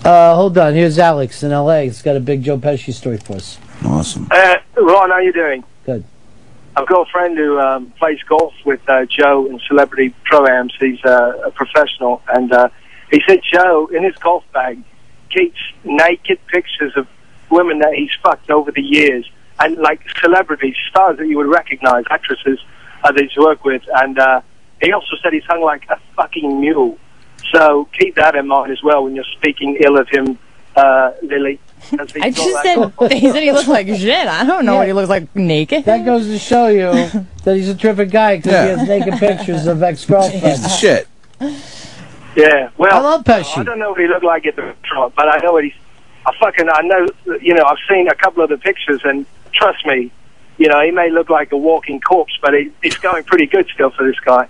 Uh, hold on. Here's Alex in L.A. He's got a big Joe Pesci story for us.
Awesome.
Uh, Ron, how you doing?
Good.
I've got a friend who um, plays golf with uh, Joe in Celebrity Pro-Ams. He's uh, a professional, and uh, he said Joe, in his golf bag, keeps naked pictures of women that he's fucked over the years, and like celebrities, stars that you would recognize, actresses uh, that he's worked with. And uh, he also said he's hung like a fucking mule. So keep that in mind as well when you're speaking ill of him, uh, Lily.
I just said he said he looked like shit. I don't know what he looks like naked.
That goes to show you that he's a terrific guy because
Yeah.
he has naked pictures of ex-girlfriends.
He's the shit.
Yeah, well,
I love Pesci.
I don't know what he looked like at the restaurant, but I know what he's. I fucking I know. You know, I've seen a couple of the pictures, and trust me, you know, he may look like a walking corpse, but he, it's going pretty good still for this guy.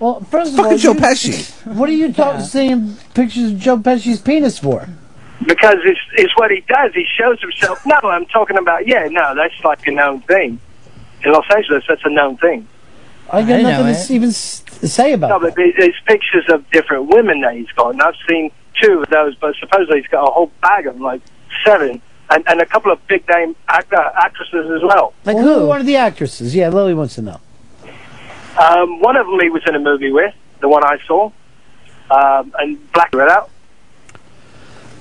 Well, first of
Fucking
all,
Joe
you-
Pesci.
What are you talking, seeing pictures of Joe Pesci's penis for?
Because it's it's what he does. He shows himself. No, I'm talking about. Yeah, no, that's like a known thing. In Los Angeles, that's a known thing.
I got
I know
nothing to
it.
s- even s- say about.
No, but there- there's pictures of different women that he's got, and I've seen two of those. But supposedly he's got a whole bag of them, like seven, and and a couple of big name act- uh, actresses as well.
Like who? One of the actresses. Yeah, Lily wants to know.
Um, one of them he was in a movie with, the one I saw, um, and black it out.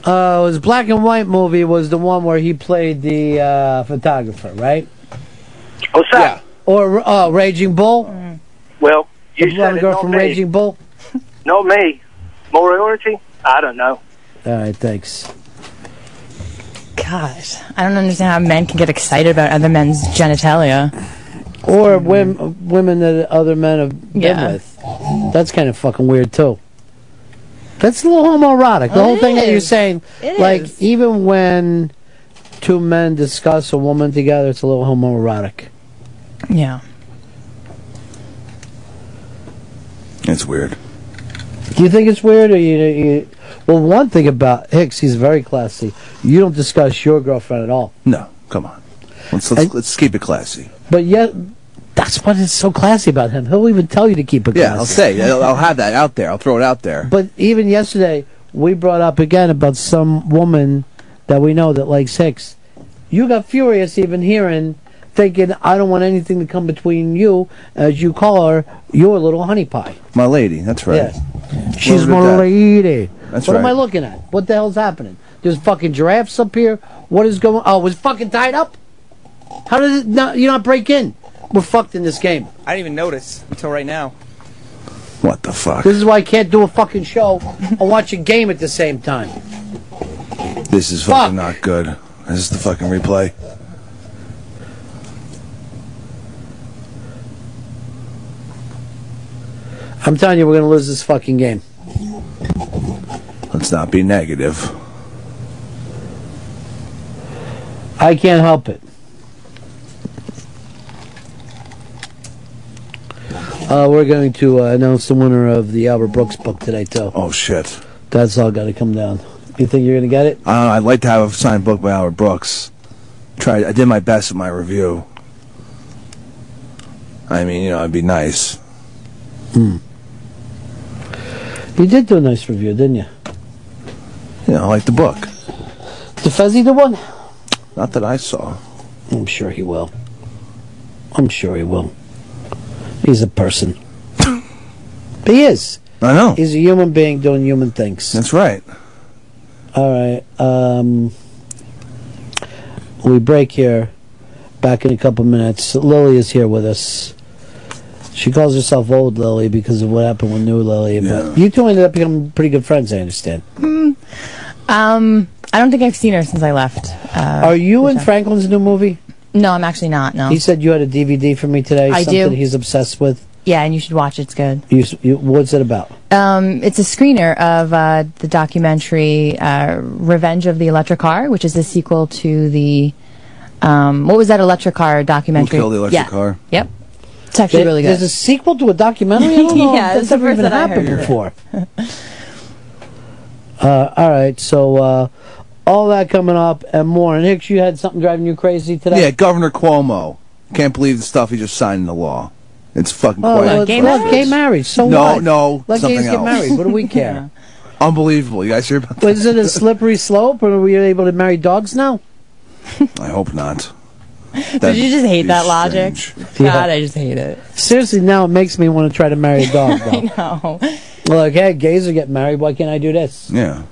Uh, his black and white movie was the one where he played the uh, photographer, right?
What's that?
Or uh, Raging Bull.
Well,
you
said
the
it,
girl
not
from
me.
Raging Bull.
Not me. Moriarty? I don't know.
All right, thanks.
Gosh, I don't understand how men can get excited about other men's genitalia.
Or women, women that other men have been
Yeah.
with. That's kind of fucking weird too. That's a little homoerotic. The
It
whole thing that you're
is.
saying,
It
like
is.
even when two men discuss a woman together, it's a little homoerotic.
Yeah.
It's weird.
Do you think it's weird, or you, you? Well, one thing about Hicks, he's very classy. You don't discuss your girlfriend at all.
No, come on. Let's let's, let's keep it classy.
But yet, that's what is so classy about him. He'll even tell you to keep it classy.
Yeah, I'll say. I'll, I'll have that out there. I'll throw it out there.
But even yesterday, we brought up again about some woman that we know that likes Hicks. You got furious even hearing, thinking, I don't want anything to come between you, as you call her, your little honey pie.
My lady, that's right.
Yeah. She's
What
my
about that?
lady.
That's
what am
right.
I looking at? What the hell's happening? There's fucking giraffes up here. What is going? Oh, it was fucking tied up. How did it not, you not break in? We're fucked in this game.
I didn't even notice until right now.
What the fuck?
This is why I can't do a fucking show and watch a game at the same time.
This is fucking not good. This is the fucking replay.
I'm telling you, we're gonna lose this fucking game.
Let's not be negative.
I can't help it. Uh, we're going to uh, announce the winner of the Albert Brooks book today, too.
Oh shit!
That's all got to come down. You think you're gonna get it?
Uh, I'd like to have a signed book by Albert Brooks. Tried. I did my best at my review. I mean, you know, it'd be nice.
Hmm. You did do a nice review, didn't you?
You know, I like the book.
Did Fezzi do one?
Not that I saw.
I'm sure he will. I'm sure he will. He's a person. he is.
I know.
He's a human being doing human things.
That's right.
All right. Um, we break here. Back in a couple minutes. Lily is here with us. She calls herself old Lily because of what happened with new Lily. But you two ended up becoming pretty good friends, I understand.
Hmm. Um, I don't think I've seen her since I left. Uh,
Are you in Franklin's new movie?
No, I'm actually not. No.
He said you had a DVD for me today.
I
something
do.
He's obsessed with.
yeah, and you should watch. it. It's good.
You, you, what's it about?
Um, it's a screener of uh, the documentary uh, "Revenge of the Electric Car," which is the sequel to the um, what was that electric car documentary?
Who Killed the Electric
Yeah.
Car?
Yep, it's actually
There-
really good.
There's a sequel to a documentary. I don't know
Yeah,
if
it's
that's
the
ever
first
even
that I
happened
heard.
before. uh, all right, so uh, all that coming up and more. And Hicks, you had something driving you crazy today.
Yeah, Governor Cuomo. Can't believe the stuff he just signed into law. It's fucking
Oh,
quite
well, gay marriage. gay marriage. So
no,
what?
no,
Let
something
gays get
else.
married. What do we care?
Unbelievable. You guys hear about
But is it a slippery slope, or are we able to marry dogs now?
I hope not.
Did you just hate that logic?
Yeah.
God, I just hate it.
Seriously, now it makes me want to try to marry a dog. Though.
I know.
Like, hey, gays are getting married. Why can't I do this?
Yeah.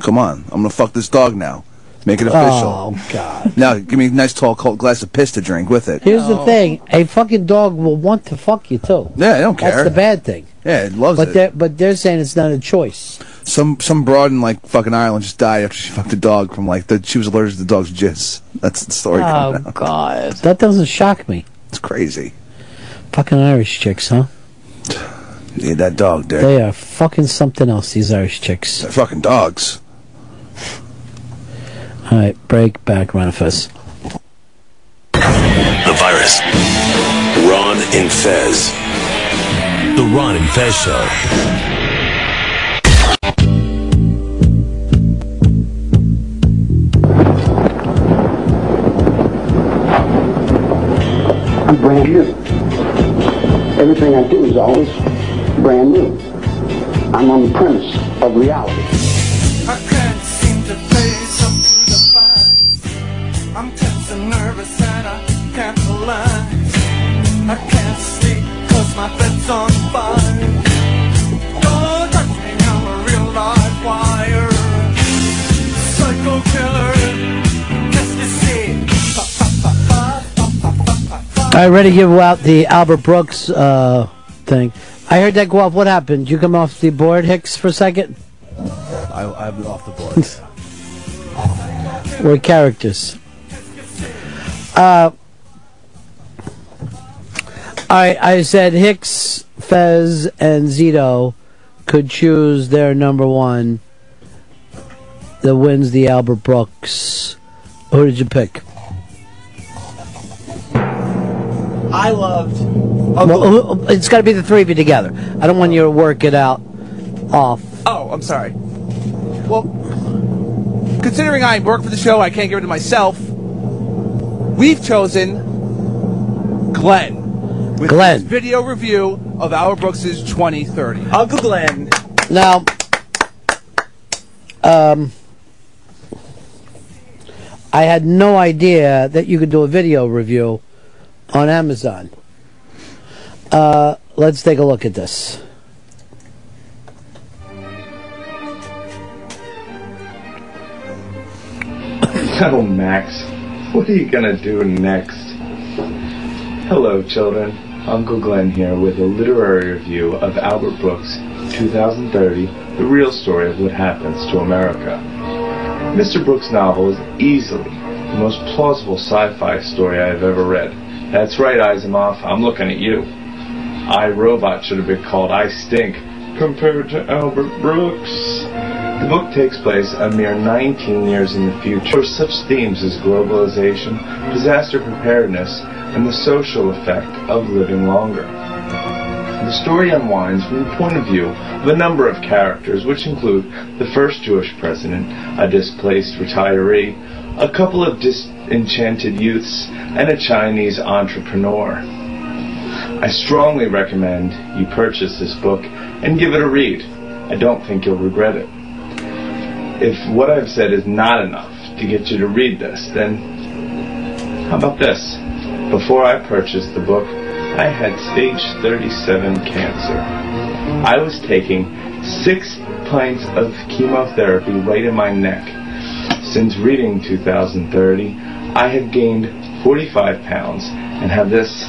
Come on. I'm going to fuck this dog now. Make it official.
Oh, God. Oh.
Now, give me a nice tall cold glass of piss to drink with it.
Here's the thing: a fucking dog will want to fuck you too.
Yeah, I don't care.
That's the bad thing.
Yeah, it loves
But
it.
they're, but they're saying it's not a choice.
Some some broad in like fucking Ireland just died after she fucked a dog from like the she was allergic to the dog's jizz. That's the story. coming out.
God.
That doesn't shock me.
It's crazy.
Fucking Irish chicks, huh?
Need that dog, dude.
They are fucking something else, these Irish chicks.
They're fucking dogs.
All right, break back, manifest.
The virus. Ron and Fez. The Ron and Fez Show.
I'm brand new. Everything I do is always brand new. I'm on the premise of reality.
I can't seem to face up to the facts. I'm tense and nervous and I can't relax. I can't sleep cause my bed's on fire. Don't touch me, I'm a real live wire. Psycho killer, just to see.
All right, ready to give out the Albert Brooks uh, thing. I heard that go off. What happened? Did you come off the board, Hicks, for a second?
I, I'm off the board.
We're characters. Uh, I I said Hicks, Fez, and Zito could choose their number one that wins the Albert Brooks. Who did you pick?
I loved.
Well, who- it's got to be the three of you together. I don't want you to work it out off.
Oh, I'm sorry. Well, considering I work for the show, I can't give it to myself.
We've chosen Glenn. With
Glenn.
his video review of Albert Brooks' 2030. Uncle Glenn.
Now, um, I had no idea that you could do a video review on Amazon. Uh, let's take a look at this.
Oh, Max, what are you gonna do next? Hello, children. Uncle Glenn here with a literary review of Albert Brooks' 2030 The Real Story of What Happens to America. Mr. Brooks' novel is easily the most plausible sci fi story I have ever read. That's right, Isimov, I'm looking at you. I, Robot should have been called I Stink compared to Albert Brooks. The book takes place a mere 19 years in the future. Such themes as globalization, disaster preparedness, and the social effect of living longer. The story unwinds from the point of view of a number of characters, which include the first Jewish president, a displaced retiree, a couple of disenchanted youths, and a Chinese entrepreneur. I strongly recommend you purchase this book and give it a read. I don't think you'll regret it. If what I've said is not enough to get you to read this, then how about this? Before I purchased the book, I had stage 37 cancer. I was taking six pints of chemotherapy right in my neck. Since reading 2030, I have gained 45 pounds and have this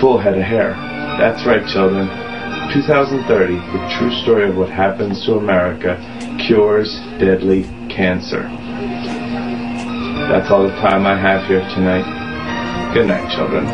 full head of hair. That's right, children. 2030, the true story of what happens to America cures deadly cancer. That's all the time I have here tonight. Good night, children.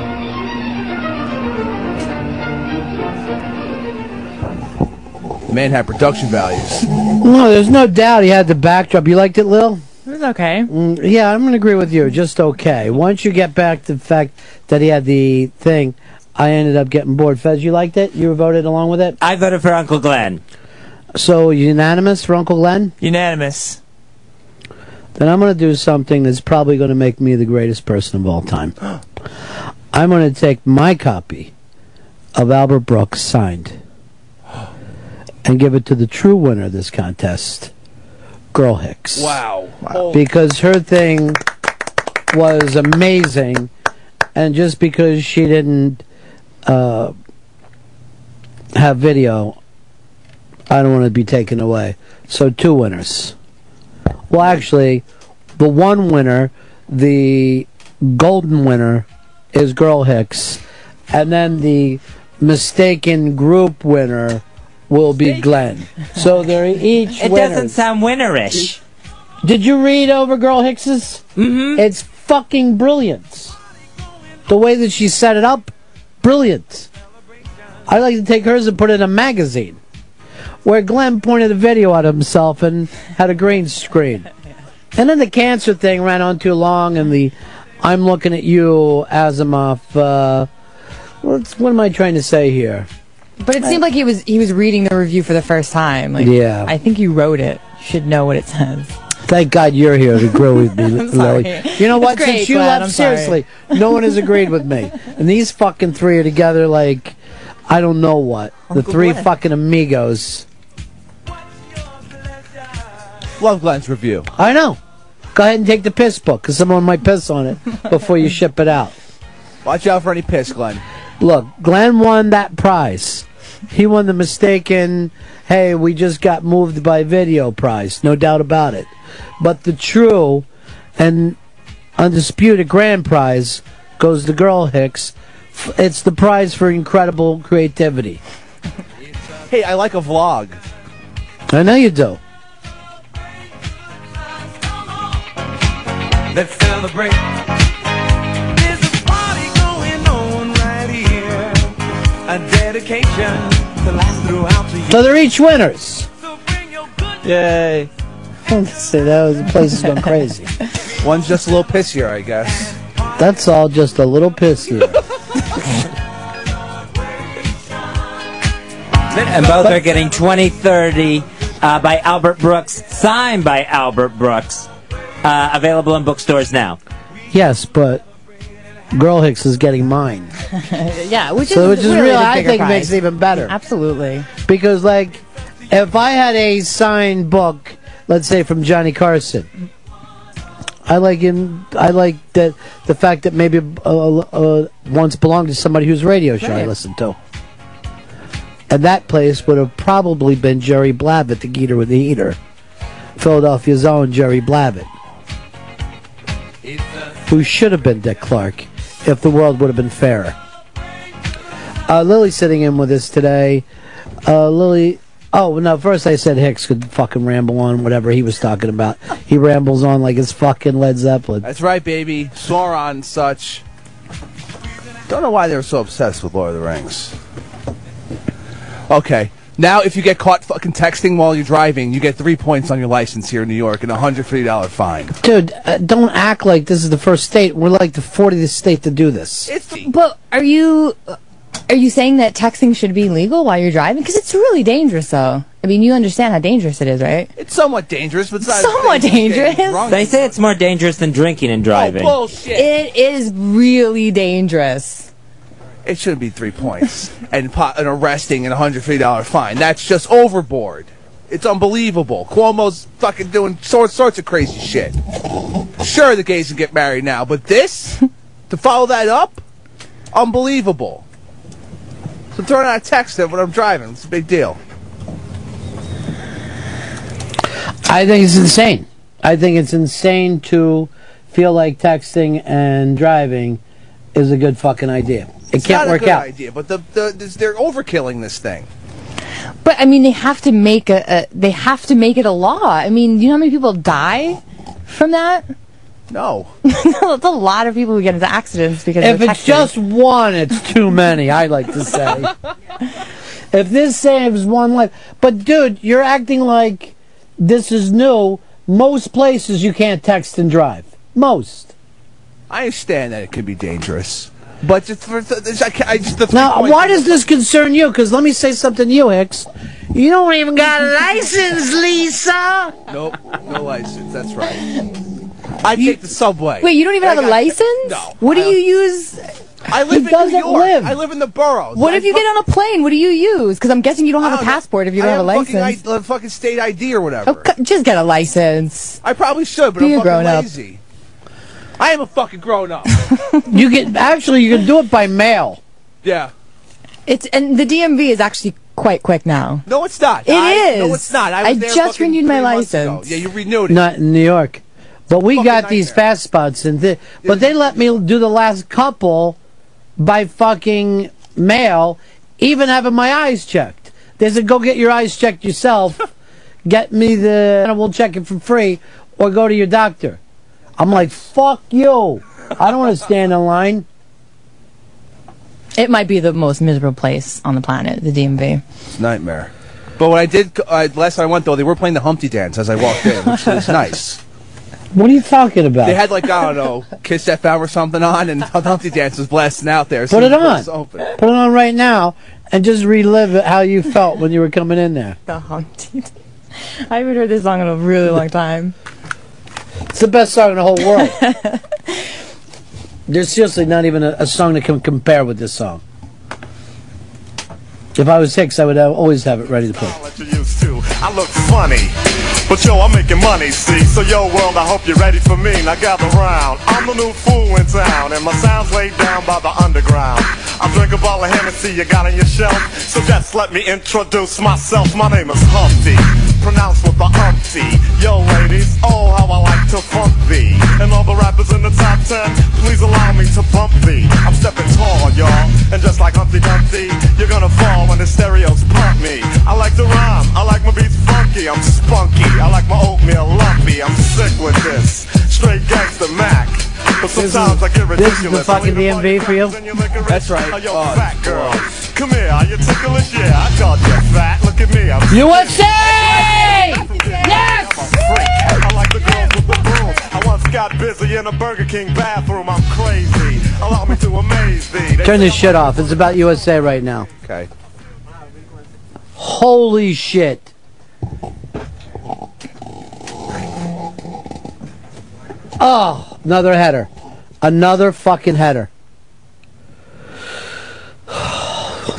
The man had production values.
No, there's no doubt he had the backdrop. You liked it, Lil?
It was okay.
Mm, yeah, I'm going to agree with you. Just okay. Once you get back to the fact that he had the thing, I ended up getting bored. Fez, you liked it? You voted along with it?
I voted for Uncle Glenn.
So unanimous for Uncle Glenn?
Unanimous.
Then I'm going to do something that's probably going to make me the greatest person of all time. I'm going to take my copy of Albert Brooks signed and give it to the true winner of this contest, Girl Hicks.
Wow. Wow.
Because her thing was amazing, and just because she didn't uh, have video, I don't want to be taken away. So, two winners. Well, actually, the one winner, the golden winner, is Girl Hicks, and then the mistaken group winner will be Glenn. So they're each
It doesn't
winners.
sound winnerish.
Did you read over Girl Hicks's? Mm-hmm. It's fucking brilliant. The way that she set it up, brilliant. I'd like to take hers and put it in a magazine, where Glenn pointed a video at himself and had a green screen. And then the cancer thing ran on too long, and the I'm looking at you, Asimov. Uh, what's, what am I trying to say here?
But it seemed like he was he was reading the review for the first time. Like,
Yeah.
I think you wrote it. You should know what it says.
Thank God you're here to grow with me, Lily. You know
It's
what?
great,
Since you
Glenn,
left,
I'm sorry.
seriously, no one has agreed with me. And these fucking three are together like I don't know what. the
Uncle
three
Glenn.
fucking amigos.
Love Glenn's review.
I know. Go ahead and take the piss book because someone might piss on it before you ship it out.
Watch out for any piss, Glenn.
Look, Glenn won that prize. He won the mistaken, hey, we just got moved by video prize, no doubt about it. But the true and undisputed grand prize goes to Girl Hicks. F- It's the prize for incredible creativity.
Hey, I like a vlog.
I know you do.
Let's celebrate. There's a party going on right here. A dedication to last throughout the
So they're each winners.
Yay.
See, that was, the place is going crazy.
One's just a little pissier, I guess.
That's all just a little pissy.
And both are getting 2030 uh, by Albert Brooks, signed by Albert Brooks, uh, available in bookstores now.
Yes, but Girl Hicks is getting mine.
yeah, which
So which
is
is
really
real,
the
I
bigger
think
prize.
makes it even better.
Absolutely.
Because, like, if I had a signed book, let's say from Johnny Carson, I like him. I like that the fact that maybe uh, uh, once belonged to somebody whose radio show I
Right.
listened to. And that place would have probably been Jerry Blavitt, the Geeter with the Eater, Philadelphia's own Jerry Blavitt. who should have been Dick Clark if the world would have been fairer. Uh, Lily's sitting in with us today. Uh, Lily, oh no, first I said Hicks could fucking ramble on whatever he was talking about. He rambles on like it's fucking Led Zeppelin.
That's right, baby. Sauron and such. Don't know why they were so obsessed with Lord of the Rings. Okay. Now, if you get caught fucking texting while you're driving, you get three points on your license here in New York and a $150 fine.
Dude, uh, don't act like this is the first state. We're like the 40th state to do this.
But are you are you saying that texting should be legal while you're driving? Because it's really dangerous, though. I mean, you understand how dangerous it is, right?
It's somewhat dangerous, but it's not
Somewhat dangerous. Oh,
They say it's more dangerous than drinking and driving.
bullshit.
It is really dangerous.
It shouldn't be three points and po- an arresting and a $150 fine. That's just overboard. It's unbelievable. Cuomo's fucking doing all sorts of crazy shit. Sure, the gays can get married now, but this? to follow that up? Unbelievable. So throwing out a text when I'm driving, it's a big deal.
I think it's insane. I think it's insane to feel like texting and driving is a good fucking idea. It
It's
can't
not
work
a good
out.
idea, but the, the, this, they're overkilling this thing.
But I mean, they have to make a, a they have to make it a law. I mean, you know how many people die from that?
No,
it's a lot of people who get into accidents because
If
of
it's just one, it's too many, I like to say. if this saves one life. But, dude, you're acting like this is new. Most places you can't text and drive. Most.
I understand that it could be dangerous, but just for this, I, can't, I just the three
Now,
points-
why does this concern you? Because let me say something to you, Hicks. You don't even got a license, Lisa.
Nope, no license. That's right. I take the subway.
Wait, you don't even
I
have a
got-
license?
No.
What do you use?
I live
he
in
doesn't
New York.
live.
I live in the boroughs.
What
I
if you
fu-
get on a plane? What do you use? Because I'm guessing you don't have a passport if you don't
I
have a
fucking
license.
I- a fucking state ID or whatever.
C- Just get a license.
I probably should, but
Be
I'm
a
fucking
grown-up.
lazy. I am a fucking grown up.
You can actually you can do it by mail.
yeah.
It's and the DMV is actually quite quick now.
No, it's not.
It
I-
is.
No, it's not. I, was
I
there
just
fucking
renewed my
three months ago.
license.
Yeah, you renewed it.
Not in New York, but we got these fast spots and thi- but they let me do the last couple by fucking mail, even having my eyes checked. They said go get your eyes checked yourself. get me the and we'll check it for free, or go to your doctor. I'm like fuck you. I don't want to stand in line.
It might be the most miserable place on the planet, the DMV.
It's a nightmare. But when I did uh, last time I went though, they were playing the Humpty Dance as I walked in, which was nice.
What are you talking about?
They had like I don't know Kiss FM or something on, and the Humpty Dance was blasting out there.
Put it on.
was open.
Put it on right now and just relive it how you felt when you were coming in there.
The haunted. I haven't heard this song in a really long time.
It's the best song in the whole world. There's seriously not even a, a song that can compare with this song. If I was Hicks, I would have, always have it ready to play.
that you used to. I look funny, but yo, I'm making money, see. So yo, world, I hope you're ready for me. Now gather round. I'm the new fool in town, and my sound's laid down by the underground. I drink a bottle of Hennessy you got on your shelf, so just let me introduce myself. My name is Humpty, pronounced with the umpty. Yo, ladies, oh how I like to funk thee. And all the rappers in the top ten, please allow me to bump thee. I'm stepping tall, y'all, and just like Humpty Dumpty, you're gonna fall when the stereos pump me. I like to rhyme, I like my beats funky, I'm spunky. I like my oatmeal lumpy, I'm sick with this. Straight gangster Mac. But sometimes I get ridiculous.
This is the fucking DMV for you?
That's right.
Are you a fat girl? Come here, are you ticklish? Yeah, I called you fat. Look at me, I'm
USA!
Yes! I like the girls with the brooms. I once got busy in a Burger King bathroom. I'm crazy. Allow me to amaze thee. They
Turn
say
this shit off. It's about USA right now.
Okay.
Holy shit. Oh, another header. Another fucking header.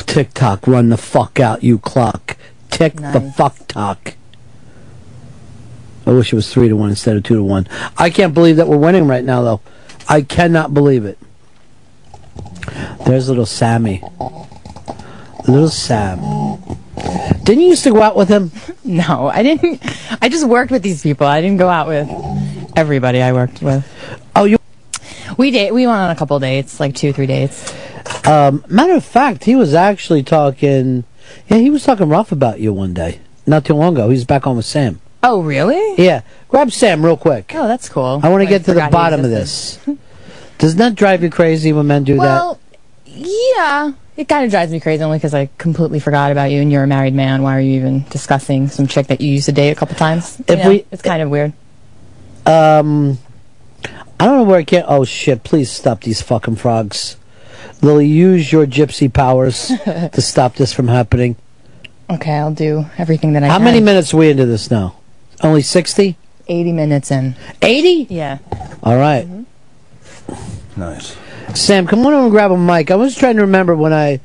TikTok, run the fuck out, you clock. Tick the
Nice.
fuck tock. I wish it was three to one instead of two to one. I can't believe that we're winning right now, though. I cannot believe it. There's little Sammy. Little Sam. Didn't you used to go out with him?
No, I didn't. I just worked with these people. I didn't go out with everybody I worked with.
Oh, you?
We date. We went on a couple dates, like two, three dates.
Um, matter of fact, he was actually talking. Yeah, he was talking rough about you one day, not too long ago. He was back on with Sam.
Oh, really?
Yeah, grab Sam real quick.
Oh, that's cool.
I want to get to the bottom of this. Doesn't that drive you crazy when men do
Well, yeah. It kind of drives me crazy only because I completely forgot about you and you're a married man. Why are you even discussing some chick that you used to date a couple times? You
If
know,
we-
it's kind of weird.
that? Um, I don't know where I can. Oh shit! Please stop these fucking frogs. Lily, use your gypsy powers to stop this from happening.
Okay, I'll do everything that I
How
can.
many minutes are we into this now? Only sixty.
80 minutes in.
80?
Yeah.
All right.
Nice.
Sam, come on over and grab a mic. I was trying to remember when I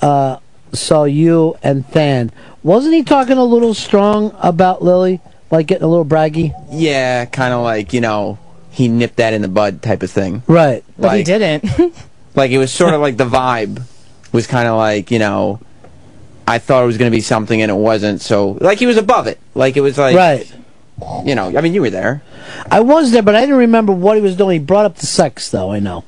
uh, saw you and Than. Wasn't he talking a little strong about Lily? Like getting a little braggy?
Yeah, kind of like, you know, he nipped that in the bud type of thing.
Right.
But he
Like-
didn't.
Like, it was sort of like the vibe was kind of like, you know, I thought it was going to be something and it wasn't, so, like, he was above it. Like, it was like,
Right.
you know, I mean, you were there.
I was there, but I didn't remember what he was doing. He brought up the sex, though, I know.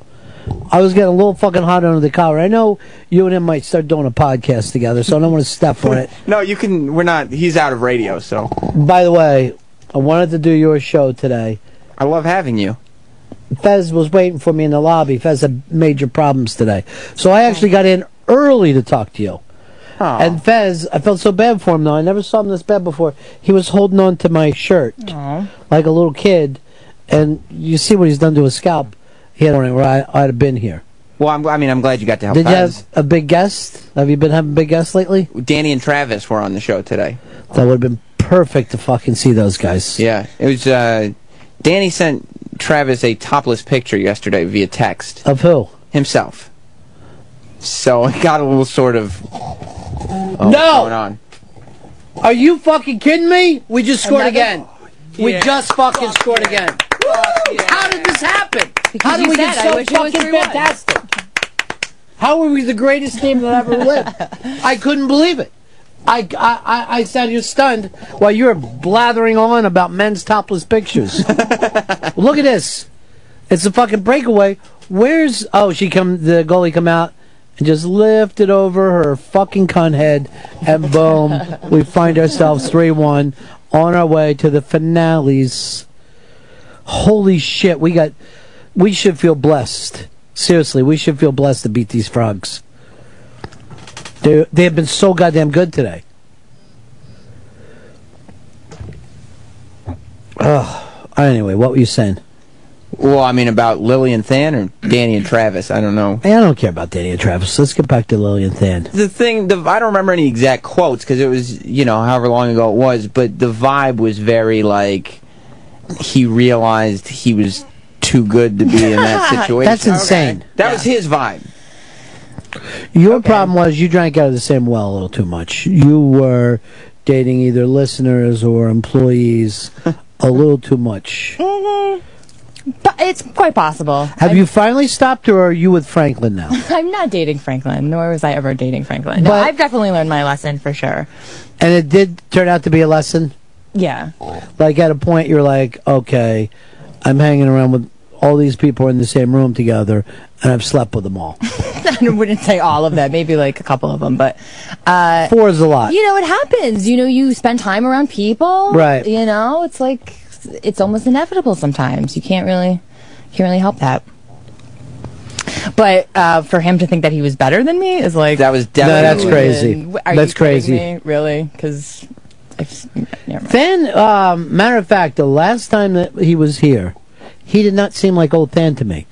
I was getting a little fucking hot under the collar. I know you and him might start doing a podcast together, so I don't want to step on it.
No, you can, we're not, he's out of radio, so.
By the way, I wanted to do your show today.
I love having you.
Fez was waiting for me in the lobby. Fez had major problems today. So I actually got in early to talk to you. And Fez, I felt so bad for him though. I never saw him this bad before. He was holding on to my shirt like a little kid. And you see what he's done to his scalp. He had on it where I, I'd have been here.
Well, I'm, I mean, I'm glad you got to help
Did you
Fez.
have a big guest? Have you been having big guests lately?
Danny and Travis were on the show today.
That would have been perfect to fucking see those guys.
Yeah, it was, uh, Danny sent Travis a topless picture yesterday via text.
Of who?
Himself. So it got a little sort of. Oh,
No!
what's Going on.
Are you fucking kidding me? We just scored
Another-
again. We
Yeah.
just fucking scored again. How did this happen?
Because
How did
you
we
said
get
I
so
wish it was
fucking
three one.
fantastic? How are we the greatest team that ever lived? I couldn't believe it. I, I, I, I sat here stunned while you were blathering on about men's topless pictures. Look at this. It's a fucking breakaway. Where's oh she come the goalie come out and just lift it over her fucking cunt head and boom we find ourselves three one on our way to the finales. Holy shit, we got we should feel blessed. Seriously, we should feel blessed to beat these frogs. They they have been so goddamn good today. Ugh. Anyway, what were you saying?
Well, I mean, about Lily and Than or Danny and Travis. I don't know.
Hey, I don't care about Danny and Travis. Let's get back to Lillian Than.
The thing, the, I don't remember any exact quotes because it was, you know, however long ago it was, but the vibe was very like he realized he was too good to be in that situation.
That's insane.
That was his vibe.
Your problem was you drank out of the same well a little too much. You were dating either listeners or employees a little too much.
but it's quite possible.
Have you finally stopped, or are you with Franklin now?
I'm not dating Franklin, nor was I ever dating Franklin. no,
But-
I've definitely learned my lesson for sure.
And it did turn out to be a lesson.
Yeah.
Like at a point, you're like, okay, I'm hanging around with all these people in the same room together, and I've slept with them all.
I wouldn't say all of that, maybe like a couple of them, but. Uh,
Four is a lot.
You know, it happens. You know, you spend time around people.
Right.
You know, it's like, it's almost inevitable sometimes. You can't really, can't really help that. But uh, for him to think that he was better than me is like.
That was
No, that's crazy.
Are
That's
you kidding
crazy.
me? Really? Because.
Than, um, matter of fact, the last time that he was here, he did not seem like old Than to me.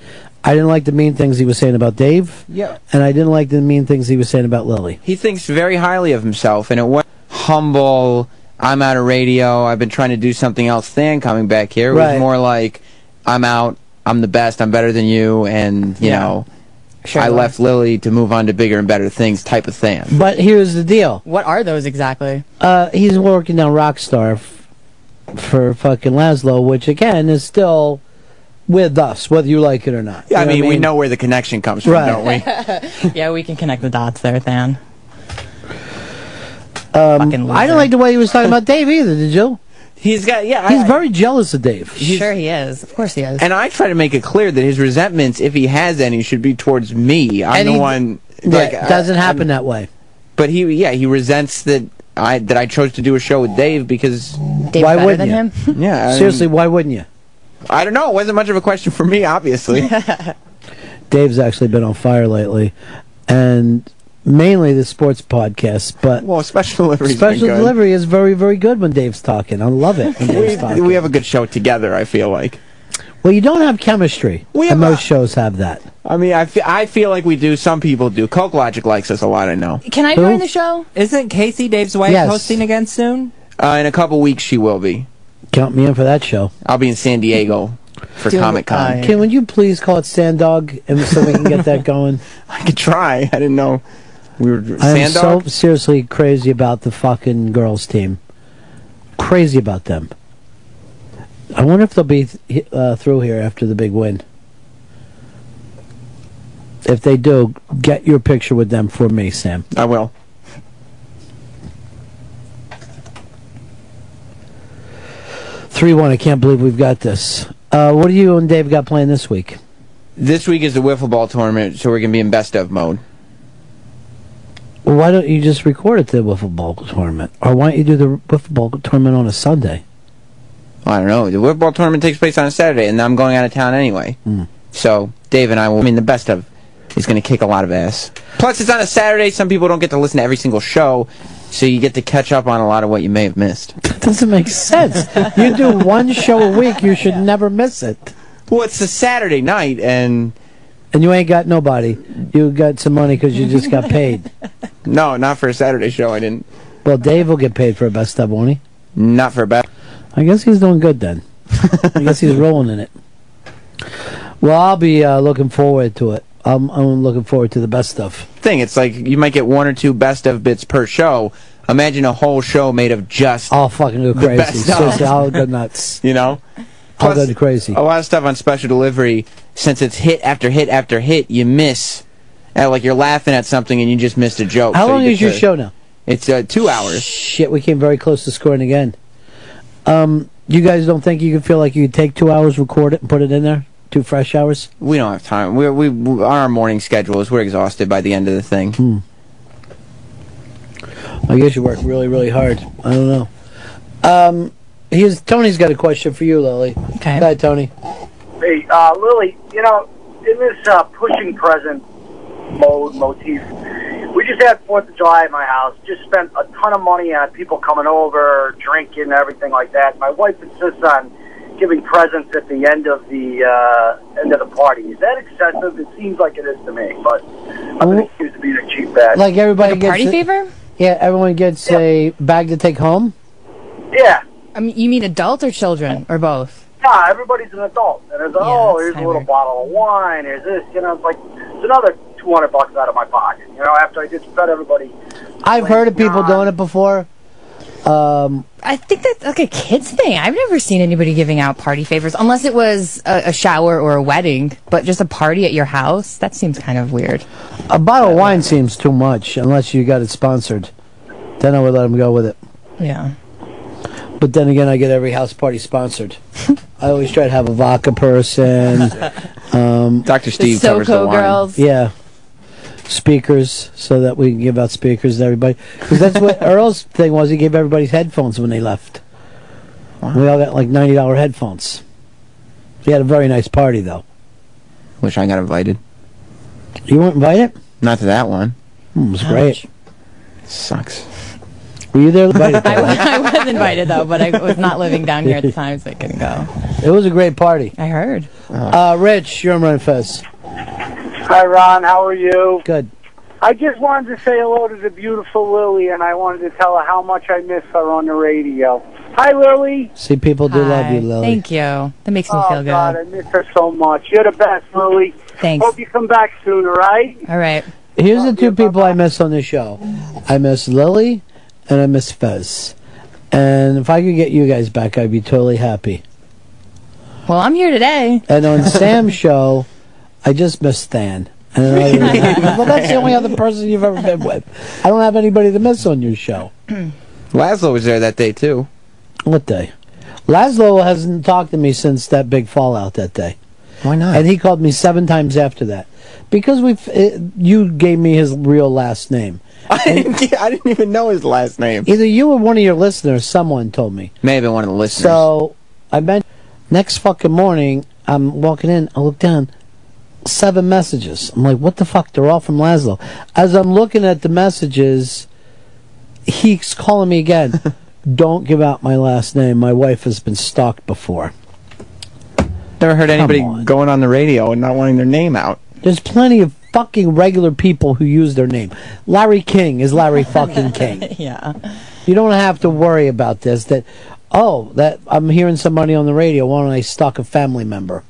I didn't like the mean things he was saying about Dave.
Yeah.
And I didn't like the mean things he was saying about Lily.
He thinks very highly of himself, and it was humble. I'm out of radio. I've been trying to do something else. Than coming back here it
Right.
was more like, I'm out. I'm the best. I'm better than you. And you
Yeah.
know,
Sure
I
was.
left Lily to move on to bigger and better things. Type of Than.
But here's the deal.
What are those exactly?
Uh, he's working on Rockstar f- for fucking Laszlo, which again is still with us, whether you like it or not.
I
You
mean,
what
we know where the connection comes from,
Right.
don't we?
yeah, we can connect the dots there, Than.
Um, I didn't like the way he was talking about Dave either. Did you?
He's got yeah.
He's very jealous of Dave.
sure he is. Of course he is.
And I try to make it clear that his resentments, if he has any, should be towards me. I'm
And
the
he-
one.
yeah, it doesn't happen that way.
But he, yeah, he resents that I that I chose to do a show with Dave because
Dave's Why better wouldn't than you? him?
yeah,
Seriously, why wouldn't you?
Um, I don't know. It wasn't much of a question for me, obviously.
Dave's actually been on fire lately, and mainly the sports podcast. But
well, special delivery's been
special
good.
delivery is very, very good when Dave's talking. I love it. When Dave's
we,
talking.
we have a good show together. I feel like.
Well, you don't have chemistry,
We
and most shows have that.
I mean, I feel, I feel like we do. Some people do. Coke Logic likes us a lot. I know.
Can I join the show?
Isn't Casey Dave's wife
Yes.
hosting again soon?
Uh, in a couple weeks, she will be.
Count me in for that show.
I'll be in San Diego for
Dude,
Comic Con.
Ken, would you please call it Sand Dog, and so we can get that going?
I could try. I didn't know we were
I am
Sand
so
Dog.
seriously crazy about the fucking girls team. Crazy about them. I wonder if they'll be th- uh, through here after the big win. If they do, get your picture with them for me, Sam.
I will.
Three one. I can't believe we've got this. Uh, what do you and Dave got playing this week?
This week is the wiffle ball tournament, so we're gonna be in best of mode.
Well, why don't you just record at the wiffle ball tournament, or why don't you do the wiffle ball tournament on a Sunday?
I don't know. The wiffle ball tournament takes place on a Saturday, and I'm going out of town anyway.
Hmm.
So Dave and I will. I mean, the best of is gonna kick a lot of ass. Plus, it's on a Saturday. Some people don't get to listen to every single show, so you get to catch up on a lot of what you may have missed.
That doesn't make sense. you do one show a week, you should never miss it.
Well, it's a Saturday night, and
and you ain't got nobody. You got some money because you just got paid.
No, not for a Saturday show. I didn't.
Well, Dave will get paid for a best of, won't he?
Not for a best.
I guess he's doing good then. I guess he's rolling in it. Well, I'll be uh, looking forward to it. I'm, I'm looking forward to the best stuff.
thing. It's like you might get one or two best of bits per show. Imagine a whole show made of just
I'll fucking go
the
crazy.
best
Seriously,
of.
I'll go nuts.
you know,
I'll go crazy.
a lot of stuff on special delivery. Since it's hit after hit after hit, you miss. uh, like you're laughing at something and you just missed a joke.
How
so you
long
get
is your
to-
show now?
It's uh, two hours.
Shit, we came very close to scoring again. Um, you guys don't think you can feel like you could take two hours, record it, and put it in there? Two fresh hours?
We don't have time. We're, we we- our morning schedules. We're exhausted by the end of the thing.
Hmm. I guess you work really, really hard. I don't know. Um, here's Tony's got a question for you, Lily. Okay. Hi, Tony.
Hey, uh, Lily, you know, in this uh, pushing present mode motif, we just had Fourth of July at my house. Just spent a ton of money on people coming over, drinking, everything like that. My wife insists on giving presents at the end of the uh, end of the party. Is that excessive? It seems like it is to me, but I'm an excuse to be a cheap bag.
Like everybody
Like a
gets
party
a-
favor?
Yeah, everyone gets a bag to take home.
Yeah.
I mean, you mean adult or children or both?
Nah, everybody's an adult, and it's oh, here's a little bottle of wine. Here's this, you know, it's like it's another two hundred bucks out of my pocket. You know, after I just fed everybody
I've heard of people doing it before. Um,
I think that's like a kids thing. I've never seen anybody giving out party favors unless it was a, a shower or a wedding, but just a party at your house. That seems kind of weird.
a bottle of wine seems too much unless you got it sponsored. Then I would let them go with it.
Yeah.
But then again, I get every house party sponsored. I always try to have a vodka person. Um,
Dr. Steve The covers the Soco wine. girls.
Yeah. Speakers, so that we can give out speakers to everybody. Because that's what Earl's thing was. He gave everybody's headphones when they left. We all got like $90 headphones. He had a very nice party, though.
Wish I got invited.
You weren't invited?
Not to that one.
Hmm, it was great.
Sucks.
Were you there? Invited,
I, wa- I was invited though, but I was not living down here at the time, so I couldn't go.
It was a great party.
I heard.
Uh-huh.
Uh, Rich, you're on Run Fest.
Hi, Ron. How are you?
Good.
I just wanted to say hello to the beautiful Lily, and I wanted to tell her how much I miss her on the radio. Hi, Lily.
See, people do love
Hi.
you, Lily.
Thank you. That makes me
oh,
feel good.
God, I miss her so much. You're the best, Lily.
Thanks.
Hope you come back soon, all right?
All right.
Here's the two people I miss on the show. I miss Lily, and I miss Fez. And if I could get you guys back, I'd be totally happy.
Well, I'm here today.
And on Sam's show, I just miss Stan. And I don't even- well, that's the only other person you've ever been with. I don't have anybody to miss on your show.
Laszlo was there that day too.
What day? Laszlo hasn't talked to me since that big fallout that day.
Why not?
And he called me seven times after that because we you gave me his real last name.
I didn't, I didn't even know his last name.
Either you or one of your listeners, someone told me.
May have been one of the listeners.
So I meant next fucking morning, I'm walking in, I look down, seven messages. I'm like, what the fuck? They're all from Laszlo. As I'm looking at the messages, he's calling me again. Don't give out my last name. My wife has been stalked before.
Never heard anybody on. going on the radio and not wanting their name out.
There's plenty of fucking regular people who use their name. Larry King is Larry fucking King.
yeah.
You don't have to worry about this. That oh, that I'm hearing somebody on the radio. Why don't I stalk a family member?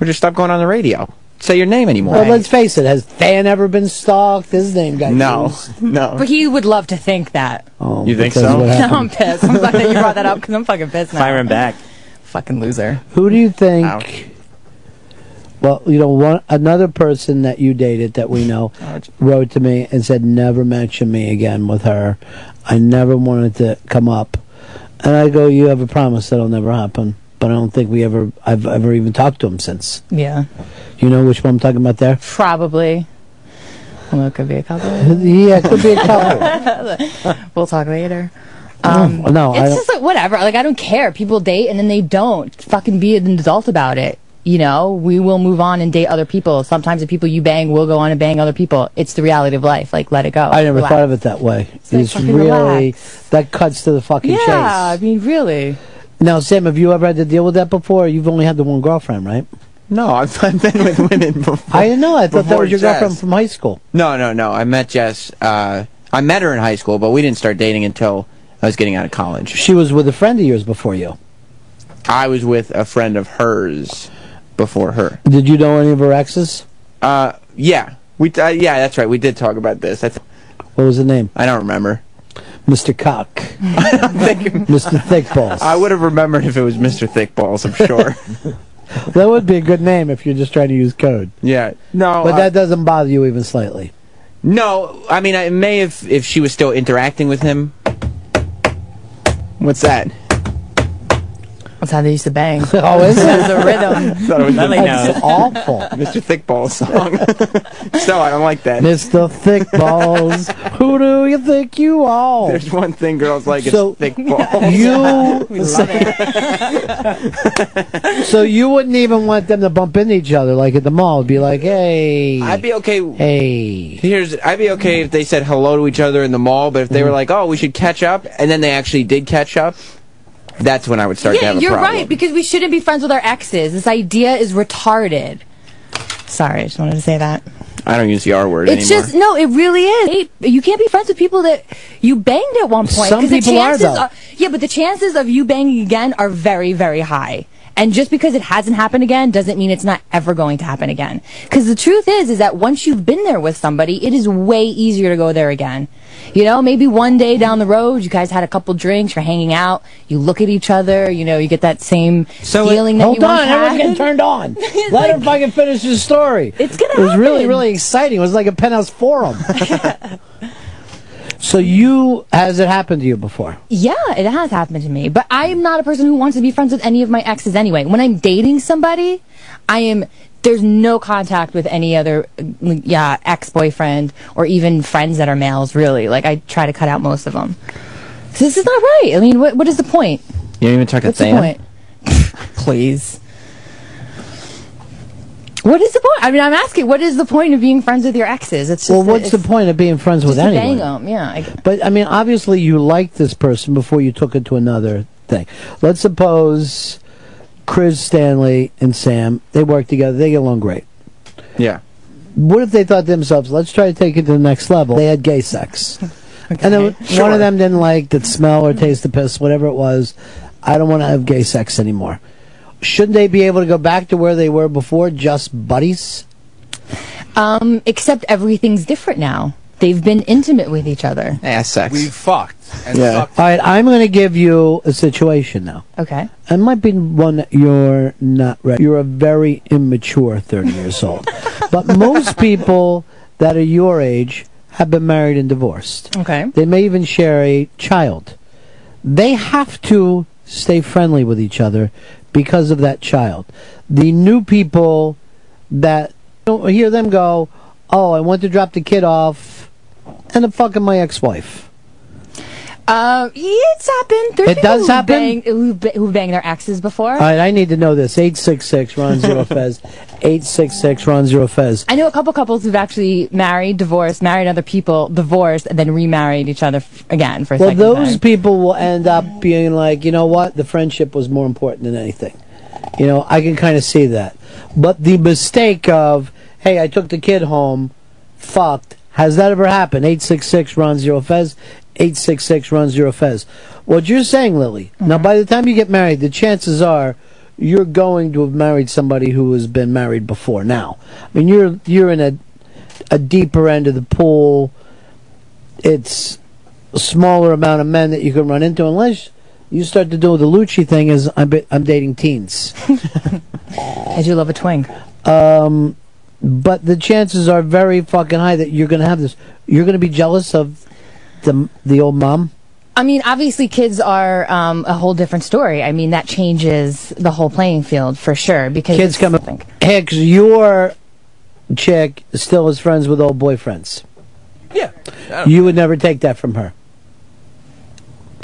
Or just stop going on the radio. Say your name anymore.
Well, right. let's face it. Has Fan ever been stalked? His name got
no,
used.
no.
But he would love to think that.
Oh, you think so? No,
I'm pissed. I'm glad that you brought that up because I'm fucking pissed now.
Firing back.
Fucking loser.
Who do you think? Ouch. Well, you know, one another person that you dated that we know wrote to me and said, "Never mention me again with her. I never wanted to come up." And I go, "You have a promise that'll never happen." But I don't think we ever, I've ever even talked to him since.
Yeah.
You know which one I'm talking about there?
Probably. Well, it could be a couple.
yeah, it could be a couple. Oh,
we'll talk later. Um,
no, no,
it's just like whatever. Like I don't care. People date and then they don't. Fucking be an adult about it you know, we will move on and date other people. Sometimes the people you bang will go on and bang other people. It's the reality of life. Like, let it go.
I never relax. thought of it that way. It's, like it's really, relax. that cuts to the fucking
yeah,
chase.
Yeah, I mean, really.
Now, Sam, have you ever had to deal with that before? You've only had the one girlfriend, right?
No, I've, I've been with women before. I
didn't know. I thought that was your Jess. girlfriend from high school.
No, no, no. I met Jess. Uh, I met her in high school, but we didn't start dating until I was getting out of college.
She was with a friend of yours before you.
I was with a friend of hers before her.
Did you know any of her exes?
Uh, yeah, we uh, yeah, that's right. We did talk about this. That's
what was the name?
I don't remember.
Mr. Cock. I don't think Mr. Thickballs.
I would have remembered if it was Mr. Thickballs. I'm sure.
that would be a good name if you're just trying to use code.
Yeah. No. uh,
But I, that doesn't bother you even slightly.
No, I mean, I may if if she was still interacting with him. What's that?
That's how they used to bang.
oh, is it?
There's a rhythm.
Thought it was
Lily knows.
awful.
Mr. Thickball song. so I don't like that.
Mr. Thickballs, who do you think you are?
There's one thing girls like so, it's thickballs.
You. so you wouldn't even want them to bump into each other like at the mall. It'd be like, hey.
I'd be okay.
Hey.
Here's. I'd be okay if they said hello to each other in the mall, but if they mm-hmm. were like, oh, we should catch up, and then they actually did catch up that's when I would start
yeah,
to
you're
problem.
right, because we shouldn't be friends with our exes. This idea is retarded. Sorry, I just wanted to say that.
I don't use the R word
it's
anymore.
just, no, it really is. You can't be friends with people that you banged at one point.
Some people are, though.
Are, yeah, but the chances of you banging again are very, very high. And just because it hasn't happened again doesn't mean it's not ever going to happen again. Because the truth is, is that once you've been there with somebody, it is way easier to go there again. You know, maybe one day down the road, you guys had a couple drinks, you're hanging out, you look at each other, you know, you get that same so feeling it, that
hold
you
on, everyone's getting turned on. Let like, her fucking finish the story.
It's gonna.
It was
happen.
really, really exciting. It was like a penthouse forum. So you has it happened to you before?
Yeah, it has happened to me. But I am not a person who wants to be friends with any of my exes anyway. When I'm dating somebody, I am there's no contact with any other yeah, ex-boyfriend or even friends that are males really. Like I try to cut out most of them. So this is not right. I mean, what what is the point?
You don't even talk to
What's Sam? the point? Please. What is the point? I mean, I'm asking. What is the point of being friends with your exes? It's just
well, what's
it's
the point of being friends with
just
anyone?
Bang them, yeah. I
but I mean, obviously, you liked this person before you took it to another thing. Let's suppose Chris Stanley and Sam they work together. They get along great.
Yeah.
What if they thought to themselves, "Let's try to take it to the next level"? They had gay sex, okay. and then sure. one of them didn't like the smell or taste the piss, whatever it was. I don't want to have gay sex anymore shouldn't they be able to go back to where they were before, just buddies?
Um, except everything's different now. They've been intimate with each other.
Yeah, sex.
We fucked. yeah. Sucked.
All right, I'm going to give you a situation now.
Okay.
It might be one that you're not ready. You're a very immature 30 years old. but most people that are your age have been married and divorced.
Okay.
They may even share a child. They have to stay friendly with each other because of that child. The new people that don't hear them go, "Oh, I went to drop the kid off," and I'm fucking my ex-wife.
Uh, it's happened. There's
It
people
does
who
happen?
Bang, who, ba- who bang their exes before.
All right, I need to know this. Eight six six Ron Zero Fez. Eight six six Ron Zero Fez.
I know a couple couples who've actually married, divorced, married other people, divorced, and then remarried each other f- again for a
Well,
second
those
time.
people will end up being like, you know what? The friendship was more important than anything. You know, I can kind of see that. But the mistake of, hey, I took the kid home, fucked. Has that ever happened? 866 Ron Zero Fez. 866 Ron Zero Fez. What you're saying, Lily,
Mm-hmm.
now by the time you get married, the chances are you're going to have married somebody who has been married before now. I mean, you're, you're in a, a deeper end of the pool it's a smaller amount of men that you can run into unless you start to do the Lucci thing is I'm, bi- I'm dating teens.
I do love a twang.
Um, but the chances are very fucking high that you're going to have this. You're going to be jealous of the the old mom.
I mean, obviously, kids are um, a whole different story. I mean, that changes the whole playing field for sure. Because
Kids come up. Hey, 'cause your chick still is friends with old boyfriends. Yeah. You would never take that from her.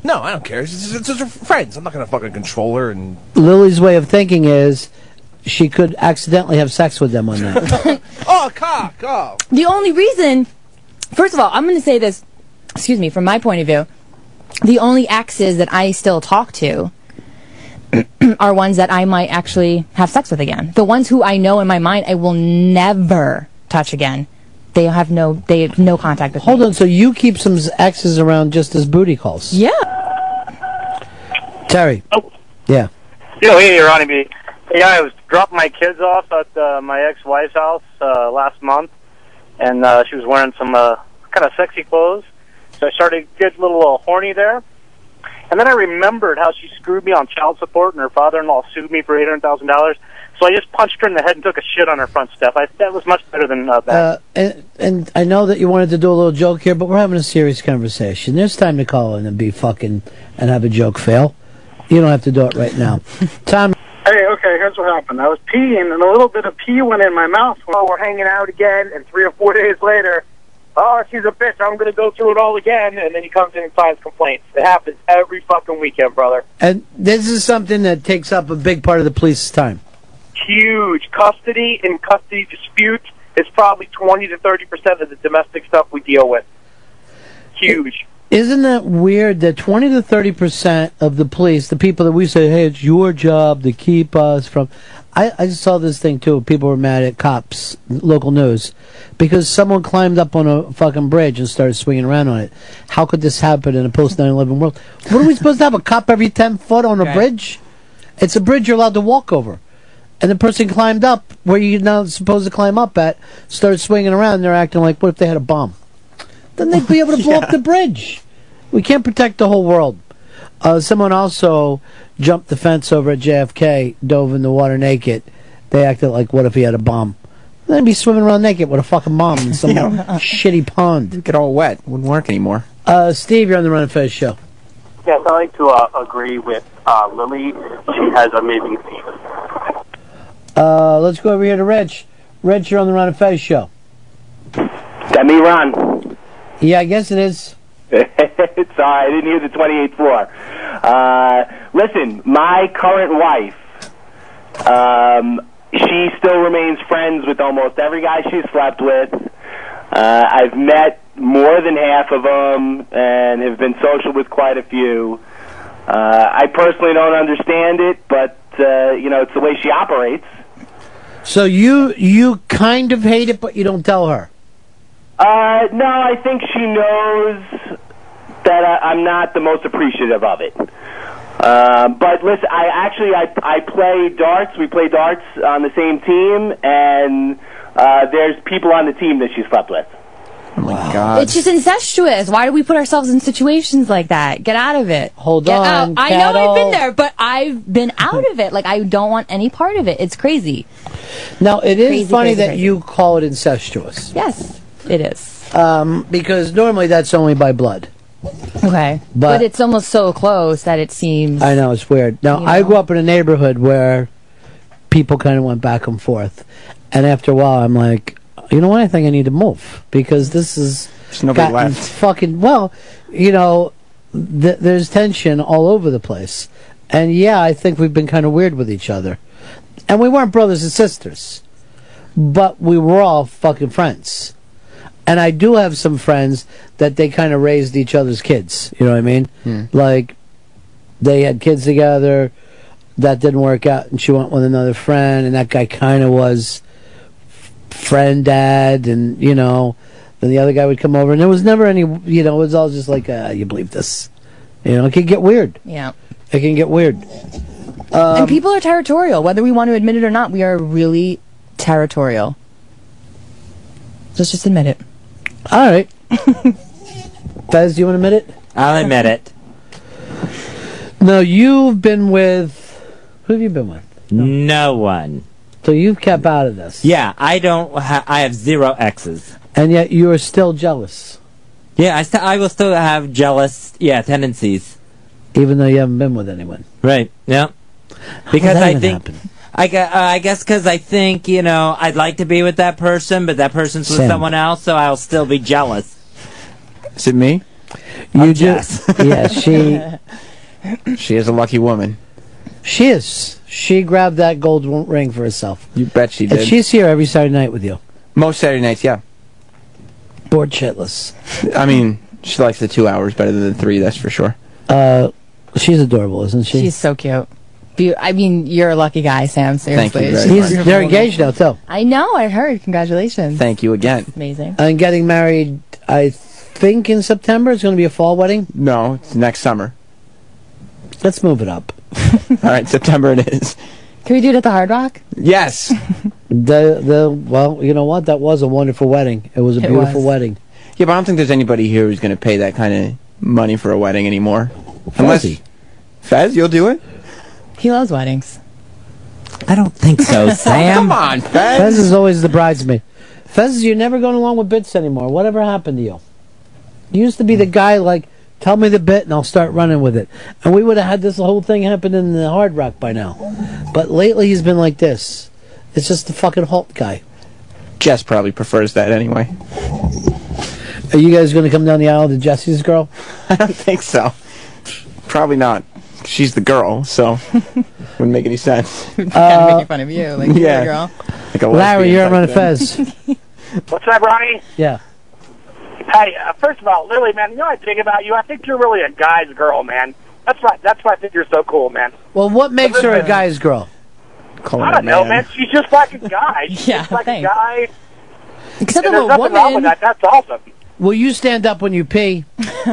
No, I don't care. It's just, it's just her friends. I'm not gonna fucking control her and
Lily's way of thinking is she could accidentally have sex with them one night.
oh cock oh.
The only reason, first of all, I'm going to say this, excuse me, from my point of view, the only exes that I still talk to are ones that I might actually have sex with again. The ones who I know in my mind I will never touch again. They have no, they have no contact with
Hold on, so you keep some exes around just as booty calls?
Yeah.
Terry. Yeah.
Yo, hey, Ronnie B. Hey, I was dropping my kids off at uh, my ex-wife's house uh, last month, and uh, she was wearing some uh, kind of sexy clothes. So I started to get a little uh, horny there, and then I remembered how she screwed me on child support, and her father-in-law sued me for eight hundred thousand dollars. So I just punched her in the head and took a shit on her front step. I, that was much better than uh, that.
Uh, and, and I know that you wanted to do a little joke here, but we're having a serious conversation. There's time to call in and be fucking and have a joke fail. You don't have to do it right now. Tom,
Hey, okay, here's what happened. I was peeing, and a little bit of pee went in my mouth. Well, we're hanging out again, and three or four days later, oh, she's a bitch. I'm going to go through it all again. And then he comes in and files complaints. It happens
Uh,
every fucking weekend, brother.
and this is something that takes up a big part of the police's time.
Huge custody and custody disputes is probably 20 to 30% of the domestic stuff we deal with. Huge.
Isn't that weird that 20 to 30 percent of the police, the people that we say, hey, it's your job to keep us from. I, I saw this thing too. People were mad at cops, local news, because someone climbed up on a fucking bridge and started swinging around on it. How could this happen in a post 9 11 world? What are we supposed to have? A cop every 10 foot on a bridge? It's a bridge you're allowed to walk over. And the person climbed up where you're not supposed to climb up at, started swinging around, and they're acting like, what if they had a bomb? then they'd be able to blow up the bridge. We can't protect the whole world. Uh, someone also jumped the fence over at JFK, dove in the water naked. They acted like, what if he had a bomb? Then he'd be swimming around naked with a fucking bomb in some shitty pond.
Get all wet. Wouldn't work anymore.
Uh, Steve, you're on the Run and Fez show.
Yes, I like to uh, agree with uh, Lily. She has amazing feet.
Uh, let's go over here to Rich. Rich, you're on the Run and Fez show.
Demi Ron.
Yeah, I guess it is.
it's all right. I didn't hear the 28th floor. Uh, listen, my current wife, um, she still remains friends with almost every guy she slept with. Uh, I've met more than half of them and have been social with quite a few. Uh, I personally don't understand it, but, uh, you know, it's the way she operates.
So you you kind of hate it, but you don't tell her.
Uh, no, I think she knows that I, I'm not the most appreciative of it. Uh, but listen, I actually I I play darts. We play darts on the same team, and uh, there's people on the team that she slept with.
Oh my god.
It's just incestuous. Why do we put ourselves in situations like that? Get out of it.
Hold
Get
on,
out. I know I've
cattle.
been there, but I've been out of it. Like I don't want any part of it. It's crazy.
Now it is
Crazy,
funny
crazy,
that
crazy.
you call it incestuous.
Yes, it is.
Um, because normally that's only by blood.
Okay. But,
But- Um,
it's almost so close that it seems.
I know it's weird. Now
You
I
know?
grew up in a neighborhood where people kind of went back and forth, and after a while, I'm like, you know what? I think I need to move because this is
nobody
gotten Fucking well, you know, th- there's tension all over the place, and yeah, I think we've been kind of weird with each other, and we weren't brothers and sisters, but we were all fucking friends. And I do have some friends that they kind of raised each other's kids. You know what I mean? Like, they had kids together. That didn't work out, and she went with another friend, and that guy kind of was friend dad, and you know, then the other guy would come over, and there was never any, you know, it was all just like, uh, you believe this, you know, it can get weird.
Yeah.
It can get weird.
and people are territorial, whether we want to admit it or not. We are really territorial. Let's just admit it.
All right. Fez, do you want to admit it?
I'll admit it.
No, you've been with who have you been with?
No one.
So you've kept out of this,
Yeah, I don't. Ha- I have zero exes.
and yet you are still jealous,
Yeah, I, st- I will still have jealous, yeah, tendencies.
even though you haven't been with anyone.
Right. Yeah. Because
that
I
even
think I, gu- uh, I guess because I think you know I'd like to be with that person, but that person's with
Sam.
someone else, so I'll still be jealous.
Is it me? Oh,
You just yeah, she
She is a lucky woman.
she is. She grabbed that gold w- ring for herself.
You bet she
And
did.
she's here every Saturday night with you.
Most Saturday nights, yeah.
Bored shitless.
I mean, she likes the two hours better than the three, that's for sure.
Uh, she's adorable, isn't she?
She's so cute. Be- I mean, you're a lucky guy, Sam. Seriously.
Thank you very
She's a
much.
beautiful
They're
woman.
engaged now, too.
I know. I heard. Congratulations.
Thank you again.
Amazing.
And getting married, I think in September. It's going to be a fall wedding.
No, it's next summer.
Let's move it up.
All right, September it is.
Can we do it at the Hard Rock?
Yes.
the the well, you know what? That was a wonderful wedding. It was a
It
beautiful
was.
wedding.
Yeah, but I don't think there's anybody here who's going to pay that kind of money for a wedding anymore. Unless. Fez, you'll do it?
He loves weddings.
I don't think so, Sam.
Come on, Fez.
Fez is always the bridesmaid. Fez, you're never going along with bits anymore. Whatever happened to you? You used to be the guy like, tell me the bit and I'll start running with it. And we would have had this whole thing happen in the Hard Rock by now. But lately he's been like this. It's just the fucking Hulk guy.
Jess probably prefers that anyway.
Are you guys going to come down the aisle to Jesse's girl?
I don't think so. Probably not. She's the girl, so wouldn't make any sense.
Uh,
I'm making fun of you. Like, you're
yeah.
a girl.
Like a
Larry,
lesbian
you're
type
on running
thing.
Fez.
What's up, Ronnie?
Yeah.
Hey, uh, first of all, Lily, man, you know what I think about you? I think you're really a guy's girl, man. That's why. That's why I think you're so cool, man.
Well, what makes her a guy's girl?
Call
I don't know, man. She's just like a guy. She's yeah, just like a guy.
Except
And
I'm a
there's nothing wrong
woman.
with that. That's awesome.
Will you stand up when you pee?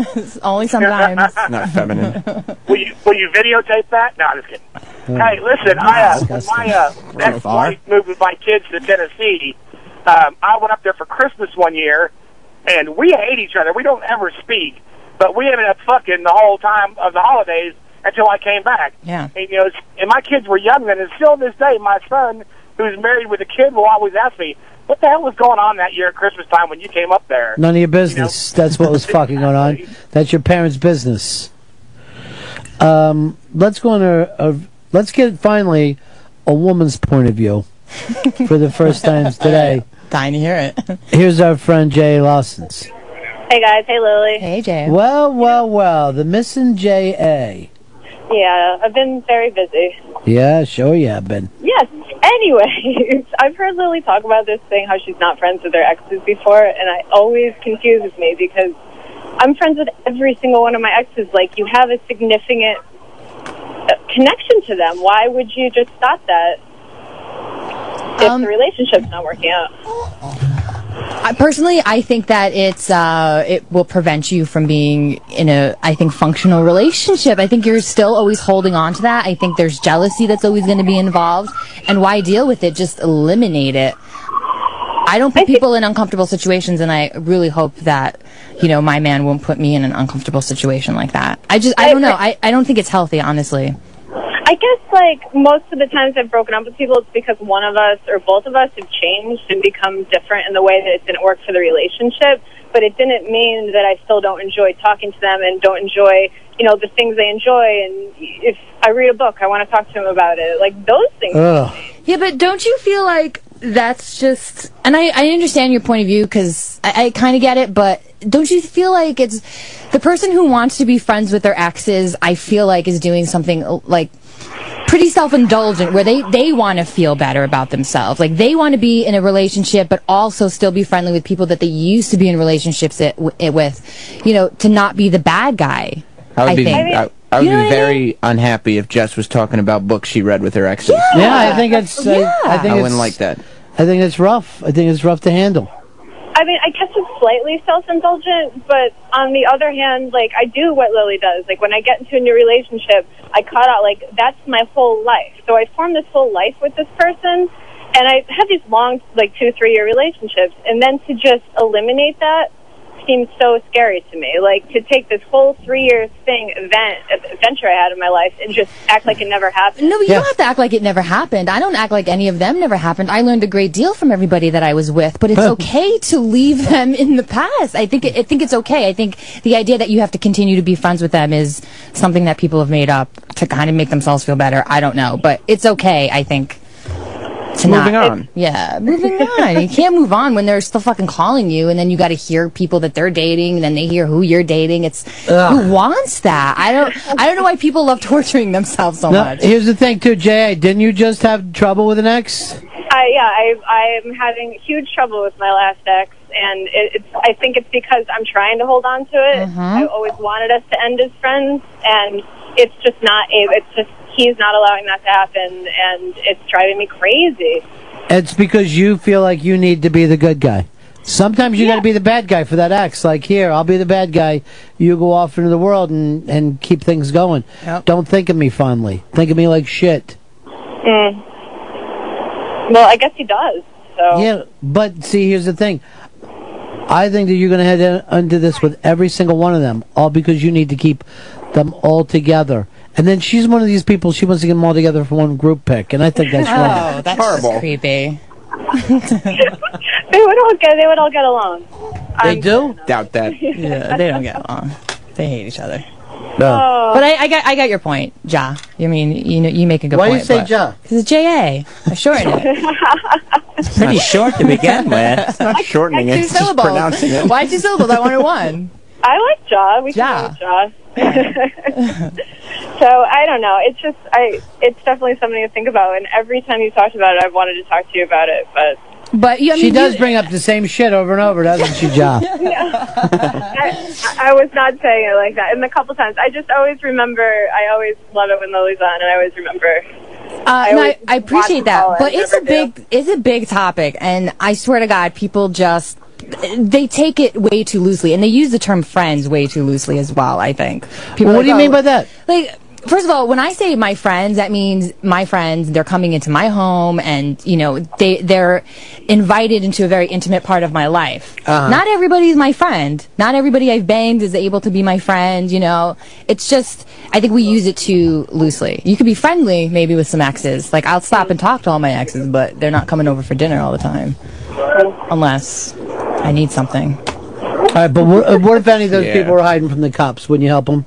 Only sometimes.
Not feminine.
Will you, will you videotape that? No, I'm just kidding. Hey, listen, I uh, my uh, ex-wife moved with my kids to Tennessee. Um, I went up there for Christmas one year, and we hate each other. We don't ever speak, but we ended up fucking the whole time of the holidays until I came back.
Yeah.
And, you know, it's- and my kids were young then, and still to this day, my son, who's married with a kid, will always ask me, "What the hell was going on that year at Christmas time when you came up there?"
None of your business. That's what was fucking going on. That's your parents' business. Um, let's go on a, a let's get finally a woman's point of view for the first time today.
Dying to hear it.
Here's our friend Jay Lawson's.
Hey guys, hey Lily.
Hey Jay.
Well, well, well, the missing J A.
Yeah, I've been very busy.
Yeah, sure you have been.
Yes. Anyways, I've heard Lily talk about this thing how she's not friends with her exes before, and it always confuses me because I'm friends with every single one of my exes. Like you have a significant uh, connection to them. Why would you just stop that? If
Um,
the relationship's not working out.
I, personally, I think that it's uh, it will prevent you from being in a I think functional relationship. I think you're still always holding on to that. I think there's jealousy that's always going to be involved, and why deal with it? Just eliminate it. I don't put people in uncomfortable situations, and I really hope that you know my man won't put me in an uncomfortable situation like that. I just I don't know. I, I don't think it's healthy, honestly.
I guess like most of the times I've broken up with people, it's because one of us or both of us have changed and become different in the way that it didn't work for the relationship. But it didn't mean that I still don't enjoy talking to them and don't enjoy, you know, the things they enjoy. And if I read a book, I want to talk to them about it. Like those things.
Yeah, but don't you feel like that's just. And I, I understand your point of view because I, I kind of get it, but don't you feel like it's the person who wants to be friends with their exes, I feel like is doing something like pretty self-indulgent where they they want to feel better about themselves like they want to be in a relationship but also still be friendly with people that they used to be in relationships it, it with you know to not be the bad guy
I would be
think
I, I would
You know
be
what I
very unhappy if Jess was talking about books she read with her exes.
Yeah, I think it's. I- I, think
I
it's-
wouldn't like that.
I think it's rough. I think it's rough to handle.
I mean, I guess it's slightly self-indulgent, but on the other hand, like I do what Lily does. Like when I get into a new relationship, I cut out like that's my whole life. So I form this whole life with this person, and I have these long, like two, three-year relationships, and then to just eliminate that seems so scary to me. Like to take this whole three-year thing, event, adventure I had in my life, and just act like it never happened.
No, but you don't have to act like it never happened. I don't act like any of them never happened. I learned a great deal from everybody that I was with, but it's okay to leave them in the past. I think I think it's okay. I think the idea that you have to continue to be friends with them is something that people have made up to kind of make themselves feel better. I don't know, but it's okay. I think. To
Moving
not,
on.
yeah, moving on. you can't move on when they're still fucking calling you, and then you got to hear people that they're dating, and then they hear who you're dating. It's who wants that? I don't. I don't know why people love torturing themselves so
No,
much.
here's the thing, too, J.A. Didn't you just have trouble with an ex?
I yeah, I I'm having huge trouble with my last ex, and it, it's I think it's because I'm trying to hold on to it.
Mhm.
I always wanted us to end as friends, and it's just not. a- It's just he's not allowing that to happen, and it's driving me crazy.
It's because you feel like you need to be the good guy. Sometimes you got to be the bad guy for that ex. Like here, I'll be the bad guy. You go off into the world and and keep things going. Don't think of me fondly. Think of me like shit.
Mm. Well, I guess he does. So
Yeah, but see, here's the thing. I think that you're going to head in- under this with every single one of them, all because you need to keep them all together. And then she's one of these people. She wants to get them all together for one group pick, and I think that's wrong.
Oh, that's Just creepy.
they would all get. They would all get along.
They do?
Doubt that.
yeah, they don't get along. They hate each other.
No.
But I, I got I got your point, Ja. You mean you know you make a good
Why do
point.
you say
Ja?
Because it's J A. I shortened it. Uh,
It's pretty short to begin with. It's
not shortening
Two syllables. Why two syllables? I wanted one.
I like Jaw. We can do Jaw. so I don't know. It's just I. It's definitely something to think about. And every time you talked about it, I've wanted to talk to you about it. But
But yeah, I
she
mean,
does
you-
bring up the same shit over and over, doesn't she, Ja?
I, I was not saying it like that. And a couple times, I just always remember. I always love it when Lily's on, and I always remember.
Uh,
I
no,
always
I, I
watch
appreciate
the call
that,
and
but it's a
never
big it's a big topic, and I swear to God, people just they take it way too loosely, and they use the term friends way too loosely as well. I think. People
Well,
are
what do you
"Oh,
mean by that?
Like. First of all, when I say my friends, that means my friends, they're coming into my home and, you know, they, they're invited into a very intimate part of my life.
Uh-huh.
Not everybody is my friend. Not everybody I've banged is able to be my friend, you know. It's just, I think we use it too loosely. You could be friendly maybe with some exes. Like, I'll stop and talk to all my exes, but they're not coming over for dinner all the time. Unless I need something.
All right, but what, uh, what if any of those
Yeah.
people were hiding from the cops? Wouldn't you help them?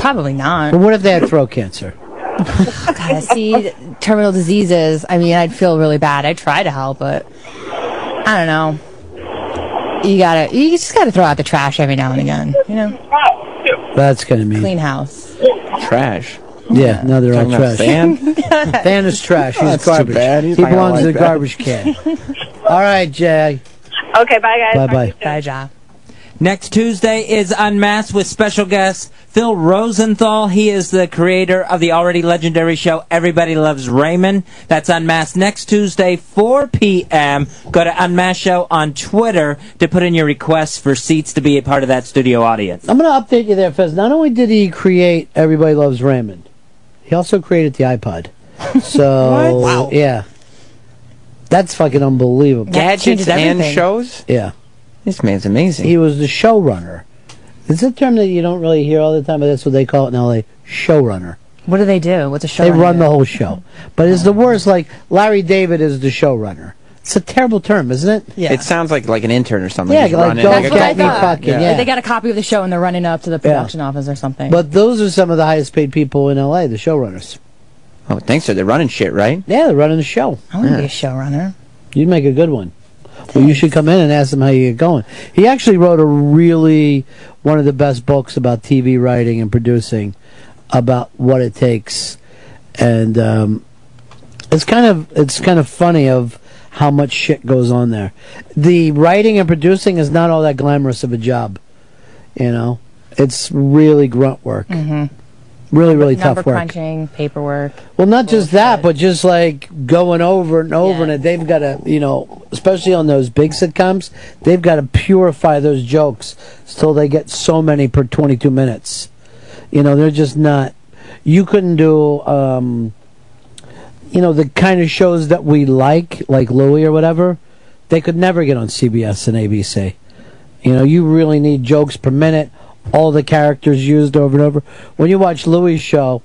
Probably not.
But what if they had throat cancer?
God, see, terminal diseases, I mean, I'd feel really bad. I'd try to help, but I don't know. You gotta, you just gotta throw out the trash every now and again, you know?
That's gonna mean
Clean house.
Trash.
Yeah, no, they're all
Talking about Oh,
trash. Fan is trash. He's
That's too
garbage.
bad. He's
he
not gonna
belongs in the
like that.
garbage can. All right, Jay.
Okay, bye guys.
Bye-bye.
Bye, Ja.
Next Tuesday is Unmasked with special guest Phil Rosenthal. He is the creator of the already legendary show Everybody Loves Raymond. That's Unmasked next Tuesday, 4 p.m. Go to Unmasked Show on Twitter to put in your requests for seats to be a part of that studio audience.
I'm gonna update you there, Fez. Not only did he create Everybody Loves Raymond, he also created the iPod. So
Wow.
yeah. That's fucking unbelievable.
Gadgets and shows?
Yeah.
This man's amazing.
He was the showrunner. It's a term that you don't really hear all the time, but that's what they call it in LA. Showrunner.
What do they do? What's a Oh. show?
They run the whole show. But it's the worst. Like Larry David is the showrunner. It's a terrible term, isn't it?
Yeah.
It sounds like like an intern or something.
Yeah,
just
like
running,
don't
a
get
copy.
me fucking- Yeah.
They got a copy of the show and they're running up to the production office or something.
But those are some of the highest paid people in LA, the showrunners.
Oh, thanks, sir. They're running shit, right?
Yeah, they're running the show.
I want to be a showrunner.
You'd make a good one. Well, you should come in and ask him how you get going. He actually wrote a really one of the best books about TV writing and producing, about what it takes, and um, it's kind of it's kind of funny of how much shit goes on there. The writing and producing is not all that glamorous of a job, you know. It's really grunt work,
hmm
really really
Number
tough work.
crunching, paperwork.
Well, not just that, but just like going over and over, and they've got to, you know, especially on those big sitcoms, they've got to purify those jokes till they get so many per 22 minutes. You know, they're just not. You couldn't do, um, you know, the kind of shows that we like, like Louie or whatever, they could never get on CBS and ABC. You know, you really need jokes per minute, all the characters used over and over. When you watch Louis' show,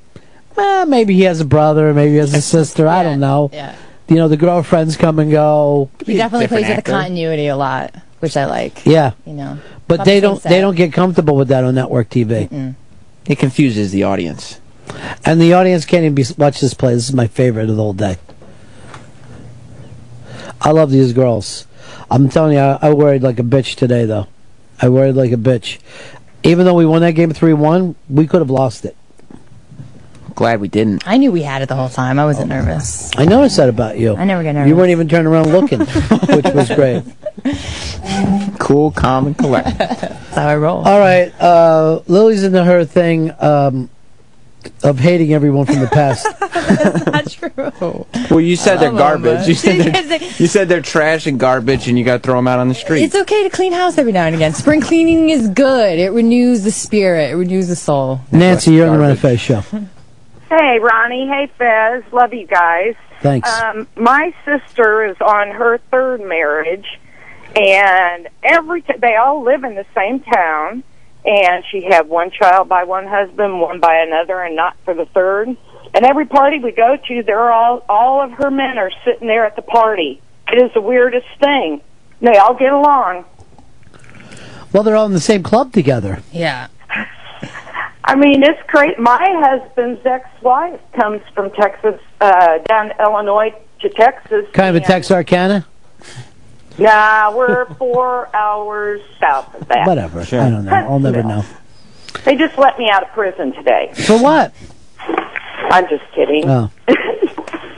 well, maybe he has a brother, maybe he has a sister, I don't know.
Yeah.
You know, the girlfriends come and go.
He definitely plays with the continuity a lot, which I like.
Yeah.
You know.
But
Love
they
the
don't
sunset.
they don't get comfortable with that on network TV.
It confuses the audience.
And the audience can't even be, watch this play. This is my favorite of the whole day. I love these girls. I'm telling you, I, I worried like a bitch today, though. I worried like a bitch. Even though we won that game 3 1, we could have lost it.
Glad we didn't.
I knew we had it the whole time. I wasn't nervous.
I noticed that about you.
I never get
You
nervous.
weren't even turning around looking, which was great.
Cool, calm, and collect.
That's how I roll.
All right, uh, Lily's into her thing um, of hating everyone from the past.
Well, you said they're
Come on,
garbage. You said
man.
they're, you said they're trash and garbage, and you got to throw them out on the street.
It's okay to clean house every now and again. Spring cleaning is good. It renews the spirit. It renews the soul.
Nancy, you're on the Run and Fez show.
Hey, Ronnie. Hey, Fez. Love you guys.
Thanks.
Um, my sister is on her third marriage, and every t- they all live in the same town, and she had one child by one husband, one by another, and not for the third. And every party we go to, they're all all of her men are sitting there at the party. It is the weirdest thing. They all get along.
Well, they're all in the same club together.
Yeah.
I mean, it's great. My husband's ex-wife comes from Texas, uh, down to Illinois to Texas.
Kind of a Texarkana?
Nah, we're four hours south of that.
Whatever. I don't know. I'll never know.
They just let me out of prison today.
For what?
I'm just kidding.
Oh.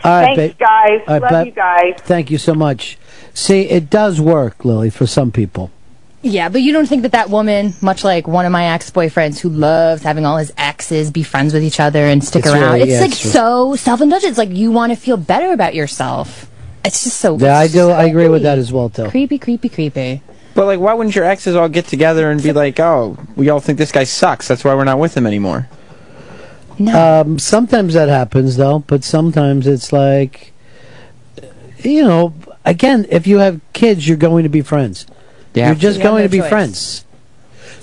All right,
Thanks,
babe.
guys.
All right,
Love
bye.
you guys.
Thank you so much. See, it does work, Lily, for some people.
Yeah, but you don't think that that woman, much like one of my ex-boyfriends who loves having all his exes be friends with each other and stick
It's
around,
really-
it's
yeah,
like
it's true.
so self-indulgent. It's like you want to feel better about yourself. It's just so
Yeah, I do. I agree with that as well, though.
creepy, creepy, creepy.
But like, why wouldn't your exes all get together and be like, "Oh, we all think this guy sucks. That's why we're not with him anymore."
Um, sometimes that happens, though, but sometimes it's like, you know, again, if you have kids, you're going to be friends.
Yeah.
You're just
You have
going
no
to be
choice.
friends.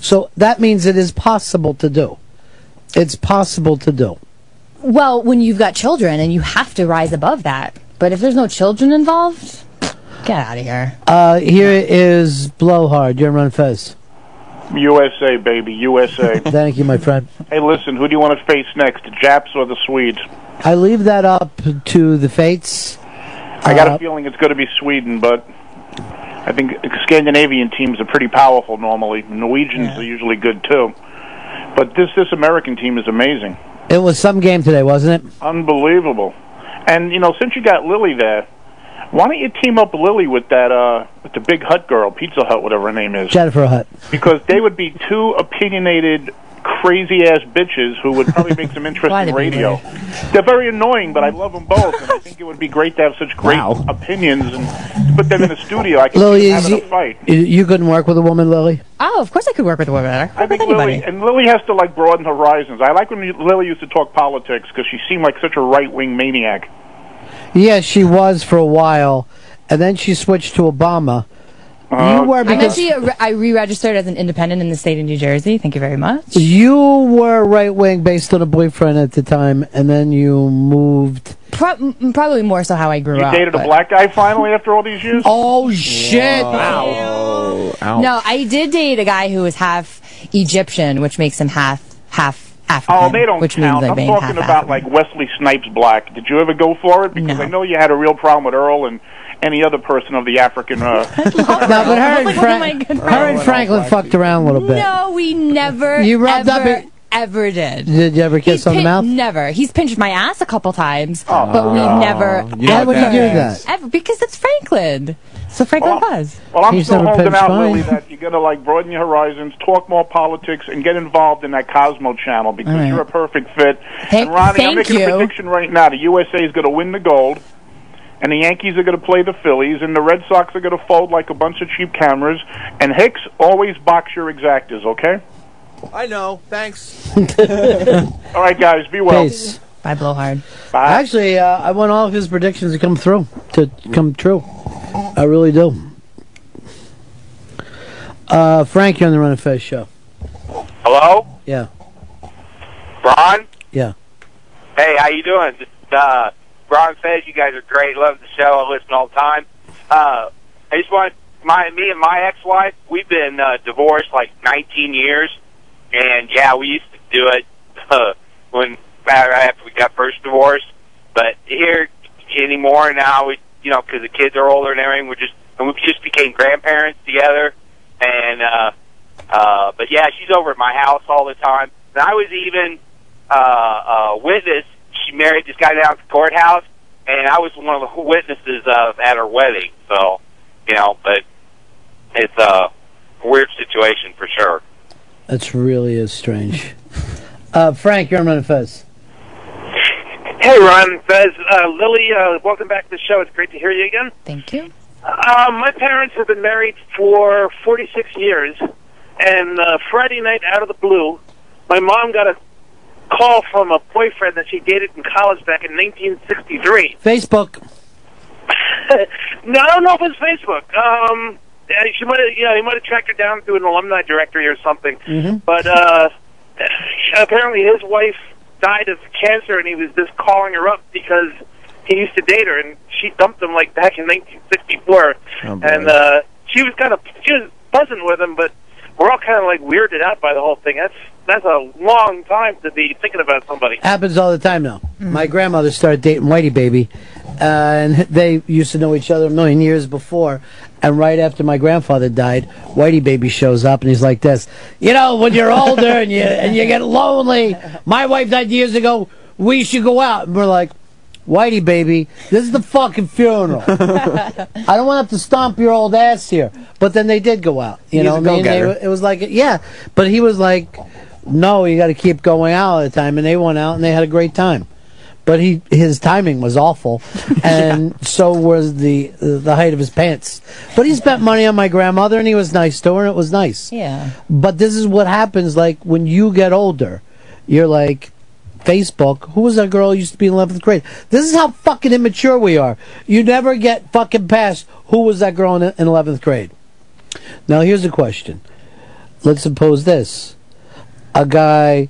So that means it is possible to do. It's possible to do.
Well, when you've got children and you have to rise above that, but if there's no children involved, get out of here.
Uh, here is Blowhard. You're on Fez.
USA, baby, USA.
Thank you, my friend.
hey, listen, who do you want to face next, the Japs or the Swedes?
I leave that up to the fates.
I got
Uh,
a feeling it's going to be Sweden, but I think Scandinavian teams are pretty powerful normally. Norwegians are usually good too. But this this American team is amazing,
It was some game today, wasn't it?
unbelievable. And you know, since you got Lily there, why don't you team up Lily with that uh with the big hut girl, Pizza Hut, whatever her name is?
Jennifer Hutt.
because they would be two opinionated, crazy ass bitches who would probably make some interesting radio. They're very annoying, but I love them both, and I think it would be great to have such great opinions and put them in a studio. I can
Lily,
see them
is
having
you,
a fight.
you- you couldn't work with a woman, Lily?
Oh, of course I could work with a woman. I could work
I think
with anybody.
Lily and Lily has to like broaden horizons. I like when you- Lily used to talk politics because she seemed like such a right wing maniac.
Yeah, she was for a while, and then she switched to Obama, You were
I'm
because
actually, Uh, I re-registered as an independent in the state of New Jersey. Thank you very much.
you were right wing based on a boyfriend at the time, and then you moved.
Pro- m- mm, probably more so how I grew
You
up.
dated a
but-
black guy finally after all these years?
Oh, shit.
Wow.
No, I did date a guy who was half Egyptian, which makes him half half African.
Oh, they don't
which
count.
means
I'm
like being half
talking about
African.
like Wesley Snipes Black. Did you ever go for it? Because I know you had a real problem with Earl and any other person of the African. Uh,
No, but
oh
her and, Frank, her and Franklin fucked around a little bit.
No, we never.
You rubbed up
ever,
it-
ever did.
Did you ever kiss on the
Pin-
mouth?
Never. He's pinched my ass a couple times,
Oh,
but we
no.
never.
You Why would he do that?
Ever, because it's Franklin. So Franklin was.
well, I'm still holding out, Lily, that you got to like broaden your horizons, talk more politics, and get involved in that Cosmo Channel because
All right.
you're a perfect fit.
Thank-
and Ronnie,
thank
I'm making
you.
a prediction right now: the USA is going to win the gold. And the Yankees are going to play the Phillies, and the Red Sox are going to fold like a bunch of cheap cameras. And Hicks, always box your exactas, okay?
I know. Thanks.
All right, guys, be well.
Peace.
Bye, blowhard.
Actually, uh, I want all of his predictions to come through, to come true. I really do. Uh, Frank, you're on the Run and Fez show.
Hello,
Yeah,
Ron.
yeah.
Hey, how you doing? Just, uh, Ron says you guys are great. Love the show. I listen all the time. Uh, I just want my me and my ex-wife. We've been uh, divorced like 19 years, and yeah, we used to do it uh, when right after we got first divorced. But here anymore now, we you know because the kids are older and everything. We're just and we just became grandparents together, and uh, uh, but yeah, she's over at my house all the time. And I was even uh, uh, witness. She married this guy down at the courthouse, and I was one of the witnesses of at her wedding. So, you know, but it's a weird situation for sure.
That's really is strange. Uh, Frank, you're on Run and Fez.
Hey, Ron, Fez, uh, Lily, uh, welcome back to the show. It's great to hear you again.
Thank you.
Uh, my parents have been married for 46 years, and uh, Friday night, out of the blue, my mom got a call from a boyfriend that she dated in college back in 1963.
Facebook.
no, I don't know if it's Facebook. Um, uh, she might have, you know, he might have tracked her down through an alumni directory or something.
Mhm.
But uh, apparently, his wife died of cancer, and he was just calling her up because he used to date her, and she dumped him like back in 1964.
Oh, boy.
and uh, she was kind of she was buzzing with him, but we're all kind of like weirded out by the whole thing. That's that's a long time to be thinking about somebody.
Happens all the time now.
Mm-hmm.
My grandmother started dating Whitey Baby, uh, and they used to know each other a million years before. And right after my grandfather died, Whitey Baby shows up and he's like this. You know, when you're older and you and you get lonely, my wife died years ago. We should go out, and we're like, Whitey Baby, this is the fucking funeral. I don't want to have to stomp your old ass here. But then they did go out. You
He's
know,
a
what I mean, They
go-getter.
were- it was like yeah, but he was like, no, you got to keep going out all the time, and they went out and they had a great time. But he his timing was awful, and so was the the height of his pants. But he spent money on my grandmother, and he was nice to her, and it was nice.
Yeah.
But this is what happens like when you get older. You're like Facebook, who was that girl who used to be in 11th grade? This is how fucking immature we are. You never get fucking past who was that girl in, in 11th grade. Now here's a question. Let's suppose this. A guy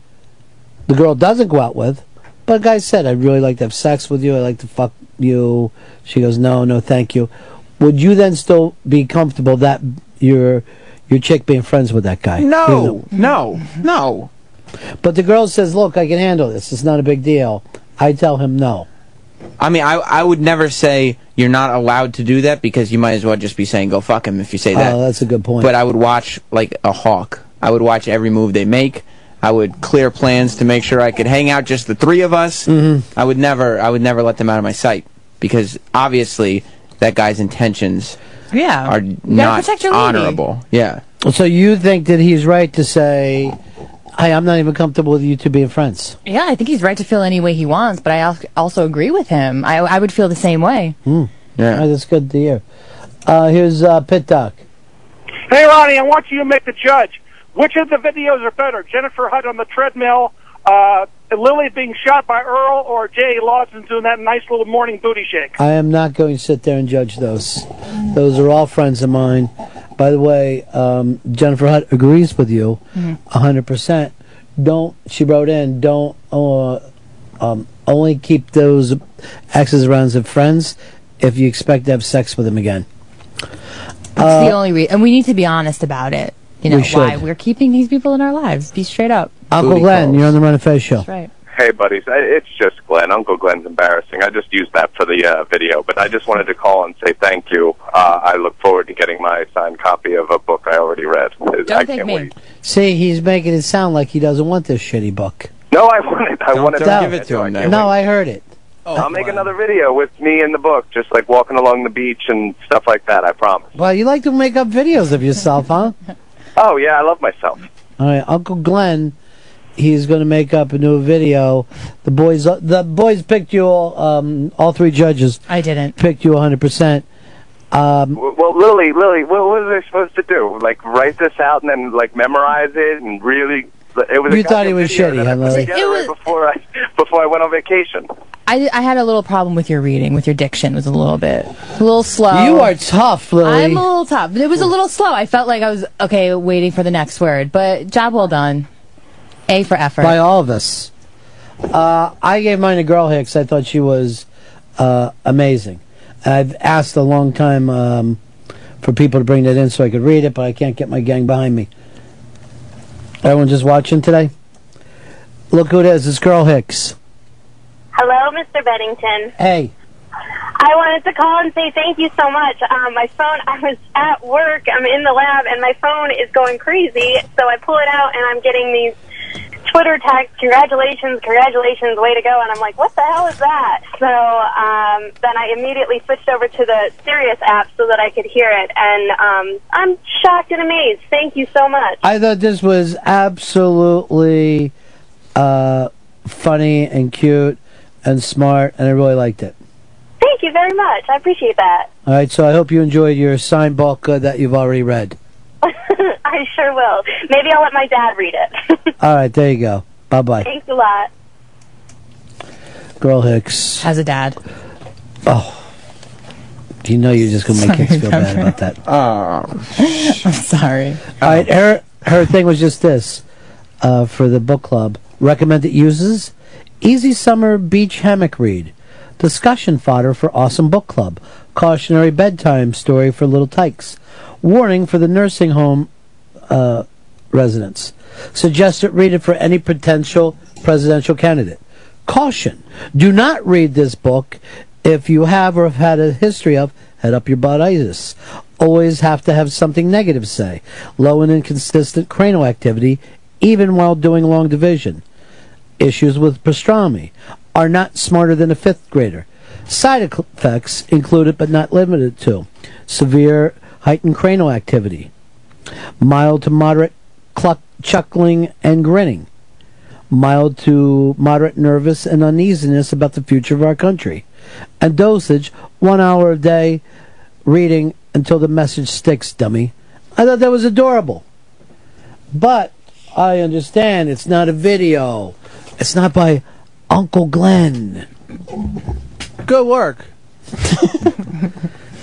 the girl doesn't go out with, but a guy said, I'd really like to have sex with you, I'd like to fuck you. She goes, No, no, thank you. Would you then still be comfortable that your your chick being friends with that guy?
No,
no, no. But the girl says, Look, I can handle this, it's not a big deal. I tell him no.
I mean, I I would never say you're not allowed to do that because you might as well just be saying go fuck him if you say that.
Oh, that's a good point.
But I would watch like a hawk. I would watch every move they make. I would clear plans to make sure I could hang out just the three of us.
Mm-hmm.
I would never I would never let them out of my sight because obviously that guy's intentions
Yeah.
are
You gotta
not
protect your lady.
honorable. Yeah.
So you think that he's right to say, Hey, I'm not even comfortable with you two being friends.
Yeah, I think he's right to feel any way he wants, but I al- also agree with him. I, I would feel the same way.
Hmm.
Yeah.
that's good to hear. Uh, here's uh, Pit Doc.
Hey, Ronnie, I want you to make the judge. Which of the videos are better, Jennifer Hutt on the treadmill, uh, Lily being shot by Earl, or Jay Lawson doing that nice little morning booty shake?
I am not going to sit there and judge those. Those are all friends of mine. By the way, um, Jennifer Hutt agrees with you, hundred percent. Don't she wrote in? Don't uh, um, only keep those exes around as friends if you expect to have sex with them again. Uh,
That's the only reason, and we need to be honest about it. You know
We should.
why we're keeping these people in our lives. Be straight up.
Uncle Glenn, you're on the Run and Fez show.
That's right.
Hey, buddies. I- It's just Glenn. Uncle Glenn's embarrassing. I just used that for the uh, video, but I just wanted to call and say thank you. Uh, I look forward to getting my signed copy of a book I already read. I can't wait.
See, he's making it sound like he doesn't want this shitty book.
No, I want it. I want it.
Don't give it to
him.
No, I heard it.
I'll make another video with me in the book, just like walking along the beach and stuff like that. I promise.
Well, you like to make up videos of yourself, huh?
Oh yeah, I love myself.
All right, Uncle Glenn, he's going to make up a new video. The boys, uh, the boys picked you all. Um, all three judges.
I didn't
picked you 100. percent Um,
W- Well, Lily, Lily, what what was I supposed to do? Like write this out and then like memorize it and really. It was a
You thought he
goddamn
was
video
shitty,
that I
huh,
put
Lily?
together right before I before I went on vacation.
I, I had a little problem with your reading, with your diction. It was a little bit, a little slow.
You are tough, Lily.
I'm a little tough. It was a little slow. I felt like I was okay, waiting for the next word. But job well done. A for effort.
by all of us. Uh, I gave mine to Girl Hicks. I thought she was uh, amazing. I've asked a long time um, for people to bring that in so I could read it, but I can't get my gang behind me. Everyone just watching today? Look who it is. It's Girl Hicks.
Hello, Mr. Bennington.
Hey.
I wanted to call and say thank you so much. Um, my phone, I was at work, I'm in the lab, and my phone is going crazy. So I pull it out, and I'm getting these Twitter tags, congratulations, congratulations, way to go. And I'm like, what the hell is that? So um, then I immediately switched over to the Sirius app so that I could hear it. And um, I'm shocked and amazed. Thank you so much.
I thought this was absolutely uh, funny and cute and smart, and I really liked it.
Thank you very much. I appreciate that.
All right, so I hope you enjoyed your sign book uh, that you've already read.
I sure will. Maybe I'll let my dad read it.
All right, there you go. Bye bye.
Thanks a lot.
Girl Hicks.
Has a dad.
Oh. You know you're just going to make
Sorry,
Hicks feel bad
Reverend.
about that. Oh.
I'm sorry.
All right, her, her thing was just this uh, for the book club. Recommended uses Easy Summer Beach Hammock Read. Discussion fodder for Awesome Book Club. Cautionary bedtime story for little tykes. Warning for the nursing home uh, residents. Suggested read it for any potential presidential candidate. Caution: Do not read this book if you have or have had a history of head up your butt itis. Always have to have something negative say. Low and inconsistent cranial activity, even while doing long division. Issues with pastrami are not smarter than a fifth grader. Side effects included but not limited to severe heightened cranial activity, mild to moderate cluck, chuckling and grinning, mild to moderate nervous and uneasiness about the future of our country, and dosage one hour a day, reading until the message sticks, dummy. I thought that was adorable. But I understand it's not a video. It's not by Uncle Glenn.
Good work.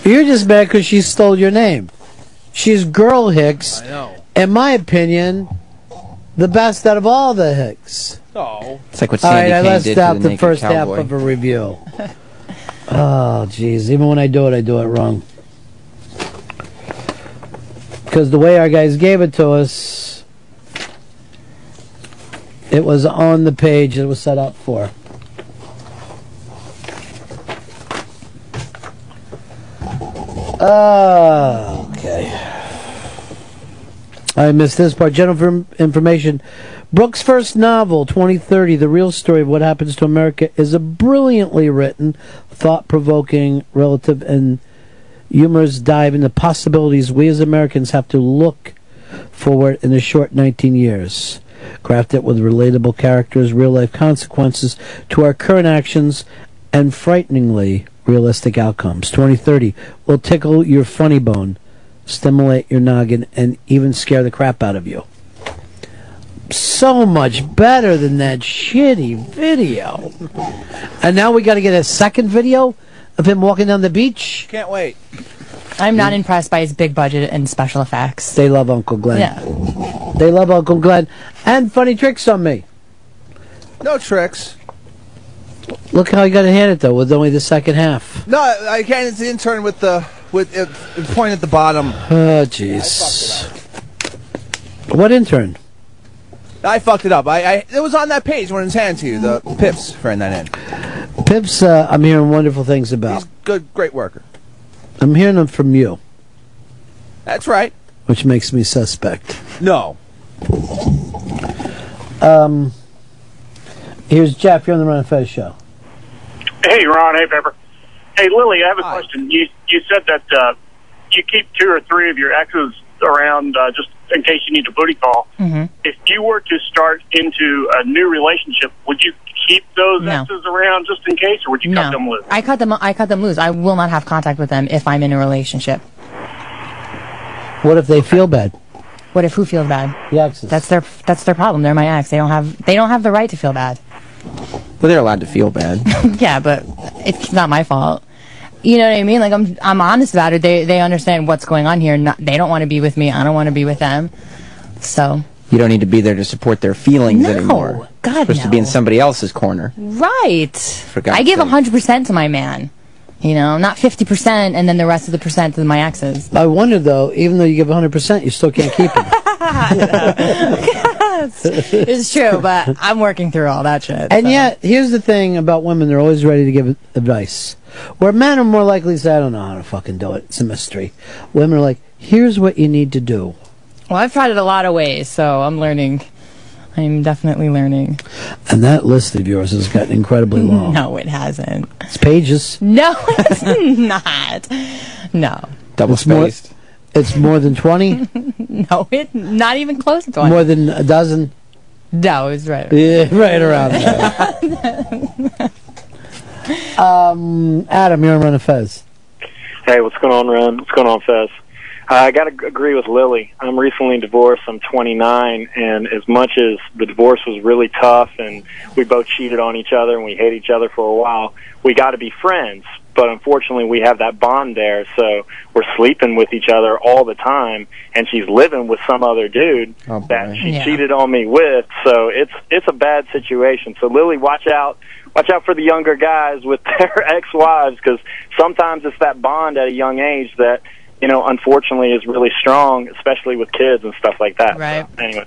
You're just mad because she stole your name. She's Girl Hicks.
I know.
In my opinion, the best out of all the Hicks.
Oh.
It's like what
All Uh,
Sandy
right, I
Kane
left
did to
out
the
the
Naked
first
Cowboy.
half of a review. oh, jeez. Even when I do it, I do it wrong. Because the way our guys gave it to us, it was on the page it was set up for. Oh, okay. I missed this part. General inform- information. Brooks' first novel, 2030, The Real Story of What Happens to America, is a brilliantly written, thought provoking, relative, and humorous dive into possibilities we as Americans have to look forward in a short 19 years. Crafted with relatable characters, real life consequences to our current actions, and frighteningly realistic outcomes. 2030 will tickle your funny bone, stimulate your noggin, and even scare the crap out of you. So much better than that shitty video. And now we got to get a second video of him walking down the beach.
Can't wait.
I'm not impressed by his big budget and special effects.
They love Uncle Glenn.
Yeah.
They love Uncle Glenn. And funny tricks on me.
No tricks.
Look how he got it handed, though, with only the second half.
No, I can't. It's the intern with the with uh, the point at the bottom.
Oh, jeez. What intern?
I fucked it up. I, I it was on that page when it was handed to you. The Pips friend that in.
Pips, uh, I'm hearing wonderful things about.
Good, great worker.
I'm hearing them from you,
That's right.
which makes me suspect.
No.
Um, here's Jeff. You're on the Run and Fez show.
Hey, Ron. Hey, Pepper. Hey, Lily. I have a question. You you said that uh, you keep two or three of your exes around uh, just in case you need a booty call.
Mm-hmm.
If you were to start into a new relationship, would you keep those
No.
exes around just in case, or would you cut them loose?
I cut them. I cut them loose. I will not have contact with them if I'm in a relationship.
What if they feel bad?
What if who feels bad?
The exes.
That's their. That's their problem. They're my ex. They don't have. They don't have the right to feel bad.
But they're allowed to feel bad.
yeah, but it's not my fault. You know what I mean? Like I'm. I'm honest about it. They. They understand what's going on here. Not, they don't want to be with me. I don't want to be with them. So
You don't need to be there to support their feelings
No.
anymore.
God,
You're supposed to be in somebody else's corner.
right.
God's
I give
sake.
hundred percent to my man. You know, not fifty percent, and then the rest of the percent to my exes.
I wonder though, even though you give 100, percent you still can't keep him.
it's true, but I'm working through all that shit.
and yet, here's the thing about women: they're always ready to give advice. Where men are more likely to say, "I don't know how to fucking do it. It's a mystery." Women are like, "Here's what you need to do."
Well, I've tried it a lot of ways, so I'm learning. I'm definitely learning.
And that list of yours has gotten incredibly long.
No, it hasn't.
It's pages.
No, it's not. No,
Double
it's spaced. More, it's more than 20?
no, it not even close to one.
more than a dozen?
No, it's right.
Yeah, right around there. um, Adam, you're on Run of Fez.
Hey, what's going on, Ron? What's going on, Fez? Uh, I got to g- agree with Lily. I'm recently divorced. I'm 29, and as much as the divorce was really tough, and we both cheated on each other, and we hate each other for a while, we got to be friends. But unfortunately, we have that bond there, so we're sleeping with each other all the time, and she's living with some other dude that she
Yeah.
cheated on me with. So it's it's a bad situation. So Lily, watch out. Watch out for the younger guys with their ex-wives because sometimes it's that bond at a young age that you know unfortunately is really strong, especially with kids and stuff like that. Right. So, anyway.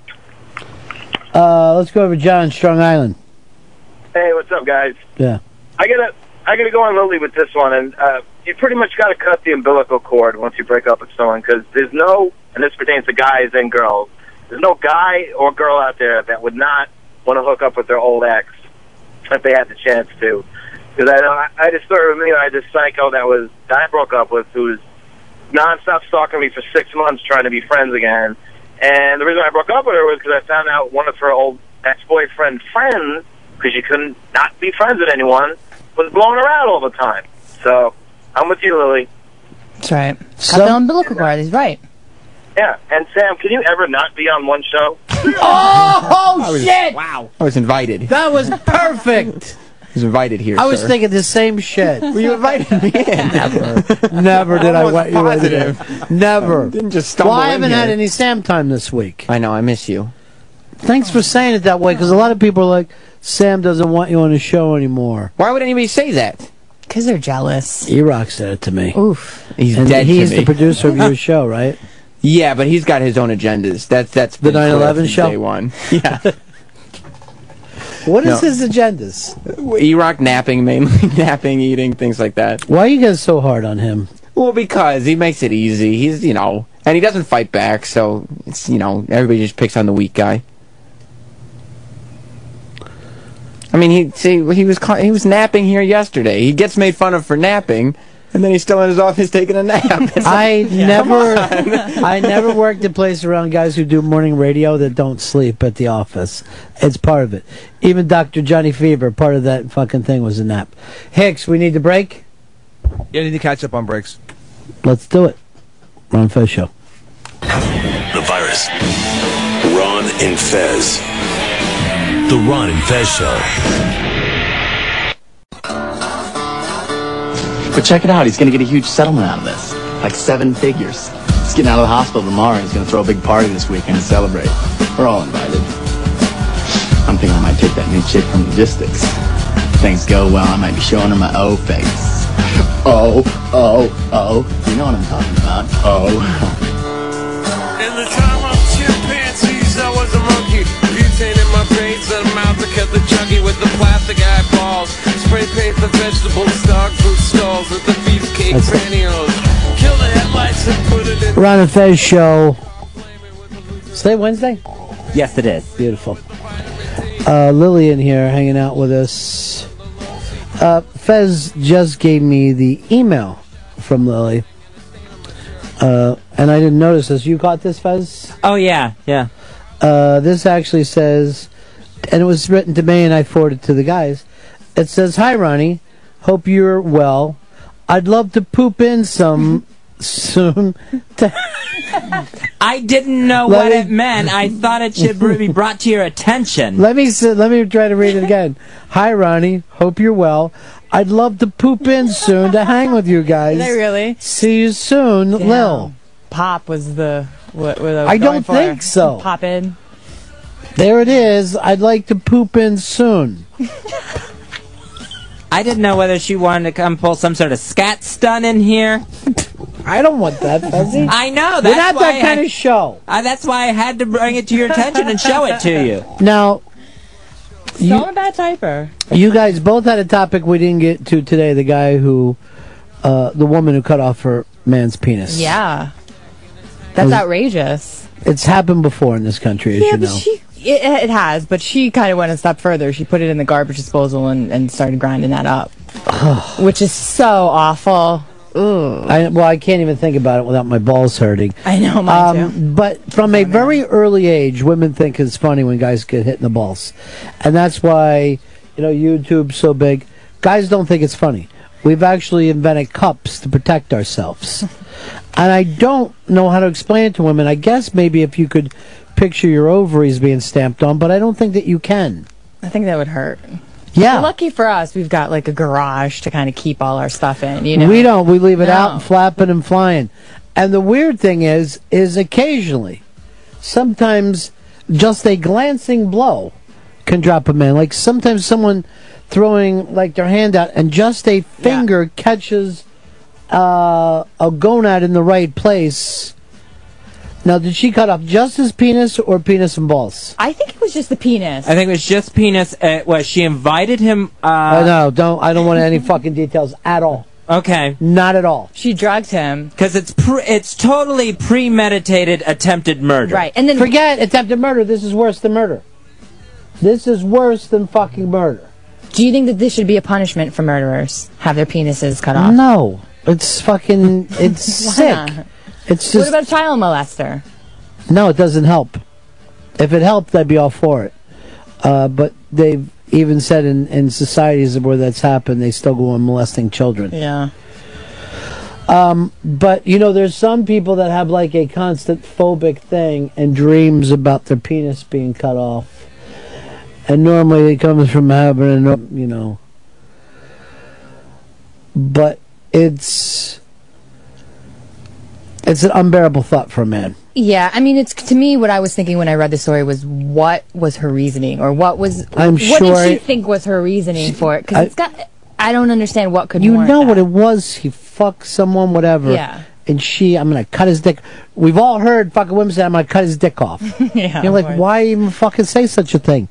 Uh, let's go over to John, Strong Island.
Hey, what's up, guys?
Yeah.
I gotta, I gotta go on Lily with this one, and uh, you pretty much gotta cut the umbilical cord once you break up with someone, because there's no, and this pertains to guys and girls, there's no guy or girl out there that would not want to hook up with their old ex if they had the chance to. Because I, know- I, I just sort of, you know, I had this psycho that was that I broke up with, who was nonstop stalking me for six months, trying to be friends again. And the reason I broke up with her was because I found out one of her old ex-boyfriend friends, because she couldn't not be friends with anyone, was blowing her out all the time. So I'm with you, Lily.
That's right. Cut the umbilical cord. He's right.
Yeah. And Sam, can you ever not be on one show?
Oh,
I was-
shit!
Wow. I was invited.
That was perfect.
I was invited here.
I was
sir.
thinking the same shit.
Well, you invited me in.
Never. Never did I want you in here. Never.
Didn't just
Well,
stumble
I
in
haven't had
here.
any Sam time this week.
I know. I miss you.
Thanks for saying it that way, because a lot of people are like, Sam doesn't want you on his show anymore.
Why would anybody say that?
Because they're jealous.
E-Rock said it to me.
Oof.
He's
and
dead to
He's
me.
the producer of your show, right?
Yeah, but he's got his own agendas. That's that's the
9/11 show?
Day one. Yeah.
What is
No.
his agendas?
E-Rock napping mainly, napping, eating, things like that.
Why are you guys so hard on him?
Well, because he makes it easy. He's you know, and he doesn't fight back. So it's you know, everybody just picks on the weak guy. I mean, he see he was ca- he was napping here yesterday. He gets made fun of for napping, and then he's still in his office taking a nap. It's like,
I
come
never,
on.
I never worked a place around guys who do morning radio that don't sleep at the office. It's part of it. Even Dr. Johnny Fever, part of that fucking thing was a nap. Hicks, we need to break.
You need to catch up on breaks.
Let's do it. Ron Fez show.
The virus. Ron and Fez. The Ron and Fez Show.
But check it out, he's going to get a huge settlement out of this. like seven figures. He's getting out of the hospital tomorrow. He's going to throw a big party this weekend to celebrate. We're all invited. I'm thinking I might take that new chick from logistics. If things go well, I might be showing her my O face. Oh, oh, oh. You know what I'm talking about. Oh.
In the time of chimpanzees, I was a monkey. Butane in my veins and a mouth that kept the junkie with the plastic eyeballs. Spray paint the vegetables, dog food stalls with the beefcake cranials. Kill the headlights and put it in.
Ron and Fez show. Is today Wednesday?
Yes, it is.
Beautiful. Uh, Lily in here hanging out with us. Uh, Fez just gave me the email from Lily. Uh, and I didn't notice this. You got this, Fez?
Oh, yeah, yeah.
Uh, this actually says, and it was written to me, and I forwarded to the guys. It says, "Hi, Ronnie. Hope you're well. I'd love to poop in some soon. To-
I didn't know
Let
what
me-
it meant. I thought it should be brought to your attention.
let me s let me try to read it again. Hi, Ronnie. Hope you're well. I'd love to poop in soon to hang with you guys.
Did I really?
See you soon,
Damn.
Lil.
Pop was the what, what I, was
I
going
don't
for.
think so.
Pop in.
There it is. I'd like to poop in soon.
I didn't know whether she wanted to come pull some sort of scat stun in here.
I don't want that, Fuzzy.
I know. That's
We're not
why
that kind
I,
of show.
I- that's why I had to bring it to your attention and show it to you.
Now,
So
you,
I'm a bad typer.
you guys both had a topic we didn't get to today. The guy who, uh, the woman who cut off her man's penis.
Yeah.
That
That's
was-
outrageous.
It's happened before in this country, as
Yeah,
you
but
know.
she it, it has, but she kind of went a step further. She put it in the garbage disposal and, and started grinding that up, which is so awful. Ooh.
I, well, I can't even think about it without my balls hurting.
I know, mine
too. But from a very early age, women think it's funny when guys get hit in the balls, and that's why you know YouTube's so big. Guys don't think it's funny. We've actually invented cups to protect ourselves, and I don't know how to explain it to women. I guess maybe if you could picture your ovaries being stamped on, but I don't think that you can.
I think that would hurt.
Yeah.
Well, lucky for us, we've got like a garage to kind of keep all our stuff in. You know,
We don't. We leave it
No.
out and flapping and flying. And the weird thing is, is occasionally, sometimes just a glancing blow can drop a man. Like sometimes someone throwing like their hand out and just a finger catches uh, a gonad in the right place. Now, did she cut off just his penis or penis and balls?
I think it was just the penis.
I think it was just penis. It was she invited him. Uh,
Oh no, don't. I don't want any fucking details at all.
Okay.
Not at all.
She drugged him.
Because it's pre- it's totally premeditated attempted murder.
Right, and then
forget attempted murder. This is worse than murder. This is worse than fucking murder.
Do you think that this should be a punishment for murderers? Have their penises cut off?
No, it's fucking it's
Why
sick.
not?
It's just
what about a child molester?
no, it doesn't help. If it helped, I'd be all for it. Uh, but they've even said in, in societies where that's happened, they still go on molesting children.
Yeah.
Um, but you know, there's some people that have like a constant phobic thing and dreams about their penis being cut off. And normally it comes from having, a, you know. But it's it's an unbearable thought for a man.
Yeah, I mean, it's to me what I was thinking when I read the story was what was her reasoning or what was
I'm
what
sure-
did she think was her reasoning for it? Because
I-
it's got I don't understand what could
You
warrant
know what it was? He fucked someone, whatever.
Yeah.
And she, I'm gonna cut his dick. We've all heard fucking women say, "I'm gonna cut his dick off."
yeah,
You're
of
like,
course.
why even fucking say such a thing?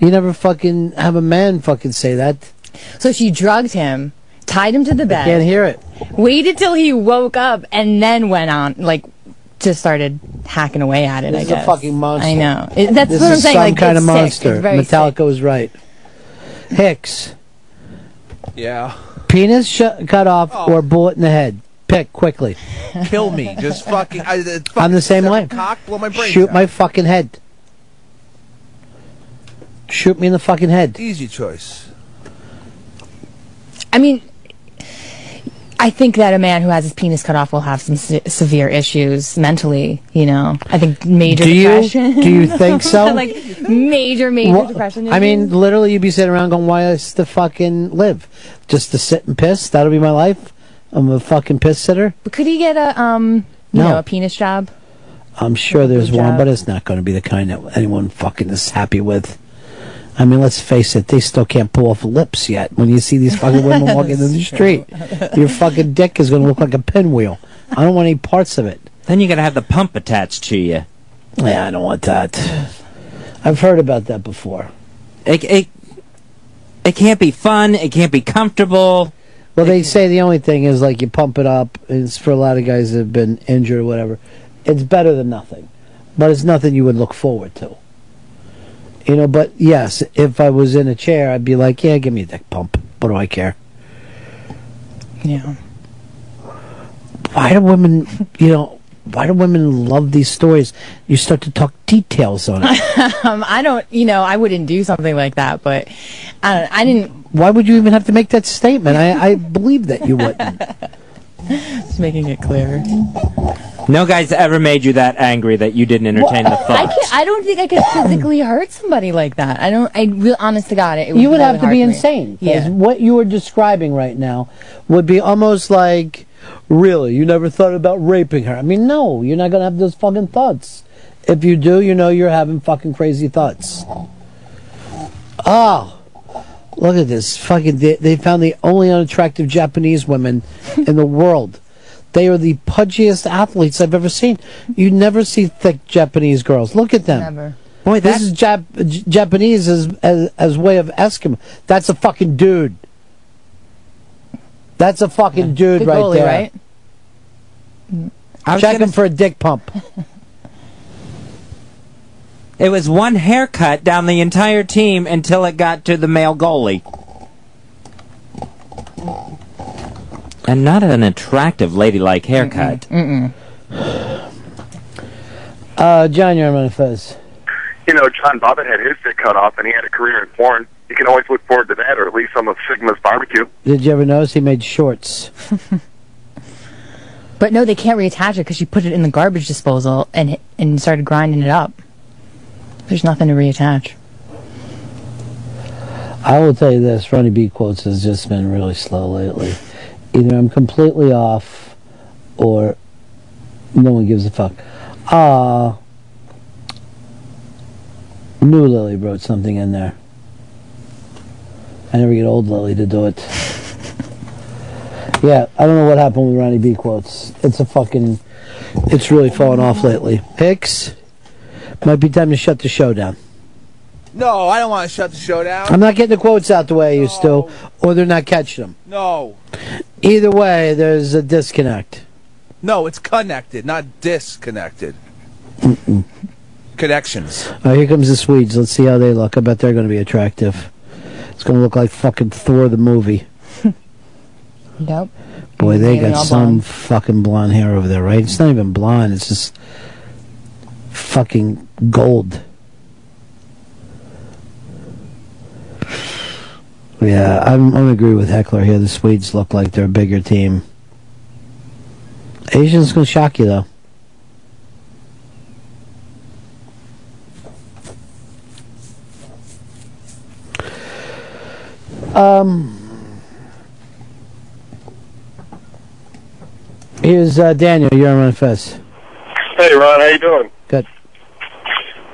You never fucking have a man fucking say that.
So she drugged him, tied him to the bed.
Can't hear it.
Waited till he woke up and then went on like just started hacking away at it.
This
I
is a
guess
fucking monster.
I know. It- that's
this
what I'm
is
saying.
Some
like
kind
it's
of
sick.
monster.
It's very sick.
Metallica was right. Hicks,
Yeah.
penis sh- cut off or bullet in the head. Pick quickly.
Kill me. Just fucking. I, it's
I'm
fucking
the same
severed
way.
Cock, blow my brains
Shoot
out.
my fucking head. Shoot me in the fucking head.
Easy choice.
I mean, I think that a man who has his penis cut off will have some se- severe issues mentally. You know, I think major
Do you-
depression.
do you think so?
like major, major
Wha-
depression.
I mean, literally, you'd be sitting around going, "Why is to fucking live? Just to sit and piss? That'll be my life." I'm a fucking piss sitter.
But could he get a um you
No.
know a penis job?
I'm sure there's
good
one,
job.
but it's not going to be the kind that anyone fucking is happy with. I mean, let's face it, they still can't pull off lips yet. When you see these fucking women walking in the street, your fucking dick is going to look like a pinwheel. I don't want any parts of it.
Then you gotta have the pump attached to you.
Yeah, I don't want that. I've heard about that before.
It, it, it can't be fun. It can't be comfortable.
Well, they say the only thing is like you pump it up. and It's for a lot of guys that have been injured or whatever. It's better than nothing, but it's nothing you would look forward to. You know, but yes, if I was in a chair, I'd be like, yeah, give me a dick pump. What do I care?
Yeah.
Why do women, you know, why do women love these stories? You start to talk details on it.
um, I don't, you know, I wouldn't do something like that, but I don't, I didn't.
why would you even have to make that statement? I, I believe that you wouldn't.
Just making it clear.
No guy's ever made you that angry that you didn't entertain the
I
thought.
can't. I don't think I could physically hurt somebody like that. I don't. I real honest to God, it.
you would
really
have to
hard
be
for me.
insane. 'cause
Yeah.
What you are describing right now would be almost like, really, you never thought about raping her. I mean, no, you're not going to have those fucking thoughts. If you do, you know you're having fucking crazy thoughts. Oh, look at this. Fucking, they, they found the only unattractive Japanese women in the world. They are the pudgiest athletes I've ever seen. You never see thick Japanese girls. Look at them.
Never.
Boy, this is Jap- J- Japanese as, as as way of Eskimo. That's a fucking dude. That's a fucking dude
Good
right
goalie,
there.
right?
I was
Check
gonna
him for a dick pump.
It was one haircut down the entire team until it got to the male goalie. And not an attractive ladylike haircut.
Mm-mm. Uh, John, you're on fez.
You know, John Bobbitt had his dick cut off, and he had a career in porn. You can always look forward to that, or at least some of Sigma's barbecue.
Did you ever notice he made shorts?
But no, they can't reattach it because she put it in the garbage disposal and and started grinding it up. There's nothing to reattach.
I will tell you this: Ronnie B quotes has just been really slow lately. Either I'm completely off, or no one gives a fuck. Uh new Lily wrote something in there. I never get old Lily to do it. yeah, I don't know what happened with Ronnie B quotes. It's a fucking, it's really fallen off lately. Hicks, might be time to shut the show down.
No, I don't want to shut the show down.
I'm not getting the quotes out the way I used to, or they're not catching them.
No.
Either way, there's a disconnect.
No, it's connected, not disconnected. Connections.
Oh, here comes the Swedes. Let's see how they look. I bet they're going to be attractive. It's going to look like fucking Thor the movie.
Nope.
Boy, they
Maybe
got
all
some
blonde.
fucking blonde hair over there, right? It's not even blonde. It's just fucking gold. Yeah, I'm, I'm gonna agree with Heckler here. The Swedes look like they're a bigger team. Asians gonna shock you though. Um, here's uh, Daniel. You're on Fest.
Hey, Ron, how you doing?
Good.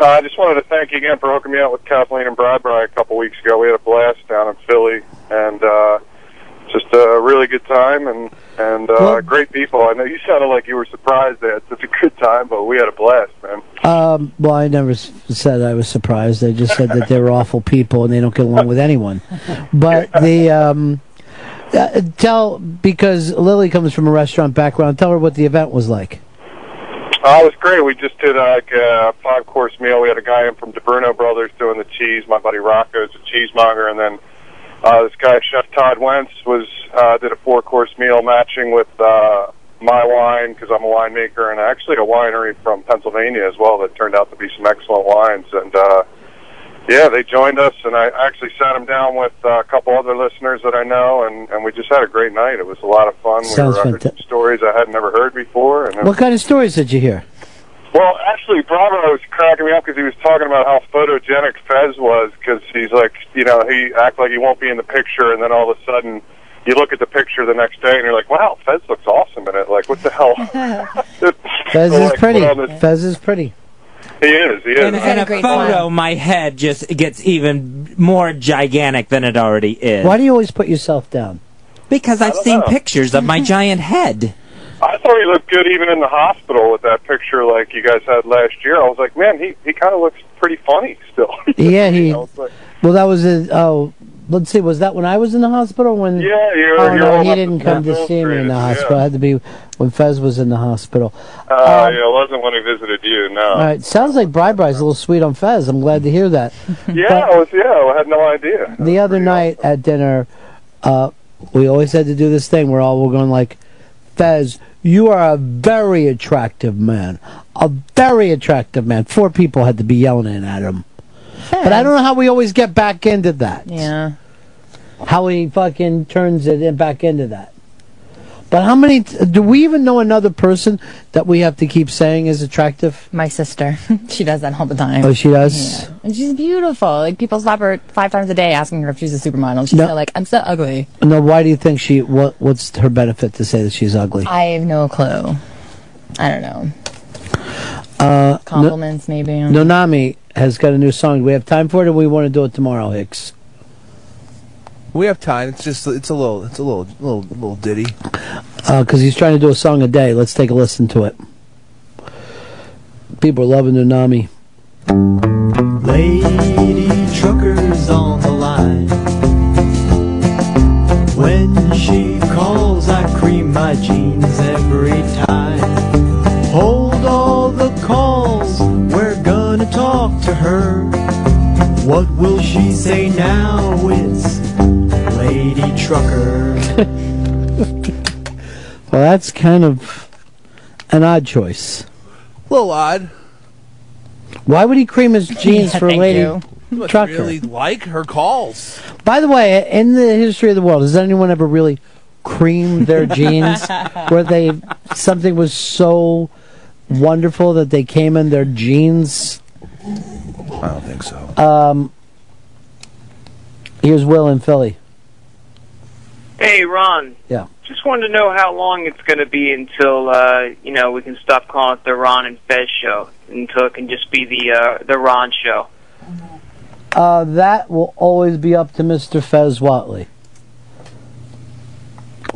Uh, I just wanted to thank you again for hooking me up with Kathleen and Bradbury a couple weeks ago. We had a blast down in Philly, and uh, just a really good time and and uh, great people. I know you sounded like you were surprised they had such a good time, but we had a blast, man.
Um, well, I never s- said I was surprised. I just said that they were awful people and they don't get along with anyone. But the um, uh, tell because Lily comes from a restaurant background. Tell her what the event was like.
Uh, it was great. We just did uh, like a five course meal. We had a guy in from DeBruno Brothers doing the cheese. My buddy Rocco's a cheesemonger, and then uh, this guy Chef Todd Wentz was uh, did a four course meal matching with uh, my wine because I'm a winemaker and actually a winery from Pennsylvania as well that turned out to be some excellent wines. And uh, yeah, they joined us, and I actually sat him down with uh, a couple other listeners that I know, and, and we just had a great night. It was a lot of fun.
Sounds
we were heard some stories I had never heard before, and it
What kind of stories did you hear?
well, actually, Bravo was cracking me up because he was talking about how photogenic Fez was because he's like, you know, he act like he won't be in the picture, and then all of a sudden you look at the picture the next day and you're like, wow, Fez looks awesome in it. Like, what the hell?
Fez is
Like,
pretty.
well, this-
Fez is pretty.
he is. He is.
And in a photo, my head just gets even more gigantic than it already is.
Why do you always put yourself down?
Because I've seen pictures of my giant head.
I thought he looked good even in the hospital with that picture like you guys had last year. I was like, man, he, he kind of looks pretty funny still.
Yeah, he.
You know, it's like-
Well, that was a. Oh, let's see. Was that when I was in the hospital? When
Yeah, you were-
oh,
you were
no,
all
he
up
didn't
in
come
Fez
to see me in
Illustrated,
the hospital.
yeah.
I had to be when Fez was in the hospital.
Uh, yeah, it wasn't when he visited you, no.
All right, sounds like Bribery's a little sweet on Fez. I'm glad to hear that.
Yeah, I was, yeah, I had no idea.
The other night at dinner, uh, we always had to do this thing where all we're going like, Fez, you are a very attractive man, a very attractive man. Four people had to be yelling it at him, but I don't know how we always get back into that.
Yeah.
How he fucking turns it in back into that. But how many do we even know another person that we have to keep saying is attractive?
My sister, she does that all the time.
Oh, she does.
And she's beautiful. Like people stop her five times a day asking her if she's a supermodel. She's
No.
still like, I'm so ugly.
No, why do you think she? What what's her benefit to say that she's ugly?
Uh,
I have no clue. I don't know.
Uh,
Compliments, maybe.
No, Nonami has got a new song. Do we have time for it, or we want to do it tomorrow, Hicks?
We have time. It's just it's a little it's a little little little ditty.
Because Uh, he's trying to do a song a day. Let's take a listen to it. People are loving Nonami.
Lady truckers on the line. When she calls, I cream my jeans every time. Hold all the calls, we're gonna talk to her. What will she say now? It's Lady Trucker.
Well, that's kind of an odd choice.
little odd.
Why would he cream his jeans
Yeah,
for a
thank
lady
you. You must
trucker?
really like her calls.
By the way, in the history of the world, has anyone ever really creamed their jeans where they something was so wonderful that they came in their jeans?
I don't think so.
Um, here's Will in Philly.
Hey, Ron.
Yeah.
Just wanted to know how long it's going to be until uh, you know we can stop calling it the Ron and Fez show until it can just be the uh, the Ron show.
Uh, that will always be up to Mr. Fez Watley.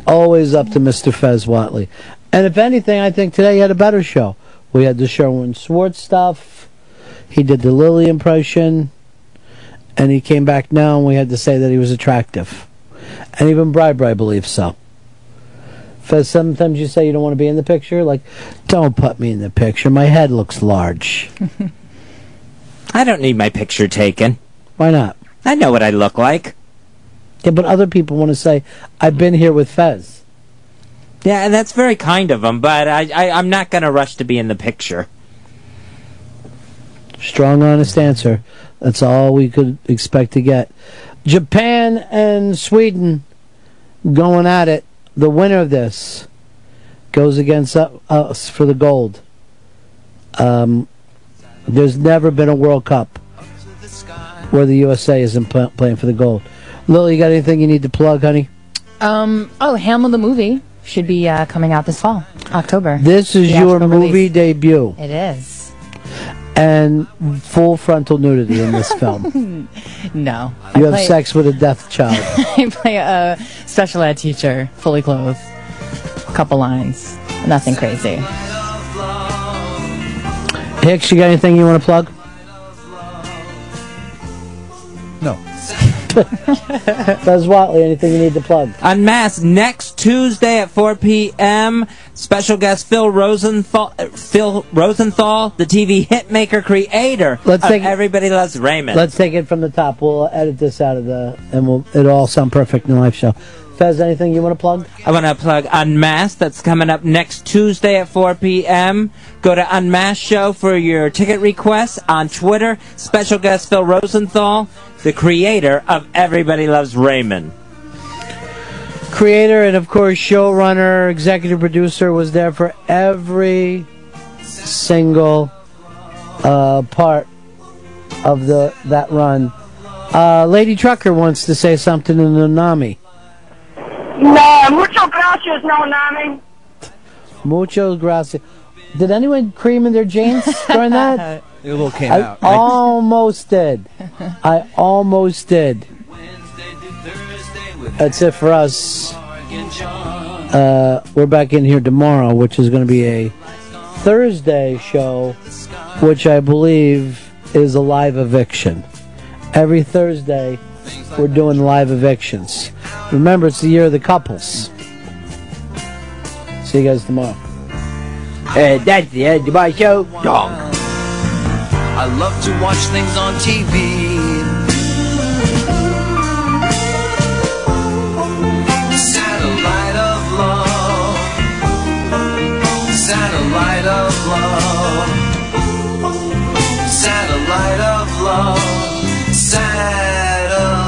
Always up to Mr. Fez Watley. And if anything, I think today he had a better show. We had the Sherwin Schwartz stuff. He did the Lily impression. And he came back now and we had to say that he was attractive. And even Bribery believes so. Fez, sometimes you say you don't want to be in the picture. Like, don't put me in the picture. My head looks large.
I don't need my picture taken.
Why not?
I know what I look like.
Yeah, but other people want to say, I've been here with Fez.
Yeah, and that's very kind of him, but I, I, I'm not going to rush to be in the picture.
Strong, honest answer. That's all we could expect to get. Japan and Sweden going at it. The winner of this goes against u- us for the gold. Um, there's never been a World Cup where the USA isn't pl- playing for the gold. Lily, you got anything you need to plug, honey?
Um. Oh, Hamel the movie should be uh, coming out this fall, October.
This is
The
your
actual
movie
release.
debut
It is.
and full frontal nudity in this film.
no. I
You have
play-
sex with a death child.
I play a special ed teacher, fully clothed. A couple lines. Nothing crazy.
Hicks, you got anything you want to plug?
No.
Does Watley anything you need to plug?
Unmasked next Tuesday at 4 p.m. Special guest Phil Rosenthal, uh, Phil Rosenthal, the TV hitmaker creator
Let's
of
take-
Everybody Loves Raymond.
Let's take it from the top. We'll edit this out of the, and we'll it'll all sound perfect in the live show. Fez, anything you want to plug?
I want to plug Unmasked. That's coming up next Tuesday at 4 p.m. Go to Unmasked Show for your ticket requests on Twitter. Special guest Phil Rosenthal, the creator of Everybody Loves Raymond.
Creator and of course showrunner, executive producer was there for every single uh, part of the that run. Uh, Lady Trucker wants to say something to Nanami.
No, mucho gracias, no nami.
Mucho gracias. Did anyone cream in their jeans during that?
It little came
I
out.
almost did. I almost did. That's it for us. Uh, we're back in here tomorrow, which is going to be a Thursday show, which I believe is a live eviction. Every Thursday, we're doing live evictions. Remember, it's the year of the couples. See you guys tomorrow.
Uh, that's the end of my show. Dong.
I love to watch things on TV. Satellite of love. Satellite of love. Satellite of love. Satellite of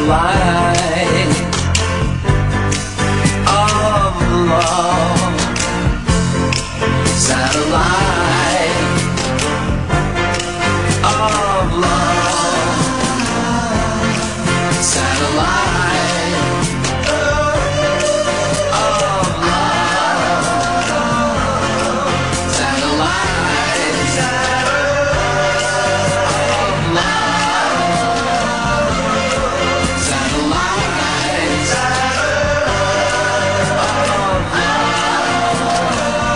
Satellite of love. Satellite of love. Satellite of love. Satellite of love. Satellite of love.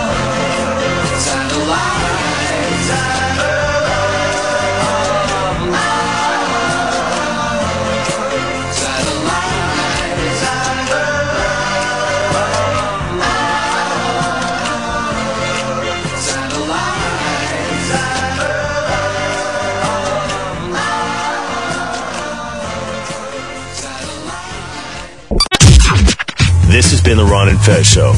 This has been the Ron and Fez Show.